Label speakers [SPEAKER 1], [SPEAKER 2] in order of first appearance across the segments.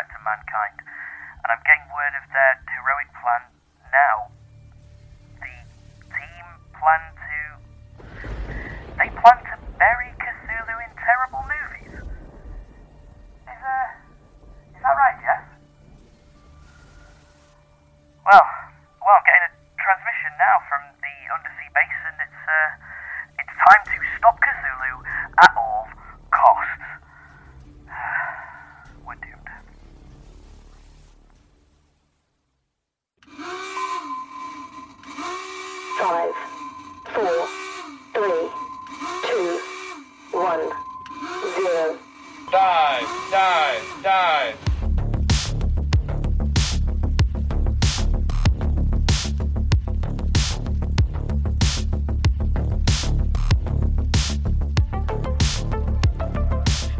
[SPEAKER 1] kind, and I'm getting word of their heroic plan now. The team plan to. They plan to bury Cthulhu in terrible movies. Is, uh, is that right, Jeff? Well, well, I'm getting a transmission now from the undersea base, and it's uh, it's time to stop Cthulhu at all costs. We're doomed.
[SPEAKER 2] Five, four, three, two, one, zero.
[SPEAKER 3] Dive, dive, dive.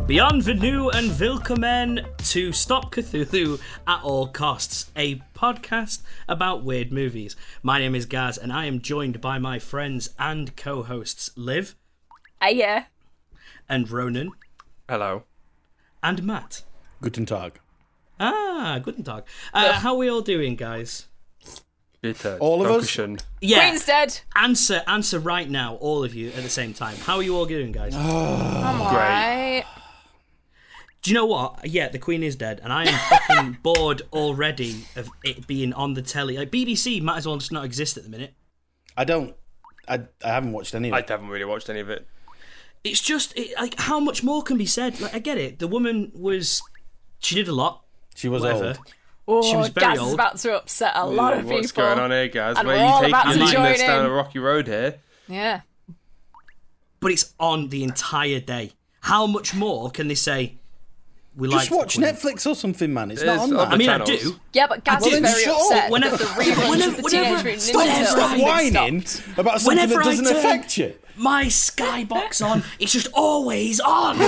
[SPEAKER 4] Bienvenue and willkommen to Stop Cthulhu at All Costs, a podcast about weird movies. My name is Gaz, and I am joined by my friends and co-hosts Liv
[SPEAKER 5] Uh, yeah.
[SPEAKER 4] and Ronan
[SPEAKER 6] Hello.
[SPEAKER 4] and Matt.
[SPEAKER 7] Guten Tag.
[SPEAKER 4] Ah, guten Tag. Uh, how are we all doing, guys?
[SPEAKER 6] Bitte.
[SPEAKER 7] All of us?
[SPEAKER 6] Dankeschön.
[SPEAKER 4] Yeah.
[SPEAKER 5] Queen's dead.
[SPEAKER 4] Answer, answer right now, all of you at the same time. How are you all doing, guys?
[SPEAKER 5] Right.
[SPEAKER 4] Do you know what? Yeah, the Queen is dead, and I am fucking bored already of it being on the telly. Like BBC might as well just not exist at the minute.
[SPEAKER 7] I don't. I, I haven't watched any of
[SPEAKER 6] I
[SPEAKER 7] it.
[SPEAKER 6] haven't really watched any of it.
[SPEAKER 4] it's just it, like how much more can be said like i get it the woman was she did a lot
[SPEAKER 7] She was
[SPEAKER 4] whatever
[SPEAKER 7] old.
[SPEAKER 5] Oh,
[SPEAKER 4] was very
[SPEAKER 5] Gaz
[SPEAKER 4] old.
[SPEAKER 5] is about to upset a lot of people.
[SPEAKER 6] What's going on here, guys?
[SPEAKER 5] And
[SPEAKER 6] Where
[SPEAKER 5] we're
[SPEAKER 6] are
[SPEAKER 5] all
[SPEAKER 6] you
[SPEAKER 5] about
[SPEAKER 6] taking
[SPEAKER 5] to
[SPEAKER 6] leading
[SPEAKER 5] join
[SPEAKER 6] us down
[SPEAKER 5] in.
[SPEAKER 6] a rocky road here?
[SPEAKER 5] Yeah.
[SPEAKER 4] but it's on the entire day how much more can they say we like
[SPEAKER 7] Just watch Netflix or something, man. It's not
[SPEAKER 6] It's
[SPEAKER 7] on
[SPEAKER 6] on
[SPEAKER 7] that.
[SPEAKER 4] i mean i
[SPEAKER 6] channels.
[SPEAKER 4] do
[SPEAKER 5] Yeah, but Gaz
[SPEAKER 4] Well,
[SPEAKER 5] is
[SPEAKER 4] then
[SPEAKER 5] very
[SPEAKER 7] shut up.
[SPEAKER 5] upset.
[SPEAKER 4] when I-
[SPEAKER 5] that the reruns
[SPEAKER 4] when I-
[SPEAKER 5] of the
[SPEAKER 4] whenever-
[SPEAKER 5] Teenage Mutant
[SPEAKER 4] stop-
[SPEAKER 5] Ninja
[SPEAKER 4] stop
[SPEAKER 5] Turtles
[SPEAKER 7] whining
[SPEAKER 5] stopped.
[SPEAKER 7] about something
[SPEAKER 4] Whenever I
[SPEAKER 7] that doesn't
[SPEAKER 4] turn-
[SPEAKER 7] affect you.
[SPEAKER 4] my skybox on it's just always on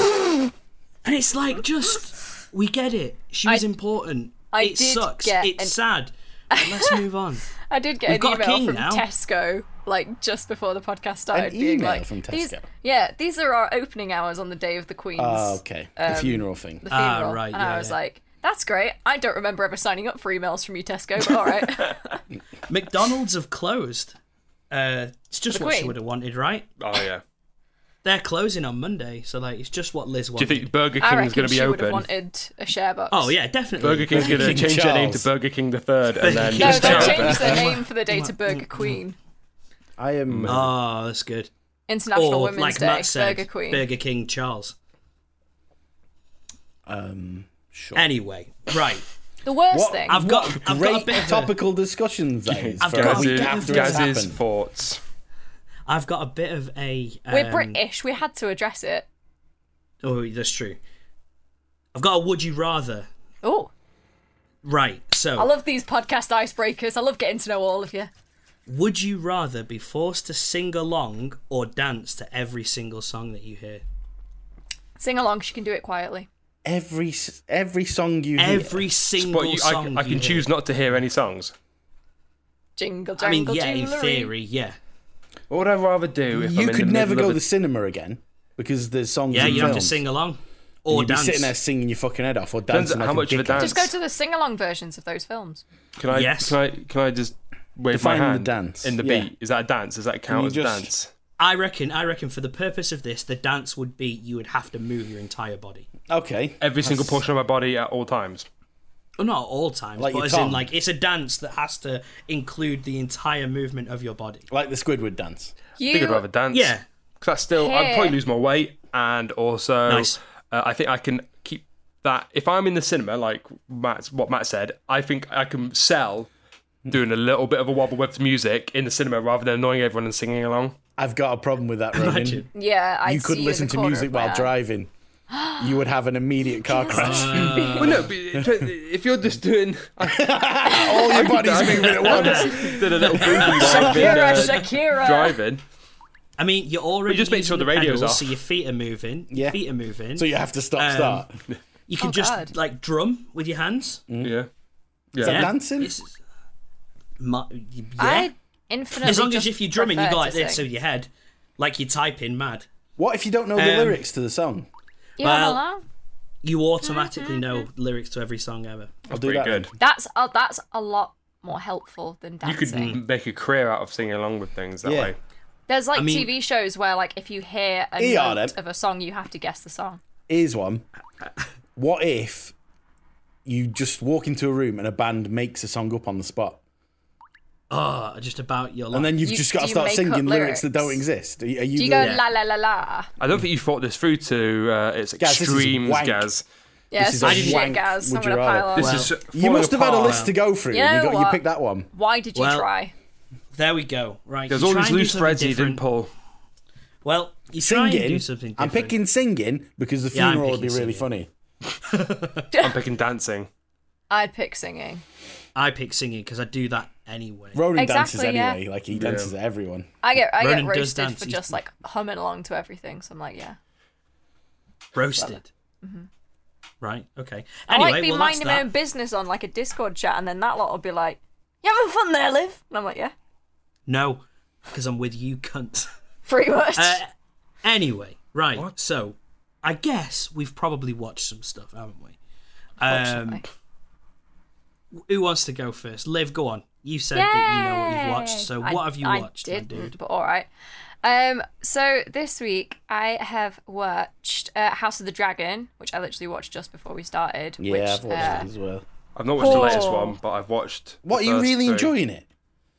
[SPEAKER 4] and it's like just we get it she was
[SPEAKER 5] I-
[SPEAKER 4] important
[SPEAKER 5] I
[SPEAKER 4] it
[SPEAKER 5] did
[SPEAKER 4] sucks
[SPEAKER 5] get
[SPEAKER 4] it's
[SPEAKER 5] an-
[SPEAKER 4] sad But let's move on
[SPEAKER 5] I did get
[SPEAKER 4] We've
[SPEAKER 5] an
[SPEAKER 4] got a
[SPEAKER 5] email
[SPEAKER 4] king
[SPEAKER 5] from
[SPEAKER 4] now.
[SPEAKER 5] Tesco, like just before the podcast started. being
[SPEAKER 7] email
[SPEAKER 5] like,
[SPEAKER 7] from
[SPEAKER 5] "These-
[SPEAKER 7] Tesco?
[SPEAKER 5] yeah, these are our opening hours on the day of the Queen's
[SPEAKER 7] Ah, okay.
[SPEAKER 4] Um,
[SPEAKER 7] the funeral thing.
[SPEAKER 5] the
[SPEAKER 4] Ah,
[SPEAKER 5] funeral.
[SPEAKER 4] right,
[SPEAKER 5] and
[SPEAKER 4] yeah,
[SPEAKER 5] I was
[SPEAKER 4] yeah.
[SPEAKER 5] like, that's great. I don't remember ever signing up for emails from you, Tesco, but all right.
[SPEAKER 4] mcdonald's have closed uh it's just
[SPEAKER 5] The
[SPEAKER 4] what she
[SPEAKER 5] Queen.
[SPEAKER 4] would have wanted right
[SPEAKER 6] Oh yeah.
[SPEAKER 4] they're closing on monday so like it's just what liz
[SPEAKER 6] Do you
[SPEAKER 4] wanted
[SPEAKER 6] think Burger
[SPEAKER 5] I
[SPEAKER 6] King is
[SPEAKER 5] reckon
[SPEAKER 6] going to be
[SPEAKER 5] she would
[SPEAKER 6] open?
[SPEAKER 5] have wanted a share box.
[SPEAKER 4] Oh yeah, definitely.
[SPEAKER 6] Burger King's going to
[SPEAKER 7] King
[SPEAKER 6] change their name to
[SPEAKER 7] Charles.
[SPEAKER 6] Burger King the Third, and then
[SPEAKER 5] No,
[SPEAKER 4] King's
[SPEAKER 5] they
[SPEAKER 4] Charles.
[SPEAKER 5] changed their name for the day to Burger Queen.
[SPEAKER 7] I am.
[SPEAKER 4] Oh, that's good.
[SPEAKER 5] International
[SPEAKER 4] or
[SPEAKER 5] Women's
[SPEAKER 4] like
[SPEAKER 5] Day,
[SPEAKER 4] Matt said,
[SPEAKER 5] Burger Queen.
[SPEAKER 4] Burger King Charles.
[SPEAKER 7] um, sure.
[SPEAKER 4] Anyway, right.
[SPEAKER 5] The worst
[SPEAKER 7] What-
[SPEAKER 5] thing.
[SPEAKER 4] I've got I've got a
[SPEAKER 7] Great
[SPEAKER 4] bit of a,
[SPEAKER 7] topical discussions that is
[SPEAKER 4] I've
[SPEAKER 7] for
[SPEAKER 4] got
[SPEAKER 7] a
[SPEAKER 4] a
[SPEAKER 7] week
[SPEAKER 4] bit
[SPEAKER 7] after
[SPEAKER 4] of-
[SPEAKER 7] it's
[SPEAKER 6] Gaz's
[SPEAKER 7] happened.
[SPEAKER 6] thoughts.
[SPEAKER 4] I've got a bit of a um,
[SPEAKER 5] We're British. We had to address it.
[SPEAKER 4] Oh, that's true. I've got a would you rather.
[SPEAKER 5] Oh,
[SPEAKER 4] Right. So,
[SPEAKER 5] I love these podcast icebreakers. I love getting to know all of you.
[SPEAKER 4] would you rather be forced to sing along or dance to every single song that you hear?
[SPEAKER 5] Sing along. She can do it quietly.
[SPEAKER 7] Every s- every song you hear.
[SPEAKER 4] Every single
[SPEAKER 6] But you, I,
[SPEAKER 4] song.
[SPEAKER 6] I
[SPEAKER 4] you
[SPEAKER 6] can
[SPEAKER 4] hear.
[SPEAKER 6] choose not to hear any songs.
[SPEAKER 5] Jingle
[SPEAKER 4] I mean,
[SPEAKER 5] jangle
[SPEAKER 4] yeah, in
[SPEAKER 5] jinglery.
[SPEAKER 4] theory, yeah.
[SPEAKER 6] What would I rather do if I'm
[SPEAKER 7] you
[SPEAKER 6] in
[SPEAKER 7] could
[SPEAKER 6] the
[SPEAKER 7] never
[SPEAKER 6] middle
[SPEAKER 7] go
[SPEAKER 6] of
[SPEAKER 7] to the cinema again because there's songs.
[SPEAKER 4] Yeah,
[SPEAKER 7] in
[SPEAKER 4] you have
[SPEAKER 7] films.
[SPEAKER 4] to sing along or
[SPEAKER 7] You'd be
[SPEAKER 4] dance.
[SPEAKER 7] sitting there singing your fucking head off or
[SPEAKER 6] Depends
[SPEAKER 7] dancing.
[SPEAKER 6] how
[SPEAKER 7] like
[SPEAKER 6] much of a
[SPEAKER 7] dickhead.
[SPEAKER 6] dance.
[SPEAKER 5] Just go to the sing along versions of those films.
[SPEAKER 6] Can I?
[SPEAKER 4] Yes.
[SPEAKER 6] Can I? Can I just wave
[SPEAKER 7] Define the
[SPEAKER 6] my hand
[SPEAKER 7] dance.
[SPEAKER 6] in the
[SPEAKER 7] Yeah.
[SPEAKER 6] beat? Is that a dance? Does that count
[SPEAKER 7] you
[SPEAKER 6] as a
[SPEAKER 7] just-
[SPEAKER 6] dance?
[SPEAKER 4] I reckon. I reckon for the purpose of this, the dance would be you would have to move your entire body.
[SPEAKER 7] Okay.
[SPEAKER 6] Every single portion of my body at all times.
[SPEAKER 4] Well, not at all times,
[SPEAKER 7] Like
[SPEAKER 4] but
[SPEAKER 7] your
[SPEAKER 4] as in
[SPEAKER 7] tongue.
[SPEAKER 4] like it's a dance that has to include the entire movement of your body.
[SPEAKER 7] Like the Squidward dance.
[SPEAKER 6] I think I'd rather
[SPEAKER 5] You
[SPEAKER 6] dance.
[SPEAKER 4] Yeah,
[SPEAKER 6] Because that's still, I'd
[SPEAKER 5] Hey.
[SPEAKER 6] probably lose my weight. And also,
[SPEAKER 4] Nice.
[SPEAKER 6] uh, I think I can keep that. If I'm in the cinema, like Matt's, what Matt said, I think I can sell doing a little bit of a wobble web to music in the cinema rather than annoying everyone and singing along.
[SPEAKER 7] I've got a problem with that, Ronan.
[SPEAKER 4] Imagine.
[SPEAKER 5] yeah. I'd
[SPEAKER 7] you
[SPEAKER 5] see
[SPEAKER 7] couldn't
[SPEAKER 5] in
[SPEAKER 7] listen
[SPEAKER 5] the
[SPEAKER 7] to
[SPEAKER 5] corner
[SPEAKER 7] music
[SPEAKER 5] of my
[SPEAKER 7] while
[SPEAKER 5] eye.
[SPEAKER 7] driving. You would have an immediate car crash.
[SPEAKER 6] well, no, but if you're just doing.
[SPEAKER 7] All your body's moving at once.
[SPEAKER 6] did a little boom driving.
[SPEAKER 5] Shakira.
[SPEAKER 6] uh, driving.
[SPEAKER 4] I mean you're already
[SPEAKER 6] just make
[SPEAKER 4] using
[SPEAKER 6] sure the radio's
[SPEAKER 4] pedals,
[SPEAKER 6] off.
[SPEAKER 4] so your feet are moving.
[SPEAKER 7] Yeah.
[SPEAKER 4] feet are moving.
[SPEAKER 7] So you have to stop,
[SPEAKER 4] Um,
[SPEAKER 7] start.
[SPEAKER 4] you can
[SPEAKER 5] Oh,
[SPEAKER 4] just
[SPEAKER 5] God.
[SPEAKER 4] like drum with your hands.
[SPEAKER 7] Mm.
[SPEAKER 6] Yeah.
[SPEAKER 7] Is that
[SPEAKER 6] yeah.
[SPEAKER 7] dancing?
[SPEAKER 4] It's, mu- yeah.
[SPEAKER 5] I infinitely.
[SPEAKER 4] as long as
[SPEAKER 5] just
[SPEAKER 4] if you're drumming, you
[SPEAKER 5] prefer
[SPEAKER 4] go
[SPEAKER 5] to
[SPEAKER 4] like this
[SPEAKER 5] sing.
[SPEAKER 4] with your head, like you're typing mad.
[SPEAKER 7] What if you don't know the
[SPEAKER 4] Um,
[SPEAKER 7] lyrics to the song?
[SPEAKER 5] You don't
[SPEAKER 4] well-
[SPEAKER 5] allow?
[SPEAKER 4] you
[SPEAKER 5] Mm-hmm,
[SPEAKER 4] automatically know lyrics to every song ever.
[SPEAKER 7] I'll do
[SPEAKER 6] Pretty
[SPEAKER 7] that.
[SPEAKER 6] good.
[SPEAKER 5] That's uh, that's a lot more helpful than
[SPEAKER 6] You could
[SPEAKER 5] dancing.
[SPEAKER 6] make a career out of singing along with things that
[SPEAKER 7] Yeah.
[SPEAKER 6] way.
[SPEAKER 5] There's like
[SPEAKER 4] I mean-
[SPEAKER 5] TV shows where like if you hear a
[SPEAKER 7] Yeah,
[SPEAKER 5] note
[SPEAKER 7] then.
[SPEAKER 5] of a song, you have to guess the song.
[SPEAKER 7] Here's one. What if you just walk into a room and a band makes a song up on the spot?
[SPEAKER 4] Oh, just about your life.
[SPEAKER 7] And then you've
[SPEAKER 5] You-
[SPEAKER 7] just got
[SPEAKER 5] do
[SPEAKER 7] to
[SPEAKER 5] you
[SPEAKER 7] start
[SPEAKER 5] make up
[SPEAKER 7] singing lyrics? that don't
[SPEAKER 5] lyrics?
[SPEAKER 7] exist. Are, you- are you,
[SPEAKER 5] Do you
[SPEAKER 7] the-
[SPEAKER 5] go
[SPEAKER 4] Yeah.
[SPEAKER 5] la la la la?
[SPEAKER 6] I don't think you thought this through to uh, its
[SPEAKER 7] Gaz, this is
[SPEAKER 6] extremes,
[SPEAKER 7] wank.
[SPEAKER 6] Gaz.
[SPEAKER 5] Yeah,
[SPEAKER 7] is
[SPEAKER 5] some
[SPEAKER 7] a
[SPEAKER 5] shit,
[SPEAKER 7] wank,
[SPEAKER 5] guys.
[SPEAKER 7] would
[SPEAKER 5] I'm
[SPEAKER 7] you
[SPEAKER 5] gonna
[SPEAKER 7] rather?
[SPEAKER 5] pile
[SPEAKER 4] Oh,
[SPEAKER 5] on.
[SPEAKER 6] This is
[SPEAKER 7] You
[SPEAKER 6] falling
[SPEAKER 7] must have had a
[SPEAKER 6] apart.
[SPEAKER 7] list to go through.
[SPEAKER 5] You
[SPEAKER 7] and
[SPEAKER 5] know
[SPEAKER 7] you, got, you
[SPEAKER 5] what?
[SPEAKER 7] picked that one.
[SPEAKER 5] Why did you
[SPEAKER 4] Well-
[SPEAKER 5] try?
[SPEAKER 4] there we go. Right.
[SPEAKER 6] There's
[SPEAKER 4] you
[SPEAKER 6] all
[SPEAKER 4] try
[SPEAKER 6] these
[SPEAKER 4] and do
[SPEAKER 6] loose
[SPEAKER 4] something
[SPEAKER 6] threads you didn't
[SPEAKER 4] different.
[SPEAKER 6] pull.
[SPEAKER 4] Well, you try and do
[SPEAKER 7] Singing.
[SPEAKER 4] something different.
[SPEAKER 7] I'm picking singing because the
[SPEAKER 4] Yeah, I'm
[SPEAKER 7] funeral would be
[SPEAKER 4] picking
[SPEAKER 7] really
[SPEAKER 4] singing.
[SPEAKER 7] funny.
[SPEAKER 6] I'm picking dancing.
[SPEAKER 5] I'd pick singing.
[SPEAKER 4] I pick singing because I do that anyway.
[SPEAKER 7] Ronan
[SPEAKER 5] Exactly,
[SPEAKER 7] dances
[SPEAKER 5] yeah.
[SPEAKER 7] anyway. Like he dances at everyone.
[SPEAKER 5] I get I
[SPEAKER 4] Ronan
[SPEAKER 5] get
[SPEAKER 4] does
[SPEAKER 5] roasted
[SPEAKER 4] dance.
[SPEAKER 5] for
[SPEAKER 4] He's-
[SPEAKER 5] just like humming along to everything. So I'm like, yeah.
[SPEAKER 4] Roasted. Right. Okay.
[SPEAKER 5] Mm-hmm. I
[SPEAKER 4] Anyway,
[SPEAKER 5] might be
[SPEAKER 4] well, that's
[SPEAKER 5] minding my
[SPEAKER 4] that.
[SPEAKER 5] own business on like a Discord chat, and then that lot will be like, "You having fun there, Liv?" And I'm like, "Yeah,
[SPEAKER 4] No, because I'm with you, cunt.
[SPEAKER 5] pretty much."
[SPEAKER 4] Uh, anyway, right. So, I guess we've probably watched some stuff, haven't we? Um,
[SPEAKER 5] Unfortunately.
[SPEAKER 4] who wants to go first? Liv, go on. You said that you know what you've watched. So,
[SPEAKER 5] I-
[SPEAKER 4] what have you
[SPEAKER 5] I
[SPEAKER 4] watched, my
[SPEAKER 5] Didn't,
[SPEAKER 4] dude?
[SPEAKER 5] But all right. Um, so this week I have watched uh, House of the Dragon, which I literally watched just before we started.
[SPEAKER 7] Yeah,
[SPEAKER 5] which,
[SPEAKER 7] I've watched
[SPEAKER 5] uh,
[SPEAKER 7] it as well.
[SPEAKER 6] I've not watched the latest
[SPEAKER 5] Oh.
[SPEAKER 6] one, but I've watched. the
[SPEAKER 7] What are you
[SPEAKER 6] first
[SPEAKER 7] really
[SPEAKER 6] three.
[SPEAKER 7] enjoying it?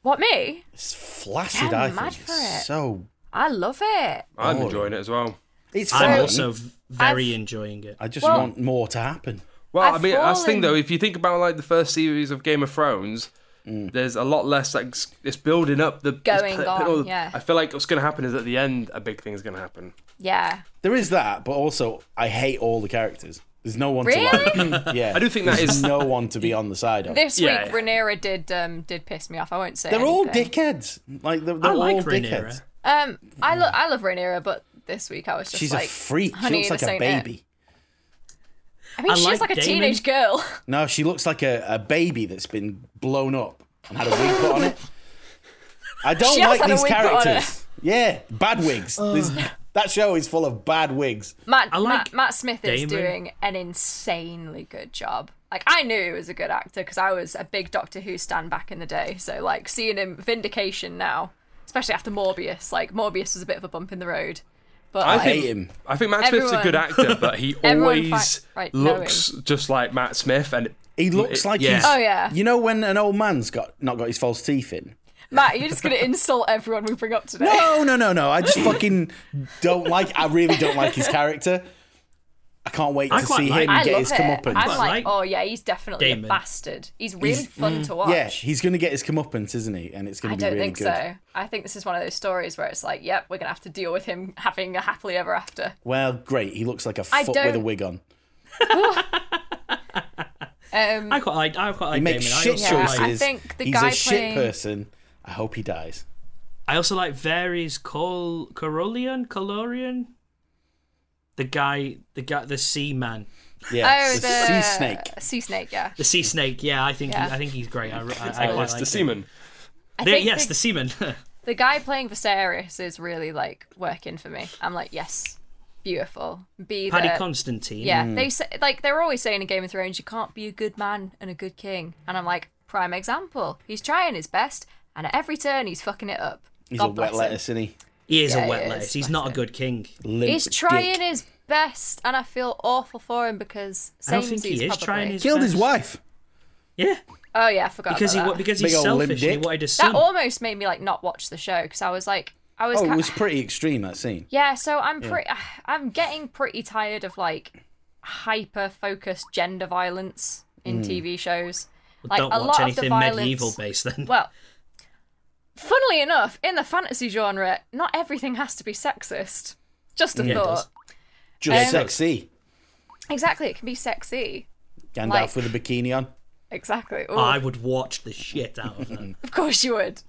[SPEAKER 5] What me?
[SPEAKER 7] It's flaccid.
[SPEAKER 5] Yeah,
[SPEAKER 7] I
[SPEAKER 5] I'm mad
[SPEAKER 7] think
[SPEAKER 5] for
[SPEAKER 7] It's
[SPEAKER 5] it.
[SPEAKER 7] so
[SPEAKER 5] I love it.
[SPEAKER 6] I'm
[SPEAKER 7] Boring.
[SPEAKER 6] enjoying it as well.
[SPEAKER 7] it's fun.
[SPEAKER 4] I'm also v- very
[SPEAKER 5] I've-
[SPEAKER 4] enjoying it.
[SPEAKER 7] I just
[SPEAKER 5] Well-
[SPEAKER 7] want more to happen.
[SPEAKER 6] Well, i
[SPEAKER 5] I've
[SPEAKER 6] mean, that's the thing though.
[SPEAKER 5] fallen.
[SPEAKER 6] If you think about like the first series of Game of Thrones,
[SPEAKER 7] Mm.
[SPEAKER 6] there's a lot less like s- it's building up the it's
[SPEAKER 5] Going
[SPEAKER 6] put-
[SPEAKER 5] on,
[SPEAKER 6] put all the-
[SPEAKER 5] yeah.
[SPEAKER 6] I feel like what's going to happen is at the end a big thing is going to happen.
[SPEAKER 5] Yeah.
[SPEAKER 7] There is that, but also I hate all the characters. There's no one to
[SPEAKER 5] Really?
[SPEAKER 7] like. yeah,
[SPEAKER 6] I do think that
[SPEAKER 7] There's
[SPEAKER 6] is-
[SPEAKER 7] no one to be on the side of.
[SPEAKER 5] This
[SPEAKER 6] Yeah.
[SPEAKER 5] week Rhaenyra did um did piss me off. I won't say.
[SPEAKER 7] They're all
[SPEAKER 5] anything.
[SPEAKER 7] dickheads. Like they're, they're
[SPEAKER 4] I like
[SPEAKER 7] all
[SPEAKER 4] Rhaenyra.
[SPEAKER 7] dickheads.
[SPEAKER 5] Um, I love I love Rhaenyra, but this week I was just
[SPEAKER 7] She's
[SPEAKER 5] like,
[SPEAKER 7] a freak. She
[SPEAKER 5] honey,
[SPEAKER 7] looks like
[SPEAKER 5] this
[SPEAKER 7] a
[SPEAKER 5] ain't it.
[SPEAKER 7] baby.
[SPEAKER 5] I mean,
[SPEAKER 4] I
[SPEAKER 5] she's
[SPEAKER 4] like
[SPEAKER 5] like, a
[SPEAKER 4] Damon.
[SPEAKER 5] teenage girl.
[SPEAKER 7] No, she looks like a, a baby that's been blown up and had a wig put on it. I don't
[SPEAKER 5] She has
[SPEAKER 7] like
[SPEAKER 5] had a
[SPEAKER 7] these
[SPEAKER 5] wig put on
[SPEAKER 7] characters. Yeah, bad wigs. There's- that show is full of bad wigs.
[SPEAKER 5] Matt,
[SPEAKER 4] I like
[SPEAKER 5] Matt, Matt Smith is
[SPEAKER 4] Damon.
[SPEAKER 5] doing an insanely good job. Like I knew he was a good actor because I was a big Doctor Who stan back in the day. So like seeing him vindication now, especially after Morbius. Like Morbius was a bit of a bump in the road, but
[SPEAKER 6] I
[SPEAKER 7] I
[SPEAKER 5] like,
[SPEAKER 7] hate him.
[SPEAKER 6] I think Matt Smith's a good actor, but he
[SPEAKER 5] Everyone fi-
[SPEAKER 6] always
[SPEAKER 5] right,
[SPEAKER 6] looks just like Matt Smith, and it-
[SPEAKER 7] He looks
[SPEAKER 6] it-
[SPEAKER 7] like
[SPEAKER 6] yeah.
[SPEAKER 7] he's.
[SPEAKER 5] Oh, yeah.
[SPEAKER 7] You know when an old man's got not got his false teeth in?
[SPEAKER 5] Matt, you're just gonna insult everyone we bring up today.
[SPEAKER 7] No, no, no, no. I just fucking don't like. I really don't like his character. I can't wait
[SPEAKER 4] I
[SPEAKER 7] to
[SPEAKER 4] quite
[SPEAKER 7] see
[SPEAKER 4] like-
[SPEAKER 7] him
[SPEAKER 5] I
[SPEAKER 7] get
[SPEAKER 5] love
[SPEAKER 7] his
[SPEAKER 5] it.
[SPEAKER 7] comeuppance.
[SPEAKER 5] I'm like,
[SPEAKER 4] like
[SPEAKER 5] oh yeah, he's definitely
[SPEAKER 4] Damon.
[SPEAKER 5] a bastard. He's really
[SPEAKER 7] He's-
[SPEAKER 5] fun to watch.
[SPEAKER 7] yeah, he's going to get his comeuppance, isn't he? And it's
[SPEAKER 5] I
[SPEAKER 7] going to be
[SPEAKER 5] don't
[SPEAKER 7] really
[SPEAKER 5] think
[SPEAKER 7] good.
[SPEAKER 5] so. I think this is one of those stories where it's like, yep, we're gonna have to deal with him having a happily ever after.
[SPEAKER 7] Well, great. He looks like a
[SPEAKER 5] I
[SPEAKER 7] foot with a
[SPEAKER 5] don't-
[SPEAKER 7] wig on.
[SPEAKER 5] Um,
[SPEAKER 4] I quite like. I quite like
[SPEAKER 7] He makes
[SPEAKER 4] Damon. I
[SPEAKER 7] shit
[SPEAKER 4] also
[SPEAKER 5] Yeah,
[SPEAKER 7] choices.
[SPEAKER 4] like-
[SPEAKER 5] I think the
[SPEAKER 7] He's
[SPEAKER 5] guy
[SPEAKER 7] a shit
[SPEAKER 5] playing-
[SPEAKER 7] person. I hope he dies.
[SPEAKER 4] I also like Varys Col Corolian Colorian. The guy, the guy, the sea man,
[SPEAKER 7] Yeah,
[SPEAKER 5] Oh,
[SPEAKER 7] the,
[SPEAKER 5] the
[SPEAKER 7] sea snake.
[SPEAKER 5] Sea snake, yeah.
[SPEAKER 4] the sea snake. Yeah, I think
[SPEAKER 5] Yeah.
[SPEAKER 4] He, I think he's great. I, I, I quite
[SPEAKER 6] Oh,
[SPEAKER 4] like
[SPEAKER 6] it's the
[SPEAKER 4] him.
[SPEAKER 6] seaman.
[SPEAKER 5] I
[SPEAKER 4] The-
[SPEAKER 5] think
[SPEAKER 4] yes, the,
[SPEAKER 5] the,
[SPEAKER 4] seaman.
[SPEAKER 5] the guy playing Viserys is really like working for me. I'm like, yes, beautiful. Be
[SPEAKER 4] Paddy
[SPEAKER 5] the
[SPEAKER 4] Constantine.
[SPEAKER 5] yeah.
[SPEAKER 7] Mm.
[SPEAKER 5] They say like they're always saying in Game of Thrones, you can't be a good man and a good king. And I'm like, prime example. He's trying his best, and at every turn he's fucking it up.
[SPEAKER 7] He's
[SPEAKER 5] God
[SPEAKER 7] a
[SPEAKER 5] bless
[SPEAKER 7] wet
[SPEAKER 5] him.
[SPEAKER 7] lettuce, isn't he?
[SPEAKER 4] He is
[SPEAKER 5] Yeah,
[SPEAKER 4] a wet
[SPEAKER 5] he
[SPEAKER 4] lettuce.
[SPEAKER 5] is.
[SPEAKER 4] He's not a good king.
[SPEAKER 7] Limp
[SPEAKER 5] He's trying
[SPEAKER 7] dick.
[SPEAKER 5] his best, and I feel awful for him because
[SPEAKER 4] I don't think he
[SPEAKER 5] samesies
[SPEAKER 4] is
[SPEAKER 5] probably.
[SPEAKER 4] trying his
[SPEAKER 7] Killed his
[SPEAKER 4] best.
[SPEAKER 7] wife.
[SPEAKER 4] Yeah,
[SPEAKER 5] Oh yeah, I forgot
[SPEAKER 4] because he
[SPEAKER 5] about
[SPEAKER 4] wa-
[SPEAKER 5] that.
[SPEAKER 4] because
[SPEAKER 7] Big
[SPEAKER 4] he's
[SPEAKER 7] old limp
[SPEAKER 4] selfish. And he
[SPEAKER 7] dick.
[SPEAKER 4] wanted his son.
[SPEAKER 5] That almost made me like not watch the show because I was like, I was.
[SPEAKER 7] Oh, it
[SPEAKER 5] ki-
[SPEAKER 7] was pretty extreme that scene.
[SPEAKER 5] Yeah, so I'm pretty. I'm getting pretty tired of like hyper focused gender violence in TV shows. Like
[SPEAKER 4] Hmm. don't
[SPEAKER 5] a
[SPEAKER 4] watch
[SPEAKER 5] lot of the
[SPEAKER 4] anything
[SPEAKER 5] violence.
[SPEAKER 4] medieval based then.
[SPEAKER 5] Well, funnily enough, in the fantasy genre, not everything has to be sexist. Just a
[SPEAKER 4] Yeah, it
[SPEAKER 5] thought.
[SPEAKER 4] does.
[SPEAKER 7] Just
[SPEAKER 5] Um,
[SPEAKER 7] sexy.
[SPEAKER 5] Exactly, it can be sexy.
[SPEAKER 7] Gandalf
[SPEAKER 5] like-
[SPEAKER 7] with a bikini on.
[SPEAKER 5] Exactly. Ooh,
[SPEAKER 4] I would watch the shit out of that.
[SPEAKER 5] Of course you would.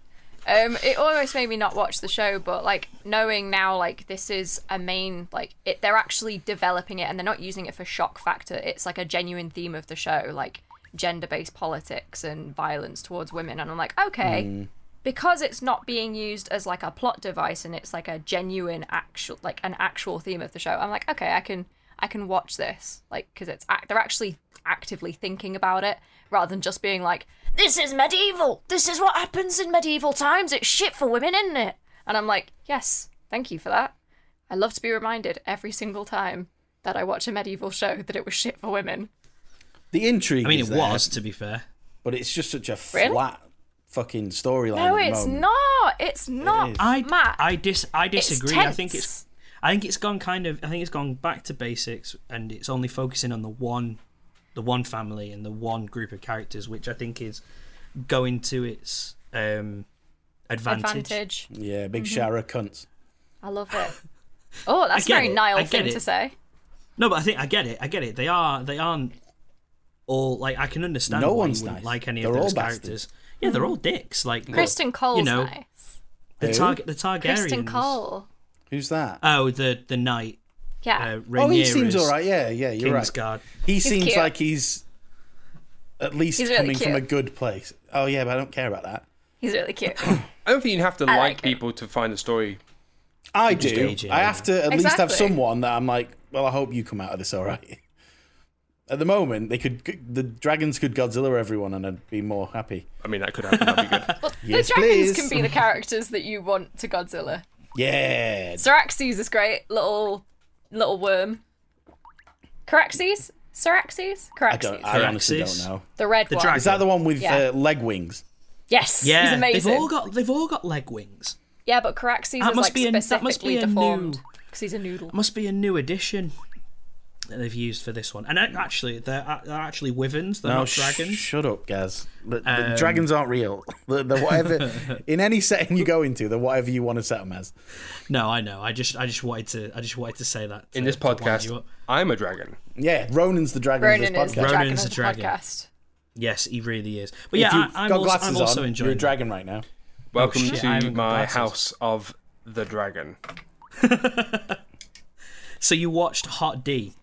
[SPEAKER 5] Um, it almost made me not watch the show, but like knowing now, like this is a main like it, they're actually developing it, and they're not using it for shock factor. It's like a genuine theme of the show, like gender-based politics and violence towards women. And I'm like, okay, because it's not being used as like a plot device, and it's like a genuine actual, like an actual theme of the show. I'm like, okay, I can I can watch this, like, because it's act- they're actually actively thinking about it rather than just being like, "This is medieval. This is what happens in medieval times. It's shit for women, isn't it?" And I'm like, "Yes, thank you for that. I love to be reminded every single time that I watch a medieval show that it was shit for women."
[SPEAKER 7] The intrigue.
[SPEAKER 4] I mean,
[SPEAKER 7] is
[SPEAKER 4] it
[SPEAKER 7] there,
[SPEAKER 4] was, to be fair.
[SPEAKER 7] but it's just such a
[SPEAKER 5] Really?
[SPEAKER 7] flat fucking storyline.
[SPEAKER 5] No,
[SPEAKER 7] at the
[SPEAKER 5] it's
[SPEAKER 7] moment.
[SPEAKER 5] not. It's not.
[SPEAKER 7] is.
[SPEAKER 4] I
[SPEAKER 5] Matt,
[SPEAKER 4] I dis I
[SPEAKER 5] it's
[SPEAKER 4] disagree. I think
[SPEAKER 5] tense.
[SPEAKER 4] it's I think it's gone kind of I think it's gone back to basics and it's only focusing on the one the one family and the one group of characters, which I think is going to its um advantage.
[SPEAKER 5] advantage.
[SPEAKER 7] Yeah,
[SPEAKER 5] Mm-hmm.
[SPEAKER 7] big shower of cunts.
[SPEAKER 5] I love it. Oh, that's a
[SPEAKER 4] get
[SPEAKER 5] very
[SPEAKER 4] it.
[SPEAKER 5] Niall
[SPEAKER 4] I get
[SPEAKER 5] thing
[SPEAKER 4] it.
[SPEAKER 5] to say.
[SPEAKER 4] No, but I think I get it. I get it. They are they aren't all like I can understand
[SPEAKER 7] No
[SPEAKER 4] why
[SPEAKER 7] one's
[SPEAKER 4] you wouldn't
[SPEAKER 7] nice.
[SPEAKER 4] like any
[SPEAKER 7] They're
[SPEAKER 4] of
[SPEAKER 7] all
[SPEAKER 4] those
[SPEAKER 7] bastards.
[SPEAKER 4] characters. Yeah, they're all dicks. Like
[SPEAKER 5] Kristen Cole's
[SPEAKER 4] you know,
[SPEAKER 5] nice.
[SPEAKER 4] the
[SPEAKER 7] Who?
[SPEAKER 4] target the Targaryens.
[SPEAKER 5] Kristen Cole.
[SPEAKER 7] Who's that?
[SPEAKER 4] Oh, the the knight.
[SPEAKER 5] Yeah.
[SPEAKER 4] Uh,
[SPEAKER 7] oh, he
[SPEAKER 4] Rhaenyra's
[SPEAKER 7] seems all right. Yeah, yeah, you're right.
[SPEAKER 4] Kingsguard.
[SPEAKER 7] He seems
[SPEAKER 5] cute.
[SPEAKER 7] like he's at least
[SPEAKER 5] He's really
[SPEAKER 7] coming from a
[SPEAKER 5] cute.
[SPEAKER 7] good place. Oh yeah, but I don't care about that.
[SPEAKER 5] He's really cute.
[SPEAKER 6] I don't think you have to like,
[SPEAKER 5] like it.
[SPEAKER 6] people to find the story.
[SPEAKER 7] I
[SPEAKER 4] Just
[SPEAKER 7] do.
[SPEAKER 4] aging,
[SPEAKER 7] I
[SPEAKER 4] yeah.
[SPEAKER 7] have to at least have
[SPEAKER 5] Exactly.
[SPEAKER 7] someone that I'm like, well, I hope you come out of this all right. At the moment, they could the dragons could Godzilla everyone, and I'd be more happy.
[SPEAKER 6] I mean, that could happen. That'd be good.
[SPEAKER 5] Well,
[SPEAKER 7] Yes,
[SPEAKER 5] the dragons
[SPEAKER 7] please.
[SPEAKER 5] can be the characters that you want to Godzilla.
[SPEAKER 7] Yeah,
[SPEAKER 5] Ceraxes is great. Little little worm. Caraxes? Ceraxes?
[SPEAKER 7] I
[SPEAKER 5] Caraxes.
[SPEAKER 7] don't. I honestly don't
[SPEAKER 4] Caraxes.
[SPEAKER 7] know.
[SPEAKER 5] The red
[SPEAKER 4] The
[SPEAKER 5] one.
[SPEAKER 4] dragon.
[SPEAKER 7] Is that the one with
[SPEAKER 5] Yeah.
[SPEAKER 7] uh, leg wings?
[SPEAKER 5] Yes.
[SPEAKER 4] Yeah,
[SPEAKER 5] he's amazing.
[SPEAKER 4] they've all got they've all got leg wings.
[SPEAKER 5] yeah, but Caraxes
[SPEAKER 4] That must
[SPEAKER 5] is like
[SPEAKER 4] be a- that must
[SPEAKER 5] specifically
[SPEAKER 4] be a
[SPEAKER 5] deformed
[SPEAKER 4] new-
[SPEAKER 5] because he's a noodle.
[SPEAKER 4] Must be a new addition that they've used for this one. And a- actually, they're, a- they're actually wyverns. They're
[SPEAKER 7] No,
[SPEAKER 4] not
[SPEAKER 7] sh-
[SPEAKER 4] dragons. Um,
[SPEAKER 7] shut up, Gaz. The, the dragons aren't real. The, the whatever in any setting you go into, they're whatever you want to set them as.
[SPEAKER 4] No, I know. I just I just wanted to I just wanted to say that
[SPEAKER 6] In
[SPEAKER 4] to-
[SPEAKER 6] this
[SPEAKER 4] to wind you
[SPEAKER 6] podcast,
[SPEAKER 4] up.
[SPEAKER 6] I'm a dragon.
[SPEAKER 7] Yeah, Ronan's the dragon. of
[SPEAKER 5] Ronan
[SPEAKER 7] this
[SPEAKER 5] is the
[SPEAKER 7] podcast.
[SPEAKER 5] dragon
[SPEAKER 4] Ronan's
[SPEAKER 5] of
[SPEAKER 4] a
[SPEAKER 5] the
[SPEAKER 4] dragon.
[SPEAKER 5] podcast.
[SPEAKER 4] Yes, he really is. But yeah,
[SPEAKER 7] if you've
[SPEAKER 4] I, I'm
[SPEAKER 7] got
[SPEAKER 4] also,
[SPEAKER 7] glasses
[SPEAKER 4] I'm also
[SPEAKER 7] on,
[SPEAKER 4] enjoying
[SPEAKER 7] you're a
[SPEAKER 4] that.
[SPEAKER 7] dragon right now.
[SPEAKER 6] Welcome
[SPEAKER 4] shit, I
[SPEAKER 6] to
[SPEAKER 4] haven't got
[SPEAKER 6] my
[SPEAKER 4] glasses.
[SPEAKER 6] house of the dragon.
[SPEAKER 4] So you watched Hot D,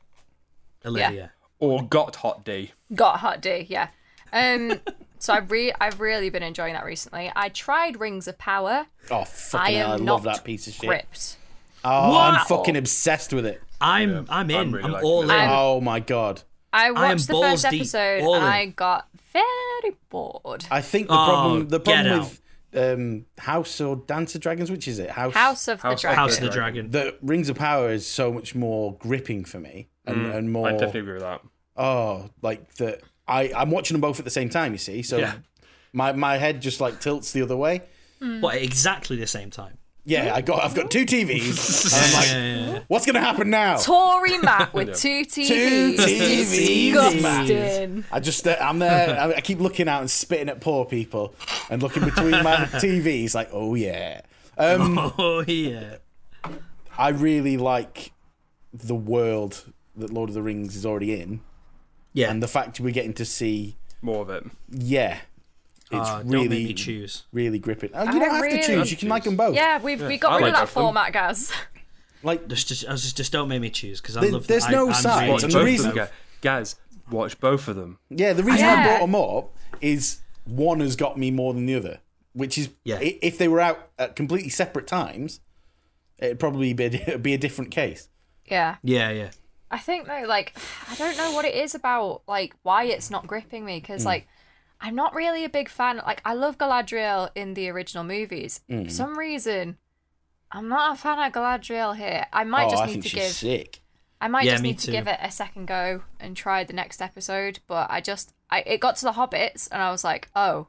[SPEAKER 4] Olivia.
[SPEAKER 6] Or got hot D.
[SPEAKER 5] Got hot D, yeah. Um, so I've re- I've really been enjoying that recently. I tried Rings of Power.
[SPEAKER 7] Oh
[SPEAKER 5] I
[SPEAKER 7] fucking!
[SPEAKER 5] am
[SPEAKER 7] hell, I
[SPEAKER 5] not
[SPEAKER 7] love that piece of shit.
[SPEAKER 5] gripped.
[SPEAKER 7] Oh, I'm
[SPEAKER 4] Wow.
[SPEAKER 7] fucking obsessed with it.
[SPEAKER 4] I'm I'm in. I'm,
[SPEAKER 6] really liking
[SPEAKER 4] all in.
[SPEAKER 6] it.
[SPEAKER 7] oh my god!
[SPEAKER 4] I
[SPEAKER 5] I
[SPEAKER 4] am
[SPEAKER 5] watched the
[SPEAKER 4] balls
[SPEAKER 5] first
[SPEAKER 4] deep,
[SPEAKER 5] episode
[SPEAKER 4] all in.
[SPEAKER 5] and I got very bored.
[SPEAKER 7] I think the
[SPEAKER 4] Oh,
[SPEAKER 7] problem the
[SPEAKER 4] get
[SPEAKER 7] problem with um, House or Dance of Dragons, which is it? House.
[SPEAKER 5] House of
[SPEAKER 6] House of
[SPEAKER 5] the Dragon.
[SPEAKER 4] House of the Dragon.
[SPEAKER 7] The Rings of Power is so much more gripping for me, and, and more.
[SPEAKER 6] I definitely agree with that.
[SPEAKER 7] Oh, like the I I'm watching them both at the same time. You see, so
[SPEAKER 6] Yeah.
[SPEAKER 7] my my head just like tilts the other way.
[SPEAKER 4] What exactly the same time? Mm.
[SPEAKER 7] Yeah, I got I've got two TVs. and
[SPEAKER 4] Yeah,
[SPEAKER 7] I'm like,
[SPEAKER 4] yeah, yeah.
[SPEAKER 7] what's gonna happen now?
[SPEAKER 5] Tory Matt with two TVs.
[SPEAKER 7] TVs, Matt.
[SPEAKER 5] Disgusting.
[SPEAKER 7] I just uh, I'm there. I, I keep looking out and spitting at poor people and looking between my TVs. Like, oh yeah. Um,
[SPEAKER 4] Oh yeah.
[SPEAKER 7] I really like the world that Lord of the Rings is already in,
[SPEAKER 4] Yeah.
[SPEAKER 7] and the fact we're getting to see.
[SPEAKER 6] More of it.
[SPEAKER 7] Yeah, it's
[SPEAKER 4] Uh,
[SPEAKER 7] really
[SPEAKER 4] Don't make me choose.
[SPEAKER 7] really gripping. Oh, you don't have
[SPEAKER 5] really-
[SPEAKER 7] to choose. You can like them both.
[SPEAKER 5] Yeah, we've we got
[SPEAKER 6] I
[SPEAKER 5] rid
[SPEAKER 6] like
[SPEAKER 5] of that
[SPEAKER 6] both of them.
[SPEAKER 5] format, guys.
[SPEAKER 7] Like
[SPEAKER 4] Just, just, I was just, just don't make me choose because I
[SPEAKER 7] There-
[SPEAKER 4] love.
[SPEAKER 7] there's
[SPEAKER 4] I,
[SPEAKER 7] no
[SPEAKER 4] I'm
[SPEAKER 7] sides,
[SPEAKER 4] really
[SPEAKER 6] Watch both
[SPEAKER 7] and the
[SPEAKER 4] enjoying
[SPEAKER 7] reason-
[SPEAKER 6] of them. ga- Guys, watch both of them.
[SPEAKER 7] yeah, the reason I
[SPEAKER 5] Yeah.
[SPEAKER 7] brought them up is one has got me more than the other, which is
[SPEAKER 4] Yeah.
[SPEAKER 7] i- if they were out at completely separate times, it'd probably be a, be a different case.
[SPEAKER 5] Yeah.
[SPEAKER 4] Yeah, yeah.
[SPEAKER 5] I think though, like, I don't know what it is about, like, why it's not gripping me, because like, I'm not really a big fan. Like, I love Galadriel in the original movies. For some reason, I'm not a fan of Galadriel here. I might
[SPEAKER 7] oh,
[SPEAKER 5] just
[SPEAKER 7] I
[SPEAKER 5] need
[SPEAKER 7] think
[SPEAKER 5] to
[SPEAKER 7] she's
[SPEAKER 5] give.
[SPEAKER 7] sick.
[SPEAKER 5] I might
[SPEAKER 4] Yeah,
[SPEAKER 5] just
[SPEAKER 4] me
[SPEAKER 5] need
[SPEAKER 4] too.
[SPEAKER 5] to give it a second go and try the next episode. But I just, I it got to the hobbits, and I was like, oh,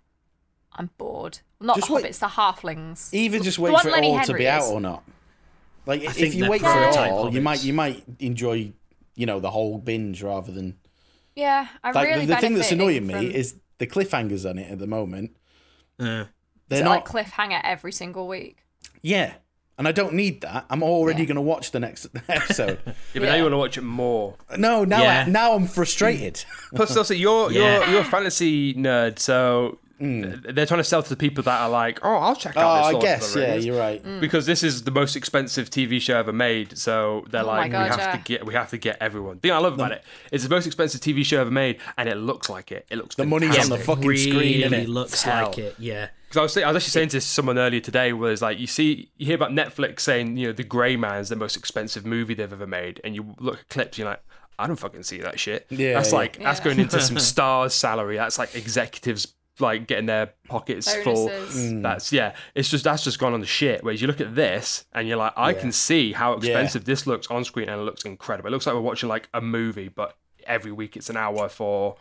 [SPEAKER 5] I'm bored. Not
[SPEAKER 7] Just
[SPEAKER 5] the
[SPEAKER 7] wait. E-
[SPEAKER 5] hobbits, the halflings.
[SPEAKER 7] Either just
[SPEAKER 5] The
[SPEAKER 7] wait
[SPEAKER 5] one
[SPEAKER 7] for it
[SPEAKER 5] Lenny
[SPEAKER 7] all to
[SPEAKER 5] Henry
[SPEAKER 7] be out
[SPEAKER 5] is.
[SPEAKER 7] or not. Like if
[SPEAKER 4] think
[SPEAKER 7] you
[SPEAKER 4] they're
[SPEAKER 7] wait for it
[SPEAKER 5] prototype
[SPEAKER 7] all, you
[SPEAKER 4] hobbits.
[SPEAKER 7] might you might enjoy you know the whole binge rather than
[SPEAKER 5] Yeah, I
[SPEAKER 7] like
[SPEAKER 5] really.
[SPEAKER 7] the, the thing that's
[SPEAKER 5] benefiting
[SPEAKER 7] annoying me
[SPEAKER 5] from-
[SPEAKER 7] is the cliffhangers on it at the moment.
[SPEAKER 4] Uh,
[SPEAKER 7] They're
[SPEAKER 5] it,
[SPEAKER 7] not
[SPEAKER 5] like cliffhanger every single week.
[SPEAKER 7] yeah, and I don't need that. I'm already
[SPEAKER 5] Yeah.
[SPEAKER 7] going to watch the next episode.
[SPEAKER 6] Yeah, but now you want to watch it more.
[SPEAKER 7] no, now
[SPEAKER 4] Yeah.
[SPEAKER 7] I, now I'm frustrated. Oh,
[SPEAKER 6] Plus, also, you're
[SPEAKER 4] Yeah.
[SPEAKER 6] you're you're a fantasy nerd, so th- they're trying to sell to the people that are like, "Oh, I'll check
[SPEAKER 7] Mm. oh,
[SPEAKER 6] out this."
[SPEAKER 7] I
[SPEAKER 6] Lord of
[SPEAKER 7] guess
[SPEAKER 6] the
[SPEAKER 7] yeah,
[SPEAKER 6] Rings,"
[SPEAKER 7] you're right.
[SPEAKER 5] Mm.
[SPEAKER 6] Because this is the most expensive TV show ever made, so they're
[SPEAKER 5] Oh my
[SPEAKER 6] like,
[SPEAKER 5] God,
[SPEAKER 6] "We have
[SPEAKER 5] yeah.
[SPEAKER 6] to get, we have to get everyone." The thing I love about it, it's the most expensive TV show ever made, and it looks like it. It looks
[SPEAKER 7] The money's on the
[SPEAKER 6] fantastic.
[SPEAKER 7] fucking
[SPEAKER 4] really
[SPEAKER 7] screen, innit?
[SPEAKER 4] looks
[SPEAKER 6] Tell.
[SPEAKER 4] like it. Yeah.
[SPEAKER 6] Because I was, saying- I was actually saying to someone earlier today was like, you see, you hear about Netflix saying, you know, The Grey Man is the most expensive movie they've ever made, and you look at clips, you're like, I don't fucking see that shit.
[SPEAKER 7] Yeah,
[SPEAKER 6] that's
[SPEAKER 7] yeah.
[SPEAKER 6] like that's
[SPEAKER 5] Yeah.
[SPEAKER 6] going into some stars' salary. That's like executives like getting their pockets
[SPEAKER 5] Bonuses.
[SPEAKER 7] Mm.
[SPEAKER 6] full. That's yeah. It's just that's just gone on the shit. Whereas you look at this and you're like, I can see how expensive this looks on screen, and it looks incredible. It looks like we're watching like a movie, but every week it's an hour for.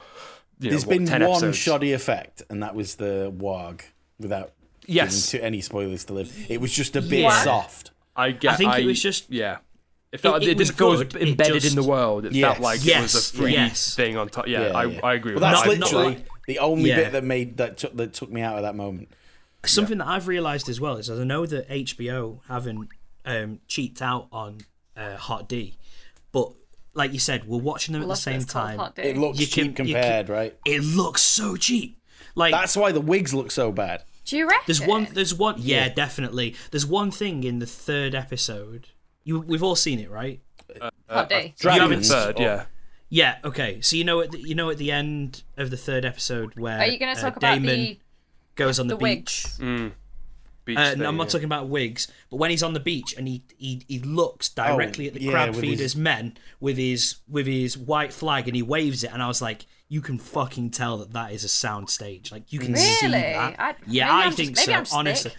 [SPEAKER 6] You know,
[SPEAKER 7] There's
[SPEAKER 6] what,
[SPEAKER 7] been
[SPEAKER 6] 10
[SPEAKER 7] one
[SPEAKER 6] episodes.
[SPEAKER 7] shoddy effect, and that was the warg. Without
[SPEAKER 6] Yes.
[SPEAKER 7] giving to any spoilers to live, it was just a bit
[SPEAKER 4] Yeah.
[SPEAKER 7] soft.
[SPEAKER 6] I get.
[SPEAKER 4] I think it was just-
[SPEAKER 6] yeah. It felt
[SPEAKER 4] it
[SPEAKER 6] it,
[SPEAKER 4] was
[SPEAKER 6] just goes
[SPEAKER 4] good, it
[SPEAKER 6] embedded
[SPEAKER 4] just-
[SPEAKER 6] in the world. It
[SPEAKER 7] Yes.
[SPEAKER 6] felt like it was
[SPEAKER 4] Yes,
[SPEAKER 6] a free
[SPEAKER 4] yes.
[SPEAKER 6] thing on top. Yeah,
[SPEAKER 7] Yeah,
[SPEAKER 6] I,
[SPEAKER 7] yeah.
[SPEAKER 6] I agree. with
[SPEAKER 7] But that's
[SPEAKER 6] that.
[SPEAKER 4] Not- not
[SPEAKER 7] literally
[SPEAKER 4] like-
[SPEAKER 7] the only
[SPEAKER 4] Yeah.
[SPEAKER 7] bit that made that took that took me out of that moment.
[SPEAKER 4] Something that I've realised as well is I know that HBO haven't um, cheaped out on uh, Hot D, but like you said, we're watching them at the
[SPEAKER 5] Love that
[SPEAKER 4] same
[SPEAKER 5] it's called
[SPEAKER 4] time.
[SPEAKER 5] Hot Day.
[SPEAKER 7] It looks
[SPEAKER 4] You can-
[SPEAKER 7] cheap
[SPEAKER 4] you can-
[SPEAKER 7] compared, right?
[SPEAKER 4] It looks so cheap. Like
[SPEAKER 7] That's why the wigs look so bad.
[SPEAKER 5] Do you reckon?
[SPEAKER 4] There's one. There's one. Yeah,
[SPEAKER 7] Yeah.
[SPEAKER 4] definitely. There's one thing in the third episode. You, we've all seen it, right?
[SPEAKER 5] Hot day.
[SPEAKER 7] Dragons,
[SPEAKER 6] third,
[SPEAKER 7] or-
[SPEAKER 6] yeah.
[SPEAKER 4] Yeah. Okay. So you know at the, you know at the end of the third episode where
[SPEAKER 5] Are you going
[SPEAKER 4] uh,
[SPEAKER 5] to talk about
[SPEAKER 4] Damon
[SPEAKER 5] the
[SPEAKER 4] goes on the,
[SPEAKER 5] the
[SPEAKER 4] beach.
[SPEAKER 5] wigs?
[SPEAKER 6] Beach
[SPEAKER 4] Uh,
[SPEAKER 6] thing,
[SPEAKER 4] no, I'm not
[SPEAKER 6] yeah.
[SPEAKER 4] talking about wigs, but when he's on the beach and he he, he looks directly at the
[SPEAKER 7] Oh, yeah,
[SPEAKER 4] crab
[SPEAKER 7] with
[SPEAKER 4] feeders'
[SPEAKER 7] his-
[SPEAKER 4] men with his with his white flag and he waves it, and I was like, you can fucking tell that that is a sound stage. Like you can see
[SPEAKER 5] Really?
[SPEAKER 4] that.
[SPEAKER 5] I-
[SPEAKER 4] yeah,
[SPEAKER 5] maybe
[SPEAKER 4] I
[SPEAKER 5] I'm just-
[SPEAKER 4] think
[SPEAKER 5] maybe
[SPEAKER 4] so.
[SPEAKER 5] I'm just
[SPEAKER 4] honestly,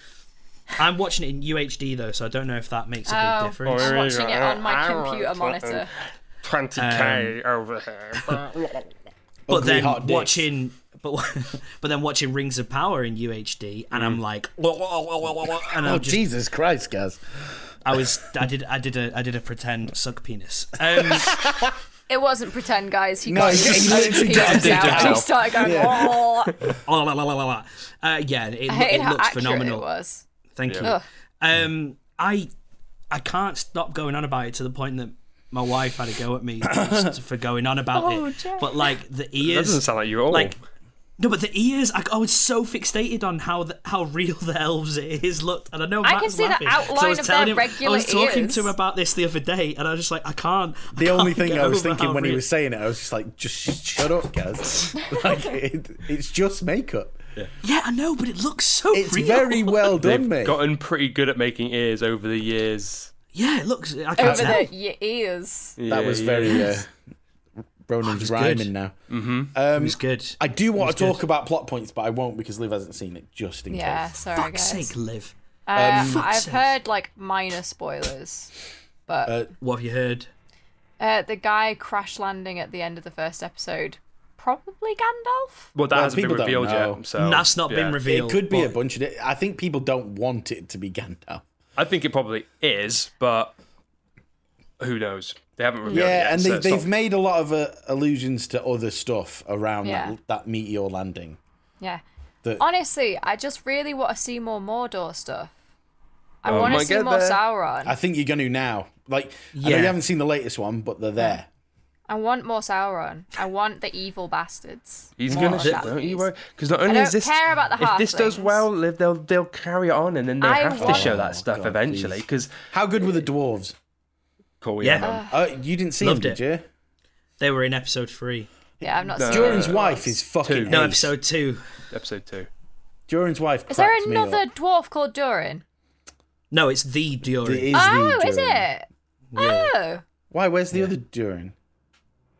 [SPEAKER 4] I'm watching it in UHD though, so I don't know if that makes a big
[SPEAKER 5] Oh.
[SPEAKER 4] difference.
[SPEAKER 6] Oh,
[SPEAKER 5] I'm
[SPEAKER 6] really?
[SPEAKER 5] watching it on my
[SPEAKER 6] I want
[SPEAKER 5] computer
[SPEAKER 6] something.
[SPEAKER 5] monitor.
[SPEAKER 7] um,
[SPEAKER 6] 20k over here.
[SPEAKER 4] but
[SPEAKER 7] Ugly
[SPEAKER 4] then
[SPEAKER 7] hot dicks.
[SPEAKER 4] watching but but then watching Rings of Power in UHD and I'm like and
[SPEAKER 7] Mm. Oh
[SPEAKER 4] I'm just,
[SPEAKER 7] Jesus Christ, guys!
[SPEAKER 4] I was I did I did a I did a pretend suck penis. Um,
[SPEAKER 5] It wasn't pretend, guys. He
[SPEAKER 7] No,
[SPEAKER 5] got
[SPEAKER 7] he-
[SPEAKER 5] his
[SPEAKER 7] he literally
[SPEAKER 5] he
[SPEAKER 7] got
[SPEAKER 5] out
[SPEAKER 7] his dick
[SPEAKER 5] and he
[SPEAKER 6] out.
[SPEAKER 5] started going. "Oh."
[SPEAKER 4] uh, yeah, it,
[SPEAKER 5] I
[SPEAKER 4] lo-
[SPEAKER 5] hated
[SPEAKER 4] it
[SPEAKER 5] how
[SPEAKER 4] looks
[SPEAKER 5] accurate
[SPEAKER 4] phenomenal.
[SPEAKER 5] it was.
[SPEAKER 4] Thank
[SPEAKER 5] Ugh.
[SPEAKER 4] you. Um, I I can't stop going on about it to the point that my wife had a go at me just for going on about
[SPEAKER 5] Oh,
[SPEAKER 4] it.
[SPEAKER 5] Jack.
[SPEAKER 4] But like the
[SPEAKER 6] that
[SPEAKER 4] ears,
[SPEAKER 6] doesn't sound like you at all.
[SPEAKER 4] like no, but the ears. I, I was so fixated on how the, how real the elves' ears looked, and I know
[SPEAKER 5] I
[SPEAKER 4] Matt's
[SPEAKER 5] can see the
[SPEAKER 4] laughing, so I
[SPEAKER 5] outline
[SPEAKER 4] was
[SPEAKER 5] of
[SPEAKER 4] telling
[SPEAKER 5] their
[SPEAKER 4] him, I
[SPEAKER 5] regular
[SPEAKER 4] was talking
[SPEAKER 5] ears.
[SPEAKER 4] to him about this the other day, and I was just like, I can't. I
[SPEAKER 7] The only
[SPEAKER 4] can't
[SPEAKER 7] thing
[SPEAKER 4] get
[SPEAKER 7] I was
[SPEAKER 4] over
[SPEAKER 7] thinking
[SPEAKER 4] how
[SPEAKER 7] when he
[SPEAKER 4] real-
[SPEAKER 7] was saying it, I was just like, just sh- shut up, guys. like it, it's just makeup.
[SPEAKER 4] Yeah, I know, but it looks so
[SPEAKER 7] It's
[SPEAKER 4] real.
[SPEAKER 7] very well
[SPEAKER 6] They've
[SPEAKER 7] done, mate.
[SPEAKER 6] gotten pretty good at making ears over the years.
[SPEAKER 4] Yeah, it looks. I can
[SPEAKER 5] Over
[SPEAKER 4] tell.
[SPEAKER 5] the your ears.
[SPEAKER 7] that was
[SPEAKER 6] Yeah,
[SPEAKER 7] very
[SPEAKER 6] yeah.
[SPEAKER 7] uh, Ronan's
[SPEAKER 4] Oh, good.
[SPEAKER 7] rhyming now.
[SPEAKER 4] It was good.
[SPEAKER 7] I do want to
[SPEAKER 4] was
[SPEAKER 7] talk about plot points, but I won't because Liv hasn't seen it. Just in
[SPEAKER 5] Yeah,
[SPEAKER 7] case.
[SPEAKER 5] sorry
[SPEAKER 4] Fuck's
[SPEAKER 5] guys.
[SPEAKER 4] sake, live.
[SPEAKER 7] Um,
[SPEAKER 5] Uh,
[SPEAKER 4] fuck's
[SPEAKER 5] I've
[SPEAKER 4] sake.
[SPEAKER 5] heard like minor spoilers, but uh,
[SPEAKER 4] What have you heard?
[SPEAKER 5] the guy crash landing at the end of the first episode, probably Gandalf.
[SPEAKER 6] Well, that
[SPEAKER 7] Well,
[SPEAKER 6] hasn't been
[SPEAKER 7] people don't
[SPEAKER 6] revealed
[SPEAKER 7] know.
[SPEAKER 6] yet. So
[SPEAKER 4] That's not
[SPEAKER 6] Oh, yeah.
[SPEAKER 4] been revealed.
[SPEAKER 7] It could be a
[SPEAKER 4] but-
[SPEAKER 7] bunch of. Di- I think people don't want it to be Gandalf.
[SPEAKER 6] I think it probably is, but who knows? They haven't revealed
[SPEAKER 7] Yeah,
[SPEAKER 6] it yet.
[SPEAKER 7] and
[SPEAKER 6] so
[SPEAKER 7] they,
[SPEAKER 6] it's
[SPEAKER 7] they've
[SPEAKER 6] not-
[SPEAKER 7] made a lot of uh, allusions to other stuff around
[SPEAKER 5] Yeah.
[SPEAKER 7] that, that meteor landing.
[SPEAKER 5] Yeah.
[SPEAKER 7] That-
[SPEAKER 5] Honestly, I just really want to see more Mordor stuff. I
[SPEAKER 6] Oh
[SPEAKER 5] want
[SPEAKER 6] my
[SPEAKER 5] to see
[SPEAKER 6] God,
[SPEAKER 5] more
[SPEAKER 6] there.
[SPEAKER 5] Sauron.
[SPEAKER 7] I
[SPEAKER 5] I,
[SPEAKER 7] think you're going to now. Like, I know
[SPEAKER 4] Yeah.
[SPEAKER 7] you haven't seen the latest one, but they're there.
[SPEAKER 5] want more Sauron. I want the evil bastards.
[SPEAKER 6] He's
[SPEAKER 5] More
[SPEAKER 6] gonna
[SPEAKER 5] of
[SPEAKER 6] shit,
[SPEAKER 5] that,
[SPEAKER 6] don't
[SPEAKER 5] please.
[SPEAKER 6] you worry? Because not only
[SPEAKER 5] don't
[SPEAKER 6] is this
[SPEAKER 5] care about the
[SPEAKER 6] if this does
[SPEAKER 5] halflings.
[SPEAKER 6] well, Liv, they'll they'll carry it on, and then they
[SPEAKER 5] I
[SPEAKER 6] have to
[SPEAKER 5] want-
[SPEAKER 6] show
[SPEAKER 7] Oh,
[SPEAKER 6] that stuff
[SPEAKER 7] God,
[SPEAKER 6] eventually.
[SPEAKER 7] please.
[SPEAKER 6] Because
[SPEAKER 7] How good were the dwarves?
[SPEAKER 6] cool,
[SPEAKER 4] Yeah.
[SPEAKER 6] yeah, man.
[SPEAKER 7] Oh, you didn't see
[SPEAKER 4] Loved
[SPEAKER 7] them,
[SPEAKER 4] it.
[SPEAKER 7] did you?
[SPEAKER 4] They were in episode three.
[SPEAKER 5] Yeah, I've not
[SPEAKER 6] No.
[SPEAKER 5] seen
[SPEAKER 6] During-
[SPEAKER 7] Durin's
[SPEAKER 6] Uh,
[SPEAKER 7] wife is fucking.
[SPEAKER 6] two.
[SPEAKER 4] No,
[SPEAKER 7] ace.
[SPEAKER 4] episode two.
[SPEAKER 6] episode two.
[SPEAKER 7] Durin's wife.
[SPEAKER 5] Is there
[SPEAKER 7] cracks me up.
[SPEAKER 5] another dwarf called Durin?
[SPEAKER 4] No, it's the Diori.
[SPEAKER 7] It is the
[SPEAKER 5] oh, is
[SPEAKER 7] Durin.
[SPEAKER 5] it? Oh.
[SPEAKER 7] Why? Where's the other Durin?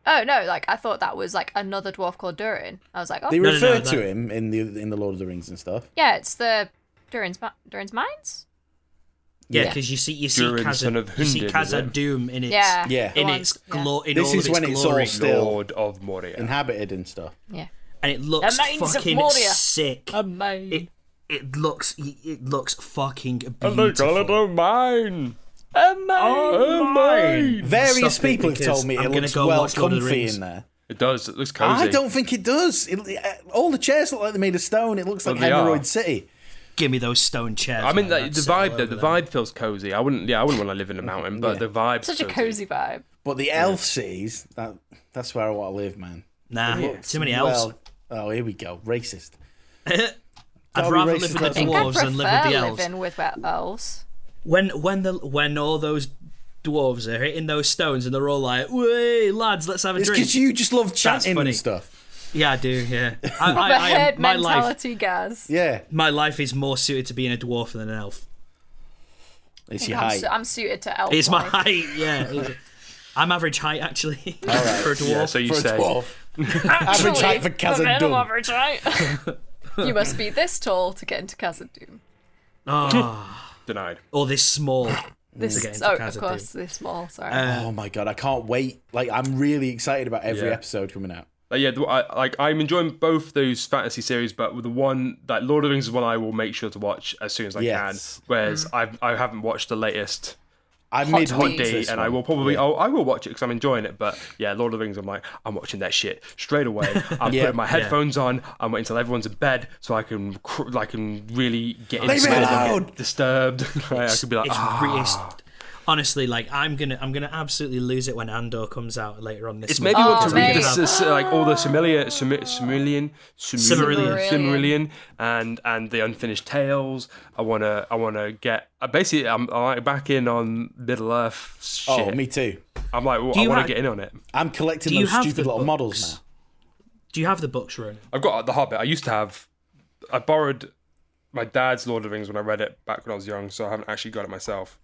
[SPEAKER 5] Oh no, like I thought that was like another dwarf called Durin. I was like, oh
[SPEAKER 7] They
[SPEAKER 4] No, no,
[SPEAKER 7] refer
[SPEAKER 4] no,
[SPEAKER 7] to
[SPEAKER 4] that-
[SPEAKER 7] him in the in the Lord of the Rings and stuff.
[SPEAKER 5] yeah, it's the Durin's mi- Durin's mines.
[SPEAKER 4] Yeah,
[SPEAKER 5] Yeah.
[SPEAKER 4] because you see, you see
[SPEAKER 6] Durin, son
[SPEAKER 4] Khazad,
[SPEAKER 6] of
[SPEAKER 4] you see
[SPEAKER 6] Hundred, is
[SPEAKER 4] Khazad
[SPEAKER 6] it?
[SPEAKER 4] Doom in its,
[SPEAKER 5] Yeah.
[SPEAKER 7] Yeah.
[SPEAKER 4] in
[SPEAKER 5] The
[SPEAKER 4] its
[SPEAKER 5] one, yeah.
[SPEAKER 4] glo- in
[SPEAKER 7] This
[SPEAKER 4] all
[SPEAKER 7] is
[SPEAKER 4] of
[SPEAKER 7] when
[SPEAKER 4] its
[SPEAKER 7] it's
[SPEAKER 4] glory,
[SPEAKER 7] all still-
[SPEAKER 6] Lord of Moria.
[SPEAKER 7] Inhabited and stuff.
[SPEAKER 5] Yeah.
[SPEAKER 4] and it looks
[SPEAKER 5] The mines of
[SPEAKER 4] fucking
[SPEAKER 5] Moria.
[SPEAKER 4] sick.
[SPEAKER 5] Amazing.
[SPEAKER 4] It it looks it looks fucking
[SPEAKER 6] And they call it
[SPEAKER 4] beautiful.
[SPEAKER 6] a mine.
[SPEAKER 5] Amazing.
[SPEAKER 6] A mine.
[SPEAKER 7] Various
[SPEAKER 4] Stop it,
[SPEAKER 7] people have
[SPEAKER 4] because
[SPEAKER 7] told me
[SPEAKER 4] I'm
[SPEAKER 7] it
[SPEAKER 4] gonna
[SPEAKER 7] looks
[SPEAKER 4] go
[SPEAKER 7] well
[SPEAKER 4] watch Lord of the
[SPEAKER 7] comfy
[SPEAKER 4] Rings.
[SPEAKER 7] in there.
[SPEAKER 6] It does. It looks cozy.
[SPEAKER 7] I don't think it does. It, uh, all the chairs look like they're made of stone. It
[SPEAKER 4] Oh,
[SPEAKER 7] looks like
[SPEAKER 6] Well, they are.
[SPEAKER 7] Hemorrhoid City.
[SPEAKER 4] Give me those stone chairs.
[SPEAKER 6] I mean,
[SPEAKER 4] man,
[SPEAKER 6] the,
[SPEAKER 4] I'd
[SPEAKER 6] the
[SPEAKER 4] sit all
[SPEAKER 6] vibe though,
[SPEAKER 4] over
[SPEAKER 6] the
[SPEAKER 4] them.
[SPEAKER 6] vibe feels cozy. I wouldn't. Yeah, I wouldn't want to live in a mountain, but the vibe.
[SPEAKER 5] Such a cozy vibe.
[SPEAKER 7] But the elf cities, that, that's where I want to live, man.
[SPEAKER 4] Nah, too many
[SPEAKER 7] Well-
[SPEAKER 4] elves.
[SPEAKER 7] oh, here we go. Racist.
[SPEAKER 4] I'd
[SPEAKER 7] I'll be
[SPEAKER 4] rather
[SPEAKER 7] racist
[SPEAKER 4] live
[SPEAKER 7] as
[SPEAKER 4] with the
[SPEAKER 7] well.
[SPEAKER 5] I
[SPEAKER 4] dwarves
[SPEAKER 5] prefer
[SPEAKER 4] than live with the elves.
[SPEAKER 5] living with wet elves.
[SPEAKER 4] when when the when all those dwarves are hitting those stones and they're all like, "Way lads, let's have a
[SPEAKER 7] It's
[SPEAKER 4] drink."
[SPEAKER 7] because you just love chatting
[SPEAKER 4] funny.
[SPEAKER 7] and stuff.
[SPEAKER 4] Yeah, I do. Yeah, I, I,
[SPEAKER 5] But
[SPEAKER 4] I am-
[SPEAKER 5] herd
[SPEAKER 4] my life,
[SPEAKER 5] mentality, Gaz.
[SPEAKER 7] Yeah,
[SPEAKER 4] my life is more suited to being a dwarf than an elf.
[SPEAKER 7] it's your
[SPEAKER 5] I'm,
[SPEAKER 7] height.
[SPEAKER 5] su- Oh, I'm suited to elf.
[SPEAKER 4] It's my
[SPEAKER 5] life.
[SPEAKER 4] height. Yeah, It's- I'm average height actually for a dwarf.
[SPEAKER 6] Yeah, so you
[SPEAKER 7] for a
[SPEAKER 6] say.
[SPEAKER 7] dwarf. Average height for Kaz and Dum.
[SPEAKER 5] you must be this tall to get into Khazad Doom.
[SPEAKER 6] Denied.
[SPEAKER 4] or this small.
[SPEAKER 5] This
[SPEAKER 4] get into
[SPEAKER 5] oh,
[SPEAKER 4] Khazad
[SPEAKER 5] of course, this small. Sorry.
[SPEAKER 7] Oh my god, I can't wait. Like I'm really excited about every
[SPEAKER 6] Yeah.
[SPEAKER 7] episode coming out.
[SPEAKER 6] Like, yeah, the- I, like I'm enjoying both those fantasy series, but with the one that Lord of the Rings is one I will make sure to watch as soon as I
[SPEAKER 7] Yes.
[SPEAKER 6] can.
[SPEAKER 4] Mm.
[SPEAKER 6] Whereas I've, I haven't watched the latest
[SPEAKER 7] I'm mid
[SPEAKER 5] Hot
[SPEAKER 6] Hot D, and I will probably oh, I will watch it because I'm enjoying it. But yeah, Lord of the Rings, I'm like I'm watching that shit straight away. I'm
[SPEAKER 7] Yeah.
[SPEAKER 6] putting my headphones on. I'm waiting till everyone's in bed so I can cr- I can really get into
[SPEAKER 7] me
[SPEAKER 6] it and not
[SPEAKER 7] alone!
[SPEAKER 6] get disturbed. Like, I could be like,
[SPEAKER 4] it's,
[SPEAKER 6] "Ah."
[SPEAKER 4] re- it's- honestly like I'm gonna I'm gonna absolutely lose it when Andor comes out later on this.
[SPEAKER 6] It's
[SPEAKER 4] month.
[SPEAKER 6] maybe want to
[SPEAKER 5] Oh, mate.
[SPEAKER 6] read this, this, uh, like all the Similia, Simi- Similian, Similian,
[SPEAKER 4] Cimmerillion.
[SPEAKER 6] Cimmerillion, and and the unfinished tales. I wanna, I wanna get. Uh, basically, I'm, I'm like back in on Middle Earth shit.
[SPEAKER 7] Oh, me too.
[SPEAKER 6] I'm like, well,
[SPEAKER 4] Do
[SPEAKER 6] I
[SPEAKER 4] you
[SPEAKER 6] wanna
[SPEAKER 4] ha-
[SPEAKER 6] get in on it.
[SPEAKER 7] I'm collecting
[SPEAKER 4] Do you
[SPEAKER 7] those
[SPEAKER 4] have
[SPEAKER 7] stupid
[SPEAKER 4] the
[SPEAKER 7] little models
[SPEAKER 4] books?
[SPEAKER 7] now.
[SPEAKER 4] Do you have the books, Ronan?
[SPEAKER 6] I've got the Hobbit. I used to have. I borrowed my dad's Lord of the Rings when I read it back when I was young, so I haven't actually got it myself.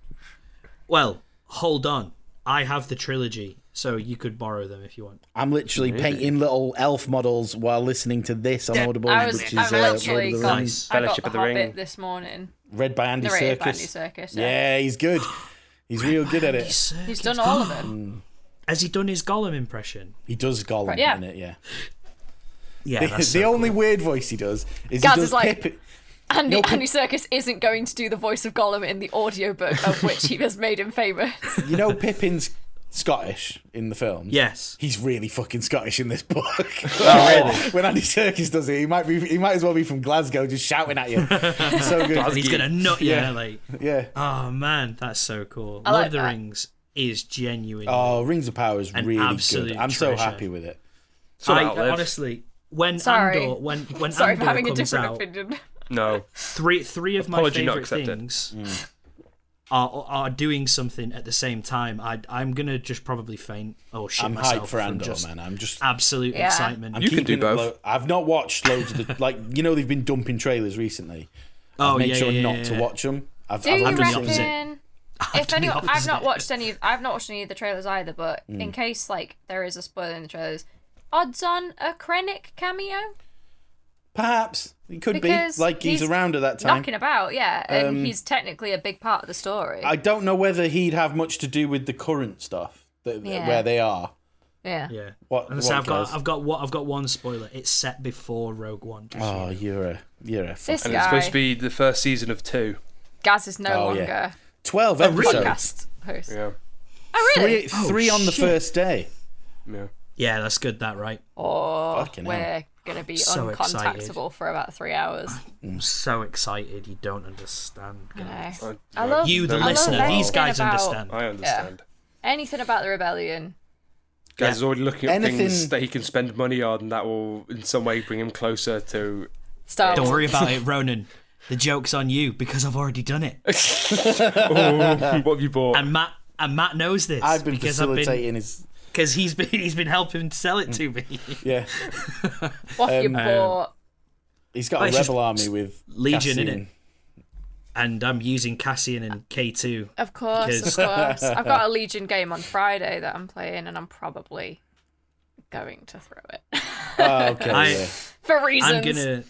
[SPEAKER 4] Well, hold on. I have the trilogy, so you could borrow them if you want.
[SPEAKER 7] I'm literally painting little elf models while listening to this on Audible,
[SPEAKER 5] I was,
[SPEAKER 7] which is
[SPEAKER 5] I
[SPEAKER 7] uh, Lord of the
[SPEAKER 5] literally got,
[SPEAKER 7] Rings,
[SPEAKER 5] I got
[SPEAKER 6] Fellowship
[SPEAKER 5] the,
[SPEAKER 6] of the
[SPEAKER 5] Hobbit
[SPEAKER 6] Ring.
[SPEAKER 5] this morning,
[SPEAKER 7] read by Andy
[SPEAKER 5] narrated by Andy
[SPEAKER 7] Circus.
[SPEAKER 5] Circus. Yeah.
[SPEAKER 7] Yeah, he's good. He's real good at it.
[SPEAKER 5] he's done all of them.
[SPEAKER 4] Has he done his Gollum impression?
[SPEAKER 7] He does Gollum
[SPEAKER 5] Yeah.
[SPEAKER 7] in it, yeah.
[SPEAKER 4] Yeah,
[SPEAKER 7] The,
[SPEAKER 4] that's
[SPEAKER 7] the
[SPEAKER 4] so
[SPEAKER 7] only
[SPEAKER 4] cool.
[SPEAKER 7] weird voice he does is
[SPEAKER 5] Gaz
[SPEAKER 7] he does
[SPEAKER 5] is like-
[SPEAKER 7] Pippin.
[SPEAKER 5] Andy,
[SPEAKER 7] No, but-
[SPEAKER 5] Andy Circus isn't going to do the voice of Gollum in the audiobook of which he has made him famous.
[SPEAKER 7] You know Pippin's Scottish in the film.
[SPEAKER 4] Yes.
[SPEAKER 7] He's really fucking Scottish in this book.
[SPEAKER 4] Oh,
[SPEAKER 6] really?
[SPEAKER 7] when Andy Serkis does it, he might be he might as well be from Glasgow just shouting at you. It's so good.
[SPEAKER 4] He's gonna nut you.
[SPEAKER 7] Yeah.
[SPEAKER 4] Like,
[SPEAKER 7] Yeah.
[SPEAKER 4] oh man, that's so cool.
[SPEAKER 5] I
[SPEAKER 4] Lord
[SPEAKER 5] like
[SPEAKER 4] of the
[SPEAKER 5] that.
[SPEAKER 4] Rings is genuine.
[SPEAKER 7] Oh, Rings of Power is
[SPEAKER 4] An
[SPEAKER 7] really
[SPEAKER 4] absolute
[SPEAKER 7] good. I'm so
[SPEAKER 4] treasure.
[SPEAKER 7] happy with it.
[SPEAKER 6] So
[SPEAKER 4] I,
[SPEAKER 6] outlive.
[SPEAKER 4] honestly, when
[SPEAKER 5] Sorry.
[SPEAKER 4] Andor, when when
[SPEAKER 5] Sorry
[SPEAKER 4] Andor
[SPEAKER 5] for having a
[SPEAKER 4] comes
[SPEAKER 5] different
[SPEAKER 4] out,
[SPEAKER 5] opinion.
[SPEAKER 6] No,
[SPEAKER 4] three three of my
[SPEAKER 6] Apology not
[SPEAKER 4] favorite
[SPEAKER 6] accepted.
[SPEAKER 4] things
[SPEAKER 7] Mm.
[SPEAKER 4] are are doing something at the same time. I I'm gonna just probably faint or shit
[SPEAKER 7] I'm
[SPEAKER 4] myself
[SPEAKER 7] hyped for
[SPEAKER 4] from
[SPEAKER 7] Andor,
[SPEAKER 4] just
[SPEAKER 7] man. I'm just
[SPEAKER 4] Absolute
[SPEAKER 5] Yeah.
[SPEAKER 4] excitement.
[SPEAKER 7] I'm
[SPEAKER 6] You can
[SPEAKER 7] keeping
[SPEAKER 6] do
[SPEAKER 7] it
[SPEAKER 6] both.
[SPEAKER 7] low. I've not watched loads of the like you know they've been dumping trailers recently.
[SPEAKER 4] oh
[SPEAKER 7] Make
[SPEAKER 4] yeah,
[SPEAKER 7] sure
[SPEAKER 4] yeah,
[SPEAKER 7] not
[SPEAKER 4] yeah,
[SPEAKER 7] to
[SPEAKER 4] yeah.
[SPEAKER 7] watch them. I've,
[SPEAKER 5] Do
[SPEAKER 7] I've
[SPEAKER 5] you
[SPEAKER 4] I'm
[SPEAKER 7] only
[SPEAKER 4] doing the opposite.
[SPEAKER 7] seen-
[SPEAKER 5] reckon? If
[SPEAKER 4] doing the
[SPEAKER 5] anyone, I've not
[SPEAKER 4] opposite.
[SPEAKER 5] watched any. I've not watched any of the trailers either. But in case like there is a spoiler in the trailers, odds on a Krennic cameo
[SPEAKER 7] Perhaps it could
[SPEAKER 5] because
[SPEAKER 7] be like he's, around at that time.
[SPEAKER 5] knocking about, yeah, and he's technically a big part of the story.
[SPEAKER 7] I don't know whether he'd have much to do with the current stuff that,
[SPEAKER 5] Yeah.
[SPEAKER 7] where they are.
[SPEAKER 5] yeah.
[SPEAKER 4] Yeah.
[SPEAKER 7] What-
[SPEAKER 4] And so
[SPEAKER 7] what
[SPEAKER 4] I've got
[SPEAKER 7] goes?
[SPEAKER 4] I've got what I've got one spoiler. It's set before Rogue One. Just-
[SPEAKER 7] Oh, you're a you're a
[SPEAKER 5] this
[SPEAKER 6] and
[SPEAKER 5] guy,
[SPEAKER 6] it's supposed to be the first season of two.
[SPEAKER 5] Gaz, is no
[SPEAKER 7] Oh,
[SPEAKER 5] longer
[SPEAKER 7] yeah. Oh, twelve
[SPEAKER 4] Oh,
[SPEAKER 7] episodes.
[SPEAKER 5] podcast host.
[SPEAKER 6] Yeah,
[SPEAKER 5] Oh really?
[SPEAKER 7] Three, three on the
[SPEAKER 4] shit.
[SPEAKER 7] first day.
[SPEAKER 6] yeah.
[SPEAKER 4] Yeah, that's good. That right.
[SPEAKER 5] Or
[SPEAKER 7] Fucking hell.
[SPEAKER 5] we're gonna be
[SPEAKER 4] So
[SPEAKER 5] uncontactable
[SPEAKER 4] excited.
[SPEAKER 5] for about three hours.
[SPEAKER 4] I'm
[SPEAKER 7] Mm.
[SPEAKER 4] so excited. You don't understand.
[SPEAKER 5] No.
[SPEAKER 6] I,
[SPEAKER 5] I love
[SPEAKER 4] You, the
[SPEAKER 5] I love
[SPEAKER 4] listener,
[SPEAKER 5] anything
[SPEAKER 4] these guys
[SPEAKER 5] about-
[SPEAKER 4] understand.
[SPEAKER 6] I understand.
[SPEAKER 5] anything about the rebellion.
[SPEAKER 6] Guys is already looking at
[SPEAKER 7] Anything-
[SPEAKER 6] things that he can spend money on that will, in some way, bring him closer to.
[SPEAKER 5] Star
[SPEAKER 4] Don't
[SPEAKER 5] Wars.
[SPEAKER 4] worry about it, Ronan. The joke's on you because I've already done it.
[SPEAKER 6] Oh, what have you bought?
[SPEAKER 4] And Matt and Matt knows this
[SPEAKER 7] I've been
[SPEAKER 4] because I've
[SPEAKER 7] facilitating Mm.
[SPEAKER 4] been
[SPEAKER 7] his
[SPEAKER 4] because he's been he's been helping to sell it to me.
[SPEAKER 7] yeah.
[SPEAKER 5] What have you
[SPEAKER 4] Um,
[SPEAKER 5] bought?
[SPEAKER 7] He's got
[SPEAKER 4] Oh,
[SPEAKER 7] a
[SPEAKER 4] it's
[SPEAKER 7] rebel
[SPEAKER 4] just
[SPEAKER 7] army with
[SPEAKER 4] Legion,
[SPEAKER 7] Cassian.
[SPEAKER 4] innit? And I'm using Cassian and K2.
[SPEAKER 5] Of course, of
[SPEAKER 4] Because-
[SPEAKER 5] course. I've got a Legion game on Friday that I'm playing, and I'm probably going to throw it
[SPEAKER 7] Oh, okay.
[SPEAKER 4] I-
[SPEAKER 7] yeah.
[SPEAKER 5] for reasons.
[SPEAKER 4] Uh, I'm gonna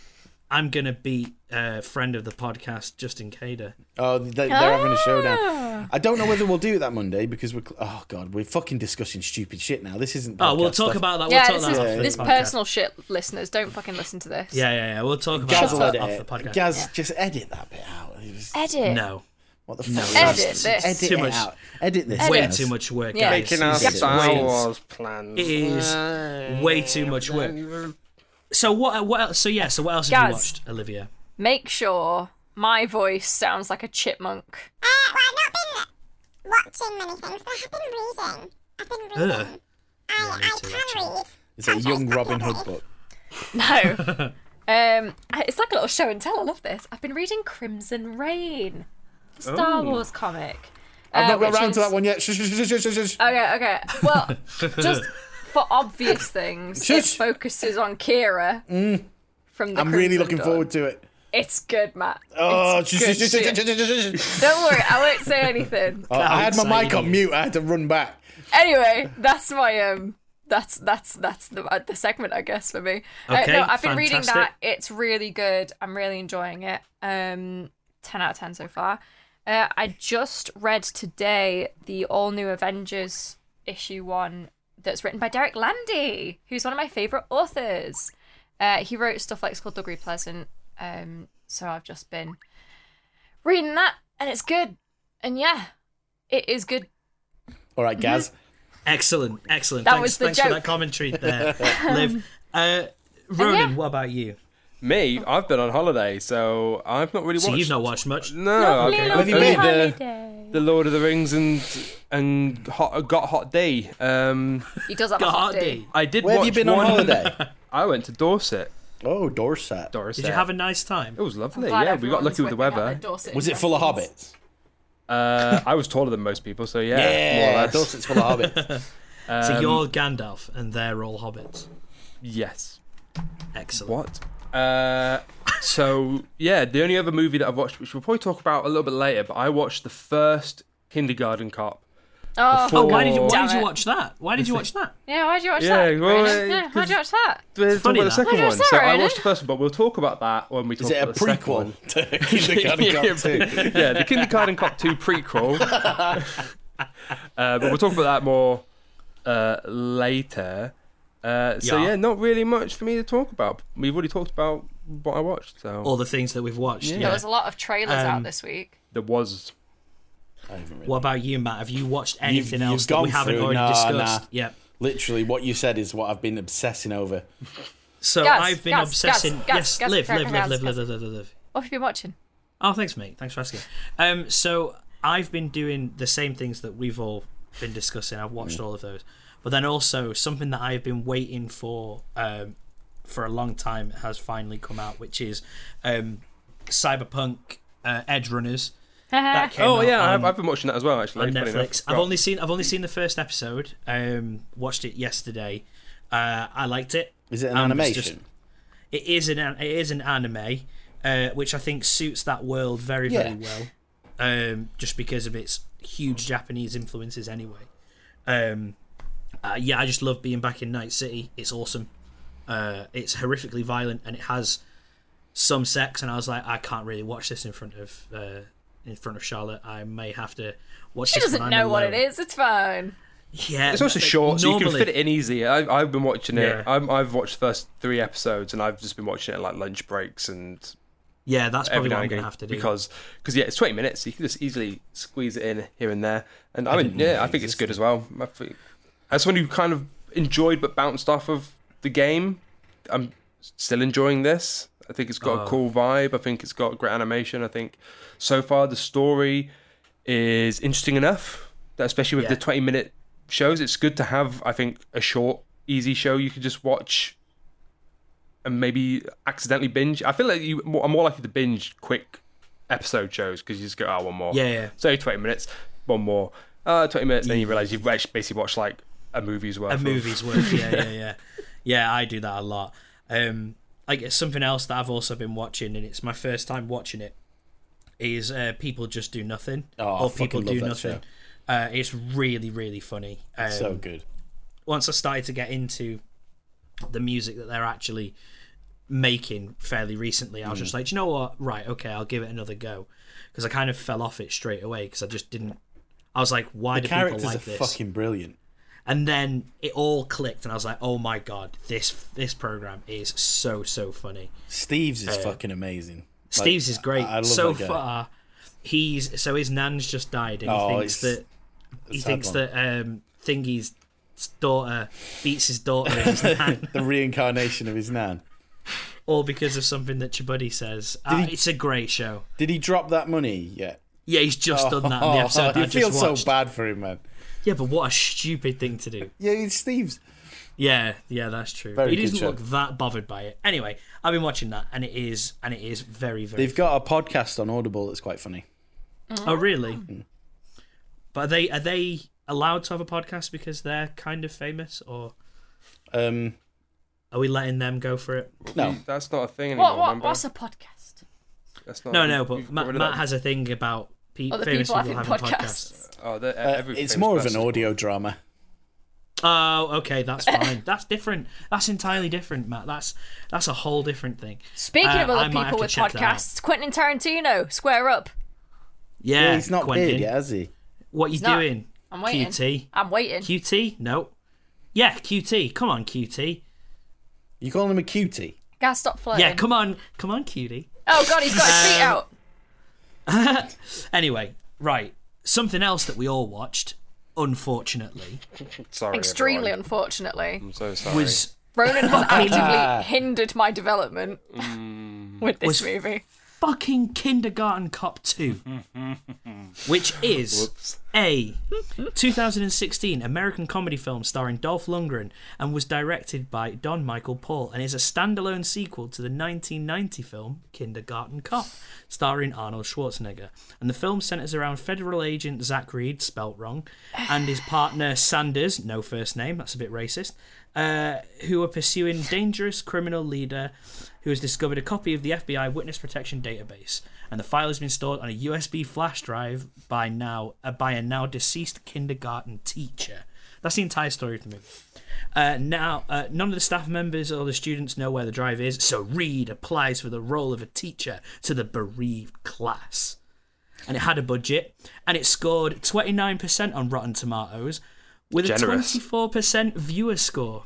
[SPEAKER 4] I'm gonna beat a friend of the podcast, Justin Cader.
[SPEAKER 7] Oh, they, they're having a showdown. I don't know whether we'll do it that Monday because we're. cl- Oh God, we're fucking discussing stupid shit now. This isn't.
[SPEAKER 4] Oh, we'll
[SPEAKER 7] podcast
[SPEAKER 4] talk
[SPEAKER 7] stuff.
[SPEAKER 4] about that. We'll
[SPEAKER 5] yeah,
[SPEAKER 4] talk
[SPEAKER 5] this
[SPEAKER 4] that
[SPEAKER 5] is
[SPEAKER 4] off the
[SPEAKER 5] this
[SPEAKER 4] podcast.
[SPEAKER 5] personal shit, listeners. Don't fucking listen to this.
[SPEAKER 4] Yeah, yeah, yeah. We'll talk about
[SPEAKER 7] Gaz
[SPEAKER 4] that
[SPEAKER 7] will
[SPEAKER 4] off,
[SPEAKER 7] edit.
[SPEAKER 4] off
[SPEAKER 7] it.
[SPEAKER 4] the podcast.
[SPEAKER 7] Gaz, just edit that bit out. It was-
[SPEAKER 5] Edit.
[SPEAKER 4] No,
[SPEAKER 7] What the fuck?
[SPEAKER 5] Edit
[SPEAKER 7] Just
[SPEAKER 5] this.
[SPEAKER 7] Edit
[SPEAKER 4] Too
[SPEAKER 7] it
[SPEAKER 4] much-
[SPEAKER 7] out. Edit this.
[SPEAKER 4] way
[SPEAKER 7] Gaz.
[SPEAKER 4] too much work.
[SPEAKER 5] Yeah.
[SPEAKER 4] guys.
[SPEAKER 6] Making our
[SPEAKER 4] It's way-
[SPEAKER 6] Star Wars plans.
[SPEAKER 4] It is way too much work. So what? What else? So yeah. So what else have you
[SPEAKER 5] Gaz.
[SPEAKER 4] watched, Olivia?
[SPEAKER 5] Make sure my voice sounds like a chipmunk.
[SPEAKER 8] Uh, well, I've not been watching many things, but I have been reading. I've been reading.
[SPEAKER 4] Ugh.
[SPEAKER 8] I,
[SPEAKER 4] I need
[SPEAKER 8] I
[SPEAKER 4] to
[SPEAKER 8] can
[SPEAKER 4] watch
[SPEAKER 8] read.
[SPEAKER 7] It's a young Robin Hood book.
[SPEAKER 5] No. um, it's like a little show and tell. I love this. I've been reading Crimson Rain, the Star Wars comic.
[SPEAKER 7] I've
[SPEAKER 5] uh,
[SPEAKER 7] not got
[SPEAKER 5] which
[SPEAKER 7] round to
[SPEAKER 5] is-
[SPEAKER 7] that one yet. Shh, shh, shh, shh, shh, shh, shh.
[SPEAKER 5] Okay, okay. Well, just for obvious things, it
[SPEAKER 7] Shush. Mm.
[SPEAKER 5] focuses on Kira. From the
[SPEAKER 7] I'm really
[SPEAKER 5] Crimson
[SPEAKER 7] looking
[SPEAKER 5] Dawn.
[SPEAKER 7] forward to it.
[SPEAKER 5] It's good, Matt.
[SPEAKER 7] Oh,
[SPEAKER 5] It's
[SPEAKER 7] sh-
[SPEAKER 5] good
[SPEAKER 7] sh- sh-
[SPEAKER 5] shit.
[SPEAKER 7] sh- sh- sh- sh-
[SPEAKER 5] Don't worry, I won't say anything.
[SPEAKER 7] Oh, I had my mic
[SPEAKER 4] exciting.
[SPEAKER 7] on mute. I had to run back.
[SPEAKER 5] anyway, that's my um. That's that's that's the uh, the segment, I guess, for me. uh,
[SPEAKER 4] Okay,
[SPEAKER 5] no, I've been reading
[SPEAKER 4] fantastic.
[SPEAKER 5] that. It's really good. I'm really enjoying it. Um, ten out of ten so far. Uh, I just read today the all new Avengers issue one that's written by Derek Landy, who's one of my favorite authors. Uh, he wrote stuff like Skullduggery Pleasant. Um, so I've just been reading that, and it's good. And yeah, it is good.
[SPEAKER 7] All right, Gaz.
[SPEAKER 4] Excellent, excellent.
[SPEAKER 5] That
[SPEAKER 4] thanks
[SPEAKER 5] was the
[SPEAKER 4] thanks for
[SPEAKER 5] joke.
[SPEAKER 4] that commentary there, Liv. Uh, Ronan,
[SPEAKER 5] yeah.
[SPEAKER 4] what about you?
[SPEAKER 6] Me, I've been on holiday, so I've not really
[SPEAKER 4] So
[SPEAKER 6] watched.
[SPEAKER 4] you've not watched much.
[SPEAKER 6] No, I've-
[SPEAKER 5] Lovely
[SPEAKER 6] I've
[SPEAKER 7] little
[SPEAKER 6] only
[SPEAKER 5] holiday.
[SPEAKER 6] the, the Lord of the Rings and and hot, got hot day. Um,
[SPEAKER 5] He does have a hot
[SPEAKER 4] God,
[SPEAKER 5] day.
[SPEAKER 4] D.
[SPEAKER 6] I did.
[SPEAKER 7] Where have
[SPEAKER 6] watch
[SPEAKER 7] you been on
[SPEAKER 6] one-
[SPEAKER 7] holiday?
[SPEAKER 6] I went to Dorset.
[SPEAKER 7] Oh, Dorset.
[SPEAKER 6] Dorset.
[SPEAKER 4] Did you have a nice time?
[SPEAKER 6] It was lovely.
[SPEAKER 5] Glad
[SPEAKER 6] Yeah, we got
[SPEAKER 5] everyone's
[SPEAKER 6] lucky with the
[SPEAKER 5] whipping out their
[SPEAKER 6] weather.
[SPEAKER 5] Dorset
[SPEAKER 7] Was it full of
[SPEAKER 5] impressions.
[SPEAKER 7] hobbits?
[SPEAKER 6] Uh, I was taller than most people, so yeah. more or
[SPEAKER 7] Yeah,
[SPEAKER 6] less.
[SPEAKER 7] Dorset's full of hobbits.
[SPEAKER 6] Um,
[SPEAKER 4] so you're Gandalf, and they're all hobbits.
[SPEAKER 6] Yes.
[SPEAKER 4] Excellent.
[SPEAKER 6] What? Uh, so yeah, the only other movie that I've watched, which we'll probably talk about a little bit later, but I watched the first Kindergarten Cop.
[SPEAKER 5] Oh,
[SPEAKER 6] Before-
[SPEAKER 4] Oh, why did you? Why
[SPEAKER 5] Damn
[SPEAKER 4] did you
[SPEAKER 5] it.
[SPEAKER 4] watch that? Why did you watch that?
[SPEAKER 5] yeah. Why'd you watch
[SPEAKER 6] Yeah,
[SPEAKER 5] that?
[SPEAKER 6] well,
[SPEAKER 5] Raina?
[SPEAKER 6] uh,
[SPEAKER 5] yeah, why'd you watch that?
[SPEAKER 6] We'll talk
[SPEAKER 4] funny
[SPEAKER 6] about the
[SPEAKER 4] that.
[SPEAKER 6] second
[SPEAKER 5] Why
[SPEAKER 6] one.
[SPEAKER 5] is that
[SPEAKER 6] So I
[SPEAKER 5] right,
[SPEAKER 6] watched
[SPEAKER 5] eh?
[SPEAKER 6] the first one, but we'll talk about that when we talk
[SPEAKER 7] Is it a
[SPEAKER 6] about the second one.
[SPEAKER 7] prequel to Kindergarten Cop 2?
[SPEAKER 6] yeah, the Kindergarten Cop 2 prequel. uh, but we'll talk about that more uh, later. Uh, so
[SPEAKER 4] Yeah.
[SPEAKER 6] yeah. not really much for me to talk about. We've already talked about what I watched, so
[SPEAKER 4] All the things that we've watched. Yeah.
[SPEAKER 5] There was a lot of trailers
[SPEAKER 4] Um,
[SPEAKER 5] out this week.
[SPEAKER 6] there was.
[SPEAKER 4] What about you, Matt? Have you watched anything
[SPEAKER 7] you've
[SPEAKER 4] else that we
[SPEAKER 7] gone
[SPEAKER 4] haven't
[SPEAKER 7] through-
[SPEAKER 4] already
[SPEAKER 7] nah,
[SPEAKER 4] discussed?
[SPEAKER 7] nah.
[SPEAKER 4] Yeah.
[SPEAKER 7] Literally, what you said is what I've been obsessing over.
[SPEAKER 4] So
[SPEAKER 5] Gas,
[SPEAKER 4] I've been
[SPEAKER 5] gas,
[SPEAKER 4] obsessing.
[SPEAKER 5] gas, gas,
[SPEAKER 4] yes,
[SPEAKER 5] gas,
[SPEAKER 4] live,
[SPEAKER 5] gas,
[SPEAKER 4] live, live,
[SPEAKER 5] gas,
[SPEAKER 4] live,
[SPEAKER 5] gas.
[SPEAKER 4] live, live, live, live.
[SPEAKER 5] What have you been watching?
[SPEAKER 4] Oh, thanks, mate. Thanks for asking. Um, so I've been doing the same things that we've all been discussing. I've watched
[SPEAKER 7] Mm.
[SPEAKER 4] all of those, but then also something that I've been waiting for um, for a long time has finally come out, which is um, Cyberpunk uh, Edge Runners. That came
[SPEAKER 6] Oh
[SPEAKER 4] out
[SPEAKER 6] yeah,
[SPEAKER 4] on-
[SPEAKER 6] I've, I've been watching that as well. Actually,
[SPEAKER 4] on
[SPEAKER 6] funny enough.
[SPEAKER 4] Netflix. I've
[SPEAKER 6] Well,
[SPEAKER 4] only seen I've only seen the first episode. Um, watched it yesterday. Uh, I liked it.
[SPEAKER 7] Is it an
[SPEAKER 4] Um, it's
[SPEAKER 7] animation?
[SPEAKER 4] just- it is an it is an anime, uh, which I think suits that world very very
[SPEAKER 7] Yeah.
[SPEAKER 4] well, um, just because of its huge Japanese influences. Anyway, um, uh, yeah, I just love being back in Night City. It's awesome. Uh, it's horrifically violent and it has some sex. And I was like, I can't really watch this in front of uh, in front of Charlotte. I may have to watch.
[SPEAKER 5] She
[SPEAKER 4] this
[SPEAKER 5] doesn't
[SPEAKER 4] when I'm
[SPEAKER 5] know what it
[SPEAKER 4] alone.
[SPEAKER 5] is. It's fine.
[SPEAKER 4] Yeah,
[SPEAKER 6] It's also short, so you can fit it in easy. I've, I've been watching it.
[SPEAKER 4] Yeah.
[SPEAKER 6] I'm, I've watched the first three episodes, and I've just been watching it at, like lunch breaks and
[SPEAKER 4] Yeah, that's
[SPEAKER 6] every
[SPEAKER 4] probably
[SPEAKER 6] now and
[SPEAKER 4] what I'm
[SPEAKER 6] again
[SPEAKER 4] gonna have to do.
[SPEAKER 6] because because yeah, it's twenty minutes. So you can just easily squeeze it in here and there. And I, mean, yeah, I think it's good as well. I think- As someone who kind of enjoyed but bounced off of the game, I'm still enjoying this. I think it's got
[SPEAKER 4] Oh.
[SPEAKER 6] a cool vibe. I think it's got great animation. I think so far the story is interesting enough, that especially with the
[SPEAKER 4] Yeah.
[SPEAKER 6] twenty-minute shows. It's good to have, I think, a short, easy show you could just watch and maybe accidentally binge. I feel like you, more- I'm more likely to binge quick episode shows because you just go, oh, one more.
[SPEAKER 4] Yeah, yeah.
[SPEAKER 6] So 20 minutes, one more. Uh, 20 minutes, then you realize you've actually basically watched like a movie's worth.
[SPEAKER 4] a
[SPEAKER 6] of-
[SPEAKER 4] movie's worth. Yeah, yeah, yeah, yeah. I do that a lot. Um, I guess something else that I've also been watching, and it's my first time watching it, is uh, people just do nothing
[SPEAKER 7] Oh, I
[SPEAKER 4] or people
[SPEAKER 7] fucking love
[SPEAKER 4] do
[SPEAKER 7] that
[SPEAKER 4] nothing. Uh, it's really, really funny. Um,
[SPEAKER 7] So good.
[SPEAKER 4] once I started to get into the music that they're actually making fairly recently, I
[SPEAKER 7] Mm.
[SPEAKER 4] was just like, "Do you know what? Right, okay, I'll give it another go. Because I kind of fell off it straight away because I just didn't. I was like, why
[SPEAKER 7] The
[SPEAKER 4] do people
[SPEAKER 7] characters
[SPEAKER 4] like
[SPEAKER 7] are
[SPEAKER 4] this?
[SPEAKER 7] fucking brilliant.
[SPEAKER 4] and then it all clicked and i was like oh my god this this program is so so funny
[SPEAKER 7] Steve's is fucking amazing. Like,
[SPEAKER 4] steve's is great
[SPEAKER 7] I- I love
[SPEAKER 4] so
[SPEAKER 7] that guy.
[SPEAKER 4] far he's so his nan's just died and he
[SPEAKER 7] Oh,
[SPEAKER 4] thinks
[SPEAKER 7] it's
[SPEAKER 4] that he
[SPEAKER 7] sad
[SPEAKER 4] thinks
[SPEAKER 7] one.
[SPEAKER 4] that um thingy's daughter beats his daughter and his nan
[SPEAKER 7] The reincarnation of his nan.
[SPEAKER 4] all because of something that Chibuddy says Ah,
[SPEAKER 7] he-
[SPEAKER 4] it's a great show
[SPEAKER 7] Did he drop that money yet?
[SPEAKER 4] yeah he's just done that in the episode that
[SPEAKER 7] you
[SPEAKER 4] i just
[SPEAKER 7] feel
[SPEAKER 4] watched
[SPEAKER 7] Oh, so bad for him, man.
[SPEAKER 4] yeah but what a stupid thing to do
[SPEAKER 7] Yeah, it's Steve's.
[SPEAKER 4] Yeah, yeah, that's true.
[SPEAKER 7] Very
[SPEAKER 4] he
[SPEAKER 7] good
[SPEAKER 4] doesn't
[SPEAKER 7] show.
[SPEAKER 4] look that bothered by it. Anyway, I've been watching that, and it is, and it is very, very.
[SPEAKER 7] They've got a podcast on Audible that's quite funny.
[SPEAKER 4] Oh, really? But are they are they allowed to have a podcast because they're kind of famous, or
[SPEAKER 7] Um,
[SPEAKER 4] Are we letting them go for it?
[SPEAKER 7] no,
[SPEAKER 6] That's not a thing anymore.
[SPEAKER 5] What, what,
[SPEAKER 6] remember?
[SPEAKER 5] what's a podcast?
[SPEAKER 6] That's not,
[SPEAKER 4] No, no,
[SPEAKER 6] we've
[SPEAKER 4] but
[SPEAKER 6] got
[SPEAKER 4] Matt,
[SPEAKER 6] rid of
[SPEAKER 4] Matt
[SPEAKER 6] that.
[SPEAKER 4] has a thing about pe-
[SPEAKER 5] Other
[SPEAKER 4] famous
[SPEAKER 5] people
[SPEAKER 4] people,
[SPEAKER 5] having
[SPEAKER 4] having podcasts.
[SPEAKER 5] podcasts.
[SPEAKER 6] Oh, they're-
[SPEAKER 7] uh,
[SPEAKER 6] every
[SPEAKER 7] it's
[SPEAKER 6] famous
[SPEAKER 7] more of an
[SPEAKER 6] person.
[SPEAKER 7] audio drama.
[SPEAKER 4] Oh, okay, that's fine. that's different. That's entirely different, Matt. That's that's a whole different thing.
[SPEAKER 5] Speaking
[SPEAKER 4] Uh,
[SPEAKER 5] of
[SPEAKER 4] I
[SPEAKER 5] other
[SPEAKER 4] might have
[SPEAKER 5] people
[SPEAKER 4] to
[SPEAKER 5] with
[SPEAKER 4] check that out.
[SPEAKER 5] podcasts, Quentin Tarantino, square up.
[SPEAKER 4] Yeah,
[SPEAKER 7] Well, he's not
[SPEAKER 4] Quentin,
[SPEAKER 7] big, yet, has he?
[SPEAKER 4] What you
[SPEAKER 5] He's not.
[SPEAKER 4] doing?
[SPEAKER 5] I'm waiting.
[SPEAKER 4] QT.
[SPEAKER 5] I'm waiting.
[SPEAKER 4] QT? No. Yeah, QT. Come on, QT.
[SPEAKER 7] You calling him a cutie?
[SPEAKER 5] Gas stop flirting.
[SPEAKER 4] Yeah, come on, come on, cutie.
[SPEAKER 5] Oh god, he's got his feet out.
[SPEAKER 4] Anyway, right. Something else that we all watched, unfortunately,
[SPEAKER 6] Sorry,
[SPEAKER 5] Extremely
[SPEAKER 6] everyone.
[SPEAKER 5] unfortunately.
[SPEAKER 6] I'm so sorry.
[SPEAKER 4] was
[SPEAKER 5] Ronan has actively hindered my development with this
[SPEAKER 4] uh, mm. Was-
[SPEAKER 5] movie.
[SPEAKER 4] fucking Kindergarten Cop 2, which is a 2016 American comedy film starring Dolph Lundgren and was directed by Don Michael Paul and is a standalone sequel to the 1990 film Kindergarten Cop, starring Arnold Schwarzenegger. And the film centers around federal agent Zach Reed, spelt wrong, and his partner Sanders, no first name, that's a bit racist, uh, who are pursuing dangerous criminal leader who has discovered a copy of the FBI witness protection database, and the file has been stored on a USB flash drive by now uh, by a now deceased kindergarten teacher. That's the entire story of the movie. Uh, now, uh, none of the staff members or the students know where the drive is, so Reed applies for the role of a teacher to the bereaved class. And it had a budget, and it scored 29% on Rotten Tomatoes with
[SPEAKER 6] Generous.
[SPEAKER 4] a 24% viewer score.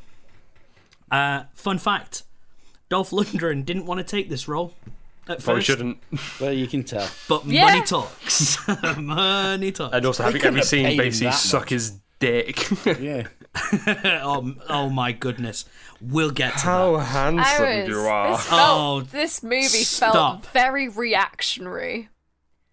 [SPEAKER 4] Uh, fun fact Dolph Lundgren didn't want to take this role at
[SPEAKER 6] Probably
[SPEAKER 4] first,
[SPEAKER 6] shouldn't.
[SPEAKER 7] Well, you can tell.
[SPEAKER 4] but
[SPEAKER 5] Yeah.
[SPEAKER 4] money talks. money talks.
[SPEAKER 6] And also having every
[SPEAKER 7] couldn't have paid
[SPEAKER 6] scene
[SPEAKER 7] him
[SPEAKER 6] basically
[SPEAKER 7] that
[SPEAKER 6] suck
[SPEAKER 7] much.
[SPEAKER 6] his dick.
[SPEAKER 7] Yeah.
[SPEAKER 4] Oh, oh my goodness. We'll get to that.
[SPEAKER 6] How handsome
[SPEAKER 5] Iris,
[SPEAKER 6] you are.
[SPEAKER 5] this,
[SPEAKER 4] Oh,
[SPEAKER 5] felt, this movie
[SPEAKER 4] stop.
[SPEAKER 5] felt very reactionary.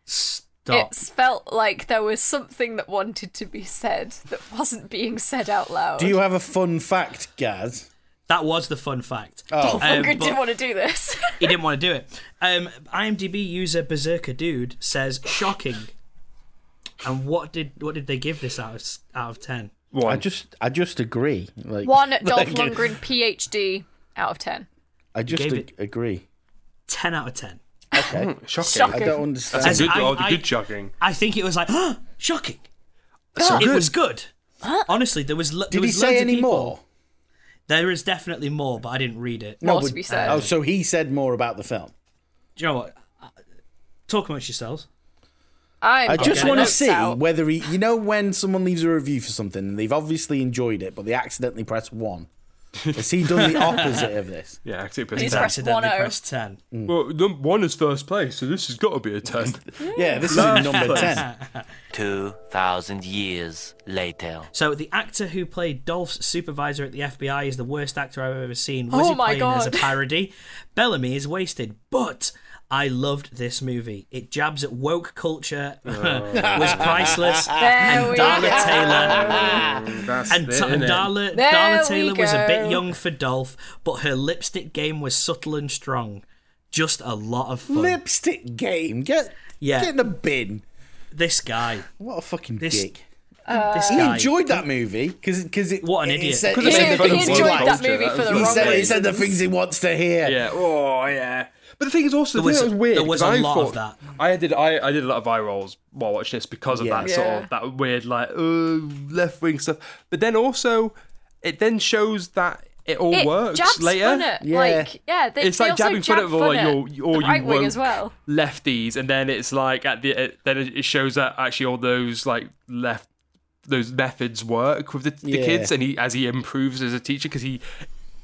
[SPEAKER 4] Stop.
[SPEAKER 5] It's felt like there was something that wanted to be said that wasn't being said out loud.
[SPEAKER 7] Do you have a fun fact, Gaz?
[SPEAKER 4] That was the fun fact.
[SPEAKER 7] Oh.
[SPEAKER 4] Um,
[SPEAKER 5] Fucker
[SPEAKER 4] but-
[SPEAKER 5] didn't want to do this.
[SPEAKER 4] he didn't want to do it. Um, IMDb user Berserker Dude says shocking. And what did what did they give this out of out of ten?
[SPEAKER 7] I
[SPEAKER 6] One.
[SPEAKER 7] just, I just agree. Like
[SPEAKER 5] One Dolph
[SPEAKER 7] like, uh,
[SPEAKER 5] Lundgren PhD out of ten.
[SPEAKER 7] I just
[SPEAKER 4] Gave
[SPEAKER 7] ag-
[SPEAKER 4] it-
[SPEAKER 7] agree.
[SPEAKER 4] Ten out of ten.
[SPEAKER 7] Okay.
[SPEAKER 6] shocking.
[SPEAKER 7] I
[SPEAKER 5] Shocking.
[SPEAKER 7] don't
[SPEAKER 4] As
[SPEAKER 7] understand.
[SPEAKER 6] Good,
[SPEAKER 4] I-
[SPEAKER 6] oh,
[SPEAKER 4] I-
[SPEAKER 6] good shocking.
[SPEAKER 4] I think it was like shocking.
[SPEAKER 6] So
[SPEAKER 4] It
[SPEAKER 6] good.
[SPEAKER 4] was good. Honestly, there was lo- there
[SPEAKER 7] Did he
[SPEAKER 4] was loads
[SPEAKER 7] say
[SPEAKER 4] of
[SPEAKER 7] any
[SPEAKER 4] people-
[SPEAKER 7] more?
[SPEAKER 4] There is definitely more, but I didn't read it.
[SPEAKER 5] More to be said.
[SPEAKER 7] Oh, so he said more about the film.
[SPEAKER 4] Do you know what? Uh, Talk amongst yourselves.
[SPEAKER 5] I'm
[SPEAKER 7] I just
[SPEAKER 5] getting
[SPEAKER 7] want to
[SPEAKER 5] notes
[SPEAKER 7] see
[SPEAKER 5] out.
[SPEAKER 7] whether he, you know, when someone leaves a review for something and they've obviously enjoyed it, but they accidentally press one. Has he done the opposite of this?
[SPEAKER 6] Yeah, actually,
[SPEAKER 5] He's
[SPEAKER 6] it's a
[SPEAKER 5] pressed
[SPEAKER 6] ten.
[SPEAKER 4] Accidentally
[SPEAKER 5] 1-0.
[SPEAKER 4] pressed ten.
[SPEAKER 6] Well, num- one is first place, so this has got to be a ten.
[SPEAKER 7] Yeah, this is number ten.
[SPEAKER 9] 2,000 years later.
[SPEAKER 4] So the actor who played Dolph's supervisor at the FBI is the worst actor I've ever seen. Was
[SPEAKER 5] Oh
[SPEAKER 4] he
[SPEAKER 5] my
[SPEAKER 4] playing as a
[SPEAKER 5] God.
[SPEAKER 4] parody? Bellamy is wasted, but I loved this movie. It jabs at woke culture, was priceless,
[SPEAKER 5] There we
[SPEAKER 4] and Darla
[SPEAKER 5] go.
[SPEAKER 4] Taylor
[SPEAKER 6] That's
[SPEAKER 4] and,
[SPEAKER 6] it,
[SPEAKER 4] Ta- and
[SPEAKER 6] innit?
[SPEAKER 4] Darla,
[SPEAKER 5] There
[SPEAKER 4] Darla
[SPEAKER 5] we
[SPEAKER 4] Taylor was a bit
[SPEAKER 5] go.
[SPEAKER 4] young for Dolph, but her lipstick game was subtle and strong. Just a lot of fun.
[SPEAKER 7] Lipstick game. Get,
[SPEAKER 4] Yeah.
[SPEAKER 7] get in the bin.
[SPEAKER 4] this guy,
[SPEAKER 7] What a fucking
[SPEAKER 4] This-
[SPEAKER 7] dick.
[SPEAKER 5] Uh,
[SPEAKER 4] this
[SPEAKER 7] He
[SPEAKER 4] guy.
[SPEAKER 7] enjoyed that movie because because it.
[SPEAKER 4] What an
[SPEAKER 7] it
[SPEAKER 4] idiot.
[SPEAKER 7] Said,
[SPEAKER 6] Could
[SPEAKER 7] it
[SPEAKER 6] have been fun
[SPEAKER 5] He-
[SPEAKER 7] said the
[SPEAKER 6] of
[SPEAKER 5] he
[SPEAKER 7] things
[SPEAKER 5] enjoyed
[SPEAKER 7] he
[SPEAKER 6] woke
[SPEAKER 5] that
[SPEAKER 7] liked.
[SPEAKER 5] movie
[SPEAKER 6] culture.
[SPEAKER 5] for the
[SPEAKER 6] That was
[SPEAKER 7] He
[SPEAKER 5] wrong
[SPEAKER 7] said he
[SPEAKER 5] reasons.
[SPEAKER 7] said the things he wants to hear.
[SPEAKER 6] Yeah. Oh, yeah. But the thing is, also,
[SPEAKER 4] There was-
[SPEAKER 6] the thing that was weird.
[SPEAKER 4] there was
[SPEAKER 6] 'cause
[SPEAKER 4] a
[SPEAKER 6] I
[SPEAKER 4] lot of
[SPEAKER 6] thought- I did. I, I did a lot of eye rolls while watching this because of
[SPEAKER 7] Yeah.
[SPEAKER 6] that sort
[SPEAKER 5] Yeah.
[SPEAKER 6] of that weird like left wing stuff. But then also, it then shows that it all
[SPEAKER 5] it
[SPEAKER 6] works
[SPEAKER 5] jabs
[SPEAKER 6] later.
[SPEAKER 5] fun at,
[SPEAKER 7] Yeah.
[SPEAKER 5] like yeah, they,
[SPEAKER 6] it's
[SPEAKER 5] they
[SPEAKER 6] like
[SPEAKER 5] also
[SPEAKER 6] jabbing
[SPEAKER 5] jab
[SPEAKER 6] fun at all
[SPEAKER 5] fun
[SPEAKER 6] your all
[SPEAKER 5] at the right
[SPEAKER 6] you
[SPEAKER 5] wing
[SPEAKER 6] woke
[SPEAKER 5] as well.
[SPEAKER 6] lefties, and then it's like at the it, then it it shows that actually all those like left those methods work with the, the
[SPEAKER 7] Yeah.
[SPEAKER 6] kids, and he as he improves as a teacher because he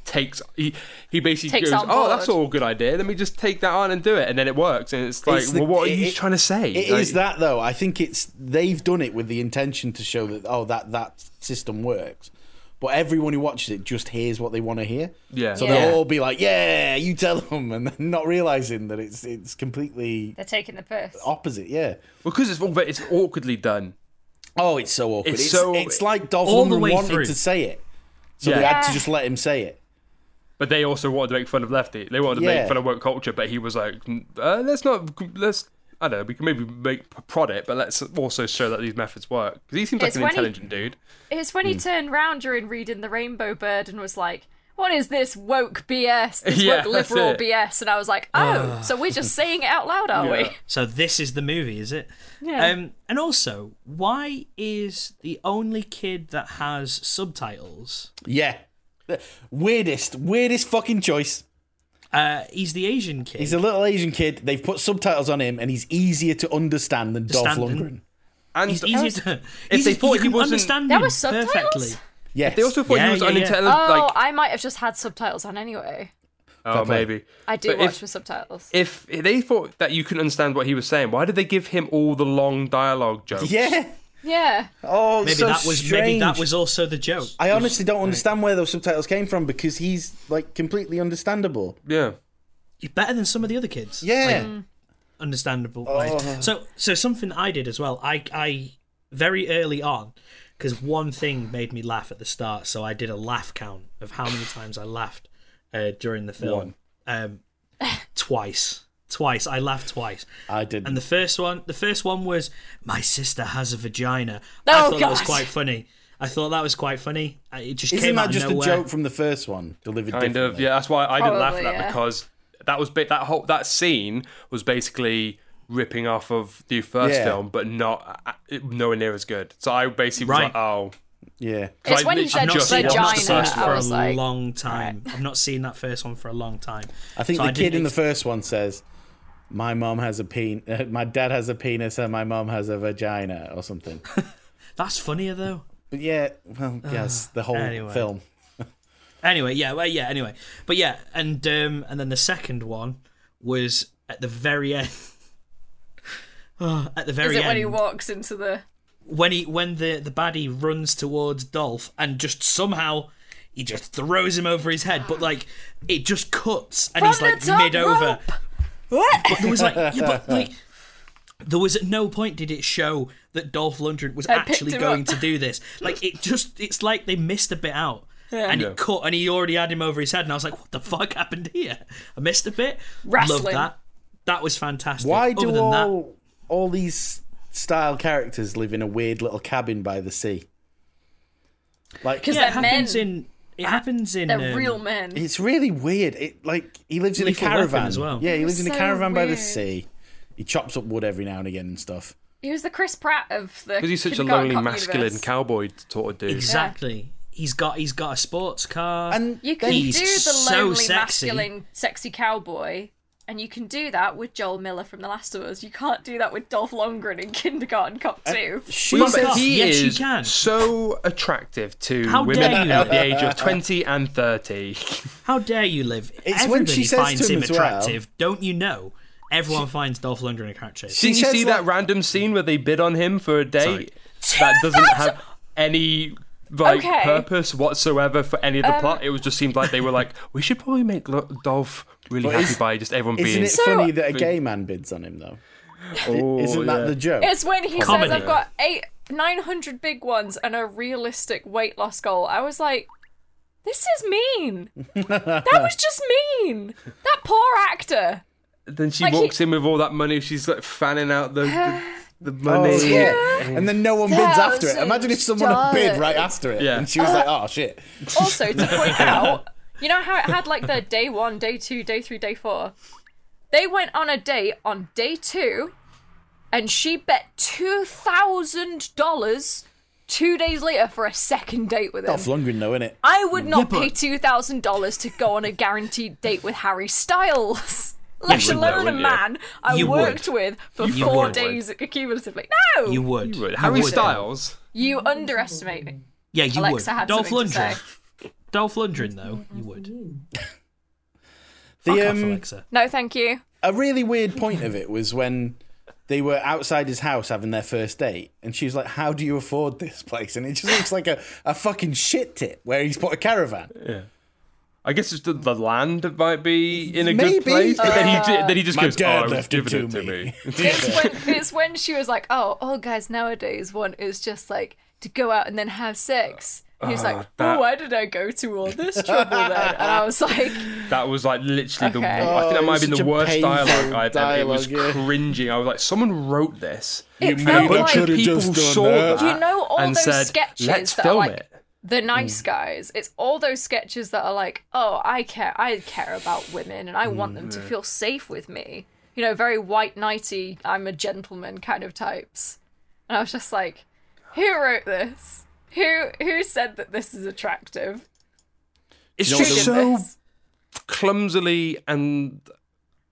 [SPEAKER 6] takes he he basically
[SPEAKER 5] Takes
[SPEAKER 6] goes
[SPEAKER 5] on
[SPEAKER 6] oh
[SPEAKER 5] board.
[SPEAKER 6] that's all a good idea let me just take that on and do it and then it works and it's like
[SPEAKER 7] It's the-
[SPEAKER 6] well what are you
[SPEAKER 7] it-
[SPEAKER 6] trying to say
[SPEAKER 7] It is
[SPEAKER 6] Like,
[SPEAKER 7] that though. I think it's they've done it with the intention to show that oh that that system works, but everyone who watches it just hears what they want to hear.
[SPEAKER 6] Yeah.
[SPEAKER 7] So
[SPEAKER 5] Yeah.
[SPEAKER 7] they'll all be like, "Yeah, you tell them," and then not realizing that it's it's completely
[SPEAKER 5] They're taking the piss.
[SPEAKER 7] opposite. Yeah.
[SPEAKER 6] because it's all ve- it's awkwardly done
[SPEAKER 7] Oh, it's so awkward.
[SPEAKER 6] It's
[SPEAKER 7] It's,
[SPEAKER 6] so-
[SPEAKER 7] it's like Dolph
[SPEAKER 4] All the
[SPEAKER 7] Lundgren
[SPEAKER 4] way
[SPEAKER 7] wanted
[SPEAKER 4] through.
[SPEAKER 7] to say it, so
[SPEAKER 6] Yeah.
[SPEAKER 7] they had
[SPEAKER 5] Yeah.
[SPEAKER 7] to just let him say it.
[SPEAKER 6] but they also wanted to make fun of lefty they wanted to
[SPEAKER 7] Yeah.
[SPEAKER 6] make fun of woke culture but he was like "N- uh, let's "Mm, not let's I don't know. We can maybe make prod it, but let's also show that these methods work because he seems like
[SPEAKER 5] It's
[SPEAKER 6] an
[SPEAKER 5] when he-
[SPEAKER 6] intelligent dude.
[SPEAKER 5] It's when he
[SPEAKER 6] Hmm.
[SPEAKER 5] turned round during reading The Rainbow Bird and was like, What is this woke BS? This
[SPEAKER 6] Yeah,
[SPEAKER 5] woke
[SPEAKER 6] that's
[SPEAKER 5] liberal
[SPEAKER 6] it. Ah.
[SPEAKER 5] BS? And I was like, Oh, so we're just saying it out loud, are
[SPEAKER 6] Yeah.
[SPEAKER 4] So this is the movie, is it?
[SPEAKER 5] Yeah.
[SPEAKER 4] Um, and also, why is the only kid that has subtitles?
[SPEAKER 7] Yeah. Weirdest, weirdest fucking choice.
[SPEAKER 4] Uh, he's the Asian kid.
[SPEAKER 7] He's a little Asian kid. They've put subtitles on him, and he's easier to understand than Dolph
[SPEAKER 4] Understand
[SPEAKER 7] Lundgren.
[SPEAKER 4] and-
[SPEAKER 6] And
[SPEAKER 4] He's easier to.
[SPEAKER 6] if
[SPEAKER 4] he's-
[SPEAKER 6] they thought
[SPEAKER 4] you
[SPEAKER 6] he
[SPEAKER 4] can
[SPEAKER 6] wasn't-
[SPEAKER 4] understand
[SPEAKER 5] There
[SPEAKER 4] him
[SPEAKER 5] were subtitles?
[SPEAKER 4] perfectly.
[SPEAKER 7] Yes.
[SPEAKER 6] they also thought
[SPEAKER 4] Yeah,
[SPEAKER 6] he was
[SPEAKER 4] yeah, yeah.
[SPEAKER 6] unintelligent.
[SPEAKER 5] we? Oh,
[SPEAKER 6] Like,
[SPEAKER 5] I might have just had subtitles on anyway.
[SPEAKER 6] oh,
[SPEAKER 7] play.
[SPEAKER 6] maybe.
[SPEAKER 5] I do
[SPEAKER 6] But
[SPEAKER 5] watch
[SPEAKER 6] if-
[SPEAKER 5] with subtitles.
[SPEAKER 6] If they thought that you couldn't understand what he was saying, why did they give him all the long dialogue jokes?
[SPEAKER 7] yeah.
[SPEAKER 5] yeah.
[SPEAKER 7] Oh,
[SPEAKER 4] Maybe
[SPEAKER 7] so
[SPEAKER 4] that was
[SPEAKER 7] strange.
[SPEAKER 4] maybe that was also the joke.
[SPEAKER 7] I honestly don't understand where those subtitles came from because he's like completely understandable.
[SPEAKER 6] Yeah.
[SPEAKER 4] He's better than some of the other kids.
[SPEAKER 7] Yeah.
[SPEAKER 4] understandable.
[SPEAKER 7] Oh.
[SPEAKER 4] Right. So so something I did as well. I I very early on because one thing made me laugh at the start, so I did a laugh count of how many times I laughed uh, during the film. Um, twice, twice I laughed twice.
[SPEAKER 7] I did.
[SPEAKER 4] And the first one, the first one was my sister has a vagina. I
[SPEAKER 5] Oh,
[SPEAKER 4] thought that was
[SPEAKER 5] God.
[SPEAKER 4] quite funny. I thought that was quite funny. I- It just
[SPEAKER 7] Isn't
[SPEAKER 4] came out
[SPEAKER 7] that just
[SPEAKER 4] of
[SPEAKER 7] a
[SPEAKER 4] nowhere.
[SPEAKER 7] joke from the first one delivered
[SPEAKER 6] kind of
[SPEAKER 7] differently?
[SPEAKER 6] yeah that's why i didn't laugh at
[SPEAKER 5] Probably,
[SPEAKER 6] that
[SPEAKER 5] yeah.
[SPEAKER 6] because that was bit that whole that scene was basically ripping off of the first
[SPEAKER 7] Yeah.
[SPEAKER 6] film but not uh, uh, nowhere near as good so i basically was
[SPEAKER 4] Right.
[SPEAKER 6] like oh
[SPEAKER 7] Yeah.
[SPEAKER 5] It's
[SPEAKER 6] I
[SPEAKER 5] when you
[SPEAKER 6] literally
[SPEAKER 5] said
[SPEAKER 4] I've not
[SPEAKER 6] just
[SPEAKER 4] seen
[SPEAKER 5] vagina,
[SPEAKER 6] watched
[SPEAKER 4] that
[SPEAKER 6] the
[SPEAKER 4] first
[SPEAKER 6] first
[SPEAKER 5] I
[SPEAKER 4] for
[SPEAKER 5] was
[SPEAKER 4] a
[SPEAKER 5] like,
[SPEAKER 4] long time. I've not seen that first one for a long time.
[SPEAKER 7] I think
[SPEAKER 4] So
[SPEAKER 7] the kid
[SPEAKER 4] didn't
[SPEAKER 7] in the
[SPEAKER 4] ex-
[SPEAKER 7] first one says, "My mom has a pen. my dad has a penis, and my mom has a vagina, or something."
[SPEAKER 4] That's funnier though.
[SPEAKER 7] But yeah, well, yes, the whole
[SPEAKER 4] Ah, anyway.
[SPEAKER 7] film.
[SPEAKER 4] Anyway, yeah, well, yeah. Anyway, but yeah, and um, and then the second one was at the very end. Oh, at the
[SPEAKER 5] Is
[SPEAKER 4] very
[SPEAKER 5] it
[SPEAKER 4] end,
[SPEAKER 5] when he walks into the.
[SPEAKER 4] when he when the the baddie runs towards Dolph and just somehow he just throws him over his head, but like it just cuts and
[SPEAKER 5] From
[SPEAKER 4] he's like
[SPEAKER 5] the top
[SPEAKER 4] mid over.
[SPEAKER 5] rope! What?
[SPEAKER 4] There was like, yeah, but like. There was at no point did it show that Dolph Lundgren was
[SPEAKER 5] picked
[SPEAKER 4] actually
[SPEAKER 5] him
[SPEAKER 4] going
[SPEAKER 5] up.
[SPEAKER 4] to do this. Like it just—it's like they missed a bit out, and
[SPEAKER 6] Yeah.
[SPEAKER 4] it cut, and he already had him over his head, and I was like, "What the fuck happened here? I missed a bit." Loved
[SPEAKER 5] Wrestling.
[SPEAKER 4] that. That was fantastic.
[SPEAKER 7] Why
[SPEAKER 4] Other
[SPEAKER 7] do
[SPEAKER 4] than that,
[SPEAKER 7] all all these style characters live in a weird little cabin by the sea? Like,
[SPEAKER 5] 'Cause
[SPEAKER 4] yeah, it
[SPEAKER 5] they're
[SPEAKER 4] happens
[SPEAKER 5] men. Ah,
[SPEAKER 4] in it happens in
[SPEAKER 5] They're
[SPEAKER 4] um,
[SPEAKER 5] real men.
[SPEAKER 7] it's really weird. It like he lives in a
[SPEAKER 4] Lethal Weapon
[SPEAKER 7] caravan
[SPEAKER 4] as well.
[SPEAKER 7] Yeah, he lives in a
[SPEAKER 5] So
[SPEAKER 7] caravan by the
[SPEAKER 5] weird.
[SPEAKER 7] sea. He chops up wood every now and again and stuff.
[SPEAKER 5] He was the Chris Pratt of the.
[SPEAKER 6] because he's such a
[SPEAKER 5] Kindergarten
[SPEAKER 6] lonely
[SPEAKER 5] Cop
[SPEAKER 6] masculine
[SPEAKER 5] universe.
[SPEAKER 6] cowboy sort of dude
[SPEAKER 4] Exactly. He's got he's got a sports car.
[SPEAKER 7] And
[SPEAKER 5] You can
[SPEAKER 7] then-
[SPEAKER 4] He's
[SPEAKER 5] do the
[SPEAKER 4] so
[SPEAKER 5] lonely,
[SPEAKER 4] sexy.
[SPEAKER 5] masculine, sexy cowboy, and you can do that with Joel Miller from The Last of Us. You can't do that with Dolph Lundgren in Kindergarten Cop
[SPEAKER 4] Uh,
[SPEAKER 5] 2.
[SPEAKER 7] she
[SPEAKER 4] Fuck
[SPEAKER 7] says
[SPEAKER 4] off.
[SPEAKER 6] he
[SPEAKER 4] Yes, you
[SPEAKER 6] is
[SPEAKER 4] can.
[SPEAKER 6] so attractive to
[SPEAKER 4] How
[SPEAKER 6] women
[SPEAKER 4] dare you.
[SPEAKER 6] at the age of 20 and 30
[SPEAKER 4] How dare you live?
[SPEAKER 7] It's
[SPEAKER 4] Everybody
[SPEAKER 7] when she says to
[SPEAKER 4] finds
[SPEAKER 7] him
[SPEAKER 4] him,
[SPEAKER 7] as well-
[SPEAKER 4] attractive, don't you know? Everyone finds Dolph Lundgren attractive.
[SPEAKER 6] didn't you
[SPEAKER 7] says
[SPEAKER 6] see
[SPEAKER 7] like-
[SPEAKER 6] that random scene where they bid on him for a date that doesn't have any like
[SPEAKER 5] Okay. Um,
[SPEAKER 6] purpose whatsoever for any of the plot. It was just seemed like they were like, we should probably make Lo- Dolph really
[SPEAKER 7] But
[SPEAKER 6] happy
[SPEAKER 7] is-
[SPEAKER 6] by just everyone
[SPEAKER 7] Isn't
[SPEAKER 6] being.
[SPEAKER 7] it funny that a gay man bids on him though?
[SPEAKER 6] Oh,
[SPEAKER 7] Isn't that
[SPEAKER 6] yeah.
[SPEAKER 7] the joke?
[SPEAKER 5] It's when he
[SPEAKER 4] Comedy.
[SPEAKER 5] says, I've got eight, 900 big ones and a realistic weight loss goal. I was like, this is mean. that was just mean. That poor actor.
[SPEAKER 6] Then she
[SPEAKER 5] Like, he-
[SPEAKER 6] walks in with all that money. She's like fanning out the the, the
[SPEAKER 7] Oh,
[SPEAKER 6] money.
[SPEAKER 7] yeah. And then no one bids after it. Imagine if someone had bid
[SPEAKER 5] $1,000.
[SPEAKER 7] right after it.
[SPEAKER 6] Yeah.
[SPEAKER 7] And she was like, oh, shit.
[SPEAKER 5] Also, to point out, you know how it had like the day one, day two, day three, day four? They went on a date on day two and she bet $2,000 two days later for a second date with him.
[SPEAKER 7] Dolph Lundgren, though, innit?
[SPEAKER 5] I would not
[SPEAKER 4] Yeah,
[SPEAKER 5] pay
[SPEAKER 4] but-
[SPEAKER 5] $2,000 to go on a guaranteed date with Harry Styles. Let
[SPEAKER 6] You would, though,
[SPEAKER 5] alone a
[SPEAKER 6] wouldn't you?
[SPEAKER 5] man I
[SPEAKER 4] You would.
[SPEAKER 5] worked with for
[SPEAKER 4] You
[SPEAKER 5] four
[SPEAKER 4] would.
[SPEAKER 5] days cumulatively. No!
[SPEAKER 4] You would.
[SPEAKER 6] Right,
[SPEAKER 4] You
[SPEAKER 6] Harry
[SPEAKER 4] would.
[SPEAKER 6] Styles.
[SPEAKER 5] You underestimate me.
[SPEAKER 4] Yeah, you
[SPEAKER 5] Alexa
[SPEAKER 4] would.
[SPEAKER 5] had
[SPEAKER 4] Dolph
[SPEAKER 5] something to
[SPEAKER 4] Lundgren.
[SPEAKER 5] say.
[SPEAKER 4] Dolph Lundgren, though, you would.
[SPEAKER 7] The,
[SPEAKER 4] Fuck off,
[SPEAKER 7] um,
[SPEAKER 4] Alexa.
[SPEAKER 5] No, thank you.
[SPEAKER 7] a really weird point of it was when they were outside his house having their first date, and she was like, "How do you afford this place?" And it just looks like a, a fucking shit tip where he's put a caravan.
[SPEAKER 6] I guess it's the, the land that might be in a
[SPEAKER 7] Maybe.
[SPEAKER 6] good place. But then
[SPEAKER 5] Uh,
[SPEAKER 6] he ju- then he just
[SPEAKER 7] My
[SPEAKER 6] goes, "Oh,
[SPEAKER 7] dad
[SPEAKER 6] I was
[SPEAKER 7] left it
[SPEAKER 6] giving it
[SPEAKER 7] to
[SPEAKER 6] to
[SPEAKER 7] me."
[SPEAKER 6] me."
[SPEAKER 5] It's when, it's when she was like, oh, all guys nowadays want is just like to go out and then have sex. He was like,
[SPEAKER 7] Uh,
[SPEAKER 6] Oh,
[SPEAKER 5] "Oh,
[SPEAKER 6] that-
[SPEAKER 5] where did I go to all this trouble then?" And I was like,
[SPEAKER 6] That was like literally the.
[SPEAKER 5] Okay.
[SPEAKER 6] I think that might
[SPEAKER 7] Oh, it
[SPEAKER 6] have been
[SPEAKER 7] was
[SPEAKER 6] the
[SPEAKER 7] such a
[SPEAKER 6] worst
[SPEAKER 7] painful
[SPEAKER 6] dialogue I've ever. It was
[SPEAKER 7] dialogue, yeah.
[SPEAKER 6] cringing. I was like, someone wrote this.
[SPEAKER 5] "It
[SPEAKER 7] I
[SPEAKER 5] felt
[SPEAKER 7] mean,
[SPEAKER 5] like
[SPEAKER 7] could've
[SPEAKER 5] you
[SPEAKER 6] people
[SPEAKER 7] just done
[SPEAKER 6] saw
[SPEAKER 7] that.
[SPEAKER 6] that.
[SPEAKER 5] know all
[SPEAKER 6] and
[SPEAKER 5] those
[SPEAKER 6] said,
[SPEAKER 5] sketches
[SPEAKER 6] Let's
[SPEAKER 5] that are
[SPEAKER 6] film
[SPEAKER 5] like
[SPEAKER 6] it.
[SPEAKER 7] Mm.
[SPEAKER 5] the nice guys. It's all those sketches that are like, "Oh, I care. I care about women, and I
[SPEAKER 7] Mm,
[SPEAKER 5] want them to feel safe with me." You know, very white knighty. I'm a gentleman kind of types. And I was just like, "Who wrote this? Who who said that this is attractive?"
[SPEAKER 6] It's
[SPEAKER 7] You know
[SPEAKER 5] Who
[SPEAKER 7] what
[SPEAKER 6] just
[SPEAKER 5] did
[SPEAKER 6] so
[SPEAKER 7] the-
[SPEAKER 5] this?
[SPEAKER 6] clumsily and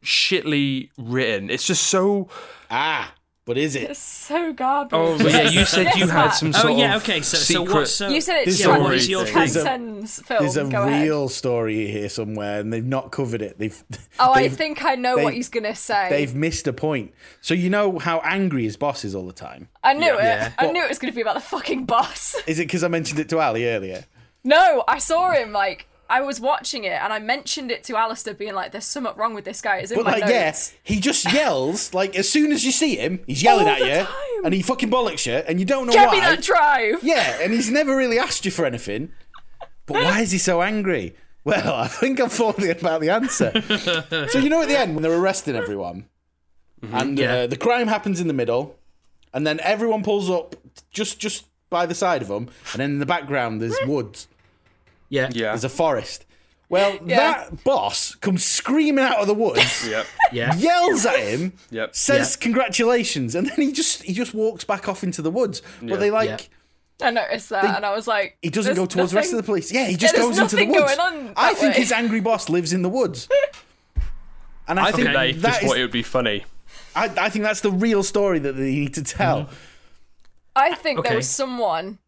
[SPEAKER 6] shitly written. It's just so.
[SPEAKER 7] Ah, but is it?
[SPEAKER 5] It's so garbage.
[SPEAKER 6] Oh yeah, you said you had some sort
[SPEAKER 4] Oh yeah,
[SPEAKER 6] of
[SPEAKER 4] okay. So
[SPEAKER 6] secret.
[SPEAKER 4] so what? So
[SPEAKER 5] You said it's
[SPEAKER 4] yeah, what
[SPEAKER 6] story
[SPEAKER 4] is your
[SPEAKER 6] thing.
[SPEAKER 4] thing?
[SPEAKER 5] ten
[SPEAKER 7] There's a-
[SPEAKER 5] sentence film.
[SPEAKER 7] There's a
[SPEAKER 5] Go ahead.
[SPEAKER 7] real story here somewhere, and they've not covered it. They've
[SPEAKER 5] Oh, I
[SPEAKER 7] they've-
[SPEAKER 5] think I know what
[SPEAKER 7] they've-
[SPEAKER 5] he's gonna say.
[SPEAKER 7] they've missed a point. So you know how angry his boss is all the time.
[SPEAKER 5] I knew it.
[SPEAKER 6] Yeah.
[SPEAKER 5] I knew it was gonna be about the fucking boss.
[SPEAKER 7] Is it because I mentioned it to Ali earlier?
[SPEAKER 5] no, I saw him like I was watching it and I mentioned it to Alistair, being like, "There's something wrong with this guy." Is in
[SPEAKER 7] But
[SPEAKER 5] my
[SPEAKER 7] like,
[SPEAKER 5] notes.
[SPEAKER 7] yeah, he just yells. Like as soon as you see him, he's yelling
[SPEAKER 5] All
[SPEAKER 7] at
[SPEAKER 5] the
[SPEAKER 7] you,
[SPEAKER 5] time.
[SPEAKER 7] and he fucking bollocks you, and you don't know
[SPEAKER 5] Get
[SPEAKER 7] why.
[SPEAKER 5] me that drive.
[SPEAKER 7] Yeah, and he's never really asked you for anything. But why is he so angry? Well, I think I'm falling about the answer. so you know, at the end when they're arresting everyone,
[SPEAKER 5] Mm-hmm.
[SPEAKER 7] and
[SPEAKER 4] Yeah.
[SPEAKER 7] uh, the crime happens in the middle, and then everyone pulls up just just by the side of them, and then in the background there's woods,
[SPEAKER 4] yeah,
[SPEAKER 6] Yeah.
[SPEAKER 7] there's a forest. Well,
[SPEAKER 5] Yeah.
[SPEAKER 7] that boss comes screaming out of the woods,
[SPEAKER 6] Yep.
[SPEAKER 4] yeah.
[SPEAKER 7] yells at him,
[SPEAKER 6] Yep.
[SPEAKER 7] says congratulations, and then he just he just walks back off into the woods. But they like.
[SPEAKER 4] Yeah.
[SPEAKER 5] I noticed that, and I was like,
[SPEAKER 7] He doesn't go towards the rest of the police. Yeah, he just
[SPEAKER 5] there's
[SPEAKER 7] goes into the
[SPEAKER 5] nothing
[SPEAKER 7] woods.
[SPEAKER 5] going on
[SPEAKER 7] I
[SPEAKER 5] that
[SPEAKER 7] think
[SPEAKER 5] way.
[SPEAKER 7] his angry boss lives in the woods. And I,
[SPEAKER 6] I think
[SPEAKER 7] think
[SPEAKER 6] they
[SPEAKER 7] that
[SPEAKER 6] just
[SPEAKER 7] is,
[SPEAKER 6] thought it would be funny.
[SPEAKER 7] I, I think that's the real story that they need to tell.
[SPEAKER 6] Mm-hmm.
[SPEAKER 5] I think
[SPEAKER 4] Okay.
[SPEAKER 5] there was someone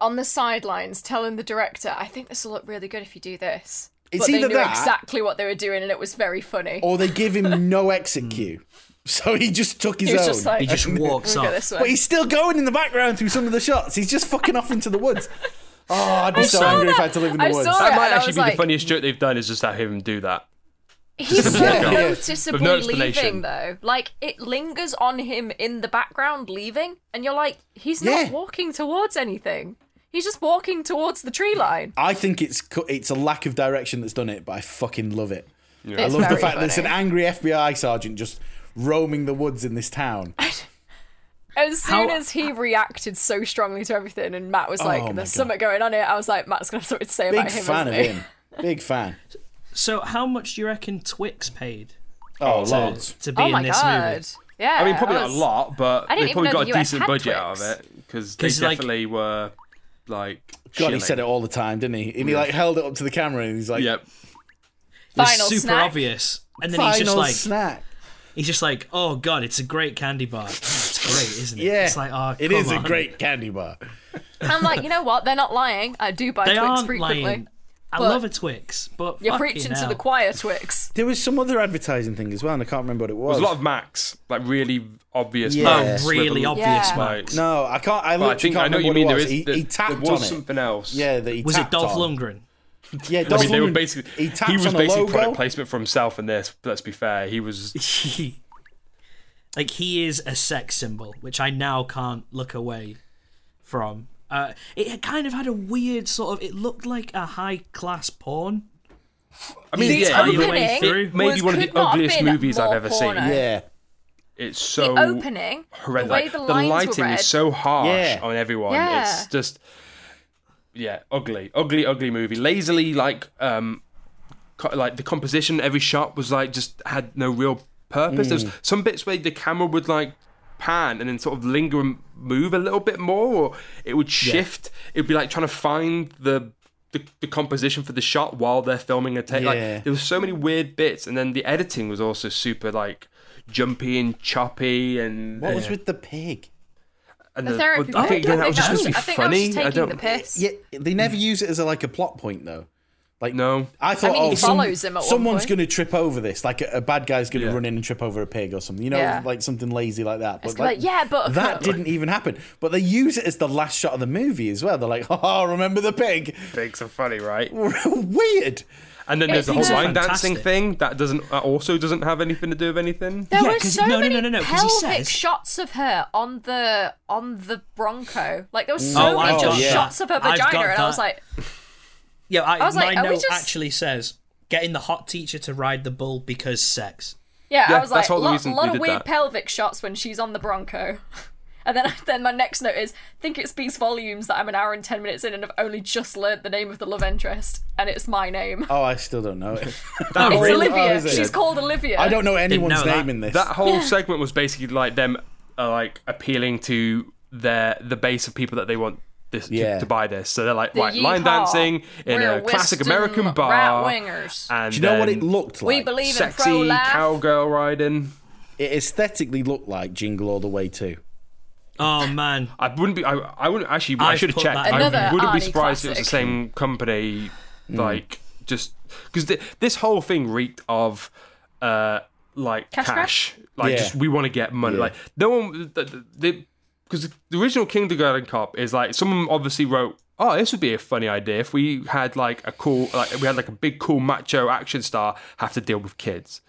[SPEAKER 5] on the sidelines telling the director, "I think this will look really good if you do this."
[SPEAKER 7] It's
[SPEAKER 5] but they
[SPEAKER 7] either
[SPEAKER 5] knew
[SPEAKER 7] that-
[SPEAKER 5] exactly what they were doing, and it was very funny.
[SPEAKER 7] Or they give him no exit cue. So he just took his
[SPEAKER 5] he was
[SPEAKER 7] own.
[SPEAKER 5] just like,
[SPEAKER 4] He just walks
[SPEAKER 5] "Look at
[SPEAKER 4] off.
[SPEAKER 5] this one."
[SPEAKER 7] but he's still going in the background through some of the shots. He's just fucking off into the woods. Oh, I'd be so
[SPEAKER 5] saw
[SPEAKER 7] angry if I
[SPEAKER 5] that.
[SPEAKER 7] had to live in the
[SPEAKER 5] I
[SPEAKER 7] woods.
[SPEAKER 5] saw
[SPEAKER 6] That
[SPEAKER 5] Yeah,
[SPEAKER 6] might
[SPEAKER 5] and I
[SPEAKER 6] actually
[SPEAKER 5] was
[SPEAKER 6] be
[SPEAKER 5] like-
[SPEAKER 6] the funniest joke they've done is just have him do that.
[SPEAKER 5] He's so
[SPEAKER 6] Yeah.
[SPEAKER 5] noticeably
[SPEAKER 6] With no
[SPEAKER 5] leaving,
[SPEAKER 6] explanation.
[SPEAKER 5] though. Like it lingers on him in the background, leaving, and you're like, he's not
[SPEAKER 7] Yeah.
[SPEAKER 5] walking towards anything. He's just walking towards the tree line.
[SPEAKER 7] I think it's cu- it's a lack of direction that's done it, but I fucking love it. I
[SPEAKER 5] It's
[SPEAKER 7] love the
[SPEAKER 5] very
[SPEAKER 7] fact that it's an
[SPEAKER 5] funny.
[SPEAKER 7] angry FBI sergeant just roaming the woods in this town.
[SPEAKER 5] As soon
[SPEAKER 4] How-
[SPEAKER 5] as he reacted so strongly to everything, and Matt was like,
[SPEAKER 7] Oh my
[SPEAKER 5] "There's
[SPEAKER 7] God.
[SPEAKER 5] something going on here," I was like, "Matt's gonna have something to say
[SPEAKER 7] Big
[SPEAKER 5] about him."
[SPEAKER 7] fan of
[SPEAKER 5] isn't he?
[SPEAKER 7] him. Big fan.
[SPEAKER 4] So how much do you reckon Twix paid
[SPEAKER 7] Oh,
[SPEAKER 4] to,
[SPEAKER 7] loads.
[SPEAKER 4] to be
[SPEAKER 5] Oh
[SPEAKER 4] in
[SPEAKER 5] my
[SPEAKER 4] this
[SPEAKER 5] god!
[SPEAKER 4] movie?
[SPEAKER 5] Yeah,
[SPEAKER 6] I mean, probably
[SPEAKER 5] that
[SPEAKER 6] not a
[SPEAKER 5] was-
[SPEAKER 6] lot, but
[SPEAKER 5] I didn't
[SPEAKER 6] they
[SPEAKER 5] even
[SPEAKER 6] probably
[SPEAKER 5] know
[SPEAKER 6] got
[SPEAKER 5] the
[SPEAKER 6] a
[SPEAKER 5] US
[SPEAKER 6] decent
[SPEAKER 5] had
[SPEAKER 6] budget out of
[SPEAKER 5] Twix.
[SPEAKER 6] it because they
[SPEAKER 4] 'Cause, like-
[SPEAKER 6] definitely were like.
[SPEAKER 7] God, he
[SPEAKER 6] shilling.
[SPEAKER 7] said it all the time, didn't he? And he like held it up to the camera and he's like,
[SPEAKER 6] Yep.
[SPEAKER 4] It was
[SPEAKER 5] Final
[SPEAKER 4] super
[SPEAKER 5] snack.
[SPEAKER 4] obvious, and then
[SPEAKER 7] final
[SPEAKER 4] he's just like,
[SPEAKER 7] snack.
[SPEAKER 4] he's just like, oh god, it's a great candy bar. It's great, isn't it?
[SPEAKER 7] Yeah.
[SPEAKER 4] It's like, oh,
[SPEAKER 7] it
[SPEAKER 4] come
[SPEAKER 7] is
[SPEAKER 4] on.
[SPEAKER 7] a great candy bar.
[SPEAKER 5] I'm like, you know what? They're not lying. I do buy
[SPEAKER 4] They
[SPEAKER 5] Twix
[SPEAKER 4] aren't
[SPEAKER 5] frequently.
[SPEAKER 4] lying. I
[SPEAKER 5] But-
[SPEAKER 4] love a Twix, but
[SPEAKER 5] You're
[SPEAKER 4] fucking
[SPEAKER 5] preaching
[SPEAKER 4] hell.
[SPEAKER 5] to the choir, Twix.
[SPEAKER 7] There was some other advertising thing as well, and I can't remember what it was.
[SPEAKER 6] There's a lot of Max, like really obvious.
[SPEAKER 7] Yeah.
[SPEAKER 4] Oh,
[SPEAKER 6] Macs with a
[SPEAKER 4] really
[SPEAKER 6] l-
[SPEAKER 4] obvious
[SPEAKER 5] Yeah.
[SPEAKER 4] Max.
[SPEAKER 6] like-
[SPEAKER 7] no, I can't. I,
[SPEAKER 6] But
[SPEAKER 7] literally
[SPEAKER 6] I think
[SPEAKER 7] can't
[SPEAKER 6] I know what
[SPEAKER 7] remember
[SPEAKER 6] you mean.
[SPEAKER 7] what it
[SPEAKER 6] There
[SPEAKER 7] was.
[SPEAKER 6] is
[SPEAKER 7] he,
[SPEAKER 6] there-
[SPEAKER 7] he tapped
[SPEAKER 6] there was
[SPEAKER 7] on it.
[SPEAKER 6] something else.
[SPEAKER 7] Yeah, that he
[SPEAKER 4] Was it
[SPEAKER 7] tapped
[SPEAKER 4] Dolph
[SPEAKER 7] on.
[SPEAKER 4] Lundgren?
[SPEAKER 7] Yeah, Dolph
[SPEAKER 6] I mean, they were
[SPEAKER 7] Lundgren.
[SPEAKER 6] basically
[SPEAKER 7] he tapped
[SPEAKER 6] he was
[SPEAKER 7] on a
[SPEAKER 6] basically
[SPEAKER 7] logo.
[SPEAKER 6] product placement for himself in this. Let's be fair, he was
[SPEAKER 4] like he is a sex symbol, which I now can't look away from. Uh, it had kind of had a weird sort of. It looked like a high class porn.
[SPEAKER 6] I mean, yeah,
[SPEAKER 4] opening-
[SPEAKER 6] it-
[SPEAKER 4] way through.
[SPEAKER 6] Maybe
[SPEAKER 5] was-
[SPEAKER 6] one of the
[SPEAKER 5] could not have
[SPEAKER 6] ugliest
[SPEAKER 5] been
[SPEAKER 6] movies I've
[SPEAKER 5] more
[SPEAKER 6] ever seen.
[SPEAKER 5] porno.
[SPEAKER 7] Yeah,
[SPEAKER 6] it's so
[SPEAKER 5] the opening,
[SPEAKER 6] horrendous.
[SPEAKER 5] the way
[SPEAKER 6] Like,
[SPEAKER 5] the,
[SPEAKER 6] the,
[SPEAKER 5] lines
[SPEAKER 6] lighting
[SPEAKER 5] were red.
[SPEAKER 6] is so harsh
[SPEAKER 7] Yeah.
[SPEAKER 6] on everyone.
[SPEAKER 5] Yeah.
[SPEAKER 6] It's just yeah, ugly, ugly, ugly movie. Lazily, like um, co- like the composition, every shot was like just had no real purpose. There
[SPEAKER 7] Mm.
[SPEAKER 6] was some bits where the camera would like pan and then sort of linger and move a little bit more, or it would shift. It'd be like trying to find the. The, the composition for the shot while they're filming a take
[SPEAKER 7] Yeah.
[SPEAKER 6] like there was so many weird bits and then the editing was also super like jumpy and choppy and
[SPEAKER 7] what was with the pig?
[SPEAKER 6] and
[SPEAKER 5] The therapy.
[SPEAKER 6] but I think
[SPEAKER 5] bit.
[SPEAKER 6] again, that was just
[SPEAKER 5] was-
[SPEAKER 6] supposed to be
[SPEAKER 5] "Oh, I think that was
[SPEAKER 6] funny.
[SPEAKER 5] just
[SPEAKER 6] I
[SPEAKER 5] taking
[SPEAKER 6] don't
[SPEAKER 5] the piss.
[SPEAKER 7] Yeah, they never use it as a, like a plot point though. Like
[SPEAKER 6] No.
[SPEAKER 7] I thought
[SPEAKER 5] mean, he
[SPEAKER 7] oh, some-
[SPEAKER 5] follows him at one
[SPEAKER 7] someone's
[SPEAKER 5] point.
[SPEAKER 7] going to trip over this, like a, a bad guy's going to
[SPEAKER 6] Yeah.
[SPEAKER 7] run in and trip over a pig or something, you know,
[SPEAKER 5] Yeah.
[SPEAKER 7] like something lazy like that. But
[SPEAKER 5] It's like, yeah, Buttercup.
[SPEAKER 7] that didn't even happen. But they use it as the last shot of the movie as well. They're like, oh, remember the pig?
[SPEAKER 6] pigs are funny, right?
[SPEAKER 7] Weird.
[SPEAKER 6] And then there's the
[SPEAKER 5] It's
[SPEAKER 6] whole line
[SPEAKER 4] fantastic.
[SPEAKER 6] dancing thing that doesn't that also doesn't have anything to do with anything.
[SPEAKER 5] There
[SPEAKER 4] Yeah,
[SPEAKER 5] were
[SPEAKER 4] 'cause-
[SPEAKER 5] so
[SPEAKER 4] no, no,
[SPEAKER 5] many
[SPEAKER 4] no, no, no, 'cause he
[SPEAKER 5] pelvic
[SPEAKER 4] says-
[SPEAKER 5] shots of her on the on the Bronco. Like there were
[SPEAKER 6] Mm.
[SPEAKER 5] so
[SPEAKER 4] Oh,
[SPEAKER 5] many
[SPEAKER 4] I've
[SPEAKER 5] just
[SPEAKER 4] got that.
[SPEAKER 5] shots of her
[SPEAKER 4] I've got
[SPEAKER 5] vagina, and I was
[SPEAKER 4] that.
[SPEAKER 5] like,
[SPEAKER 4] Yeah, I,
[SPEAKER 5] was
[SPEAKER 4] my
[SPEAKER 5] like, are we
[SPEAKER 4] note
[SPEAKER 5] just-
[SPEAKER 4] actually says getting the hot teacher to ride the bull because sex.
[SPEAKER 5] yeah,
[SPEAKER 6] Yeah,
[SPEAKER 5] I was like,
[SPEAKER 6] that's
[SPEAKER 5] a
[SPEAKER 6] all the
[SPEAKER 5] lot,
[SPEAKER 6] reason
[SPEAKER 5] lot
[SPEAKER 6] we
[SPEAKER 5] of
[SPEAKER 6] did
[SPEAKER 5] weird
[SPEAKER 6] that.
[SPEAKER 5] pelvic shots when she's on the Bronco. And then, then my next note is: think it speaks volumes that I'm an hour and ten minutes in and have only just learnt the name of the love interest, and it's my name.
[SPEAKER 7] Oh, I still don't know it.
[SPEAKER 6] That
[SPEAKER 5] it's
[SPEAKER 6] really-
[SPEAKER 5] Olivia.
[SPEAKER 7] Oh, is it?
[SPEAKER 5] She's called Olivia.
[SPEAKER 7] I don't know anyone's
[SPEAKER 4] know that.
[SPEAKER 7] name in this.
[SPEAKER 6] That whole segment was basically like them uh, like appealing to their the base of people that they want this to-
[SPEAKER 7] Yeah.
[SPEAKER 6] to, buy this. So they're like right,
[SPEAKER 5] The
[SPEAKER 6] line
[SPEAKER 5] yeehaw.
[SPEAKER 6] dancing in
[SPEAKER 5] We're
[SPEAKER 6] a classic
[SPEAKER 5] Western
[SPEAKER 6] American bar.
[SPEAKER 5] Rat wingers.
[SPEAKER 6] And
[SPEAKER 7] Do you know what
[SPEAKER 6] then
[SPEAKER 7] it looked like?
[SPEAKER 5] we believe in pro
[SPEAKER 6] Sexy
[SPEAKER 5] life.
[SPEAKER 6] cowgirl riding.
[SPEAKER 7] it aesthetically looked like Jingle All the Way too.
[SPEAKER 4] Oh man,
[SPEAKER 6] I wouldn't be. I, I wouldn't actually. I
[SPEAKER 4] I've
[SPEAKER 6] should have
[SPEAKER 4] put
[SPEAKER 6] checked.
[SPEAKER 4] that-
[SPEAKER 5] Another
[SPEAKER 6] I wouldn't be
[SPEAKER 5] Arnie
[SPEAKER 6] surprised if it was the
[SPEAKER 5] classic.
[SPEAKER 6] same company.
[SPEAKER 4] Hmm.
[SPEAKER 6] Like just because this whole thing reeked of uh like
[SPEAKER 5] Cash
[SPEAKER 6] cash.
[SPEAKER 5] grab?
[SPEAKER 6] Like
[SPEAKER 7] Yeah.
[SPEAKER 6] just we want to get money. Like no one. Because the original Kindergarten Cop is like someone obviously wrote. Oh, this would be a funny idea if we had like a cool, like we had like a big cool macho action star have to deal with kids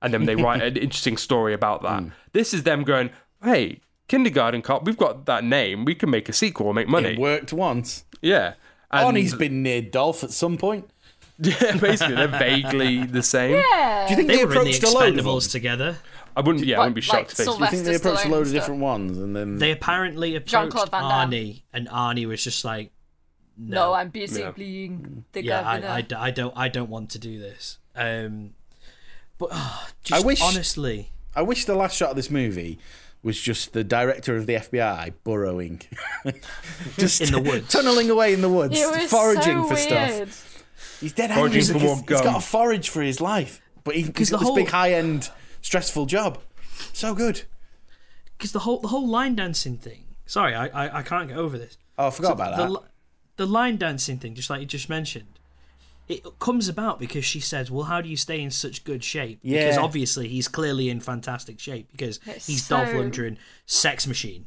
[SPEAKER 6] and then they write an interesting story about that. This is them going, hey, Kindergarten Cop, we've got that name. We can make a sequel and make
[SPEAKER 7] It
[SPEAKER 6] money.
[SPEAKER 7] worked once.
[SPEAKER 6] yeah. And
[SPEAKER 7] Arnie's been near Dolph at some point.
[SPEAKER 6] yeah, basically, they're vaguely the same.
[SPEAKER 5] Yeah.
[SPEAKER 7] Do you think
[SPEAKER 4] they
[SPEAKER 7] they,
[SPEAKER 4] were in the
[SPEAKER 7] approached a load of them?
[SPEAKER 4] Expendables together.
[SPEAKER 6] I wouldn't. Yeah, I wouldn't be
[SPEAKER 5] Like
[SPEAKER 6] shocked. if they-
[SPEAKER 5] Sylvester
[SPEAKER 7] Do you think they approached a
[SPEAKER 5] Stallone
[SPEAKER 7] load of
[SPEAKER 5] stuff.
[SPEAKER 7] different ones and then
[SPEAKER 4] They apparently approached
[SPEAKER 5] Jean-Claude Van Damme.
[SPEAKER 4] Arnie, and Arnie was just like,
[SPEAKER 5] No, I'm busy
[SPEAKER 6] Yeah.
[SPEAKER 5] being the
[SPEAKER 4] "Yeah,
[SPEAKER 5] governor.
[SPEAKER 4] I, I, I don't, I don't want to do this." Um, but ah,
[SPEAKER 7] I
[SPEAKER 4] just
[SPEAKER 7] wish-
[SPEAKER 4] honestly,
[SPEAKER 7] I wish the last shot of this movie was just the director of the FBI burrowing, just
[SPEAKER 4] In the woods.
[SPEAKER 7] tunneling away in the woods,
[SPEAKER 5] it was so
[SPEAKER 7] foraging for
[SPEAKER 5] weird.
[SPEAKER 7] stuff. He's dead
[SPEAKER 6] Foraging
[SPEAKER 7] hungry.
[SPEAKER 6] for
[SPEAKER 7] He's,
[SPEAKER 6] more
[SPEAKER 7] he's got
[SPEAKER 6] gum.
[SPEAKER 7] to forage for his life, but he,
[SPEAKER 4] the
[SPEAKER 7] he's got this
[SPEAKER 4] whole-
[SPEAKER 7] big high-end, stressful job. So good.
[SPEAKER 4] because the whole, the whole line dancing thing. Sorry, I, I, I can't get over this.
[SPEAKER 7] Oh, I forgot about
[SPEAKER 4] the,
[SPEAKER 7] that.
[SPEAKER 4] li- the line dancing thing, just like you just mentioned, it comes about because she says, "Well, how do you stay in such good shape?" Because
[SPEAKER 7] Yeah.
[SPEAKER 4] obviously he's clearly in fantastic shape because
[SPEAKER 5] It's
[SPEAKER 4] he's
[SPEAKER 5] so-
[SPEAKER 4] Dolph Lundgren, sex machine.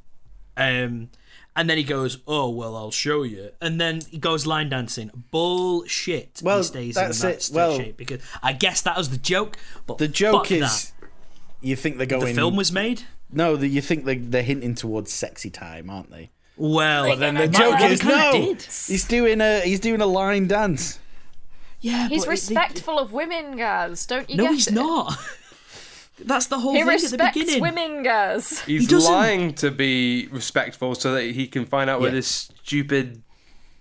[SPEAKER 4] Um, and then he goes, "Oh well, I'll show you." And then he goes line dancing. Bullshit. he
[SPEAKER 7] Well,
[SPEAKER 4] stays
[SPEAKER 7] that's
[SPEAKER 4] in that
[SPEAKER 7] it.
[SPEAKER 4] state
[SPEAKER 7] Well-
[SPEAKER 4] shape because I guess that was the joke. But
[SPEAKER 7] the joke
[SPEAKER 4] fuck
[SPEAKER 7] is, you think they're
[SPEAKER 4] that.
[SPEAKER 7] going
[SPEAKER 4] the film was made.
[SPEAKER 7] no, the, you think they, they're hinting towards sexy time, aren't they?
[SPEAKER 4] Well,
[SPEAKER 5] then the
[SPEAKER 7] The joke
[SPEAKER 5] Well, they
[SPEAKER 7] is
[SPEAKER 4] kinda
[SPEAKER 7] no.
[SPEAKER 4] did.
[SPEAKER 7] He's doing a he's doing a line dance.
[SPEAKER 4] yeah,
[SPEAKER 5] He's
[SPEAKER 4] but it- they-
[SPEAKER 5] respectful of women, guys. Don't you
[SPEAKER 4] No,
[SPEAKER 5] get
[SPEAKER 4] he's
[SPEAKER 5] it?
[SPEAKER 4] not. That's the whole
[SPEAKER 5] He
[SPEAKER 4] thing at the
[SPEAKER 5] respects
[SPEAKER 4] beginning.
[SPEAKER 5] women, guys.
[SPEAKER 6] He's
[SPEAKER 4] doesn't-
[SPEAKER 6] lying to be respectful so that he can find out where
[SPEAKER 7] Yeah.
[SPEAKER 6] this stupid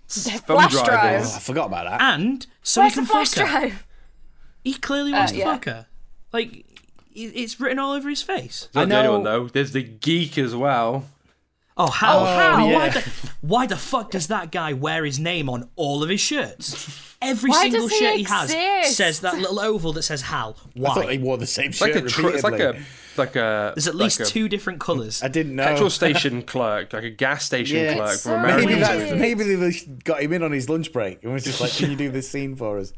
[SPEAKER 6] s- thumb
[SPEAKER 5] flash
[SPEAKER 6] drive
[SPEAKER 5] drive.
[SPEAKER 6] is.
[SPEAKER 7] Oh, I forgot about that.
[SPEAKER 4] And so
[SPEAKER 5] Where's
[SPEAKER 4] he
[SPEAKER 5] the
[SPEAKER 4] can
[SPEAKER 5] flash
[SPEAKER 4] fuck her.
[SPEAKER 5] drive?
[SPEAKER 4] He clearly wants
[SPEAKER 5] Uh,
[SPEAKER 4] to
[SPEAKER 5] yeah.
[SPEAKER 4] fuck her. Like i- it's written all over his face.
[SPEAKER 6] It's not
[SPEAKER 7] I
[SPEAKER 6] the only
[SPEAKER 7] know-
[SPEAKER 6] one though. There's the geek as well.
[SPEAKER 4] Oh how?
[SPEAKER 5] how?
[SPEAKER 4] Why
[SPEAKER 7] yeah.
[SPEAKER 4] the why the fuck does that guy wear his name on all of his shirts? Every
[SPEAKER 5] Why
[SPEAKER 4] single
[SPEAKER 5] does he
[SPEAKER 4] shirt he has
[SPEAKER 5] exist?
[SPEAKER 4] says that little oval that says Hal.
[SPEAKER 7] I thought
[SPEAKER 4] Why?
[SPEAKER 7] he wore the same
[SPEAKER 6] Like
[SPEAKER 7] shirt
[SPEAKER 6] a tr- it's like a
[SPEAKER 7] repeatedly.
[SPEAKER 6] like a.
[SPEAKER 4] There's at least
[SPEAKER 6] like a
[SPEAKER 4] two different colours.
[SPEAKER 7] I didn't know.
[SPEAKER 6] Petrol station clerk, like a gas station
[SPEAKER 7] Yeah.
[SPEAKER 6] clerk
[SPEAKER 5] It's
[SPEAKER 6] from
[SPEAKER 5] so
[SPEAKER 6] American.
[SPEAKER 7] Maybe
[SPEAKER 5] Very
[SPEAKER 7] that.
[SPEAKER 5] weird.
[SPEAKER 7] Maybe they just got him in on his lunch break and was just like, "Can you do this scene for us?"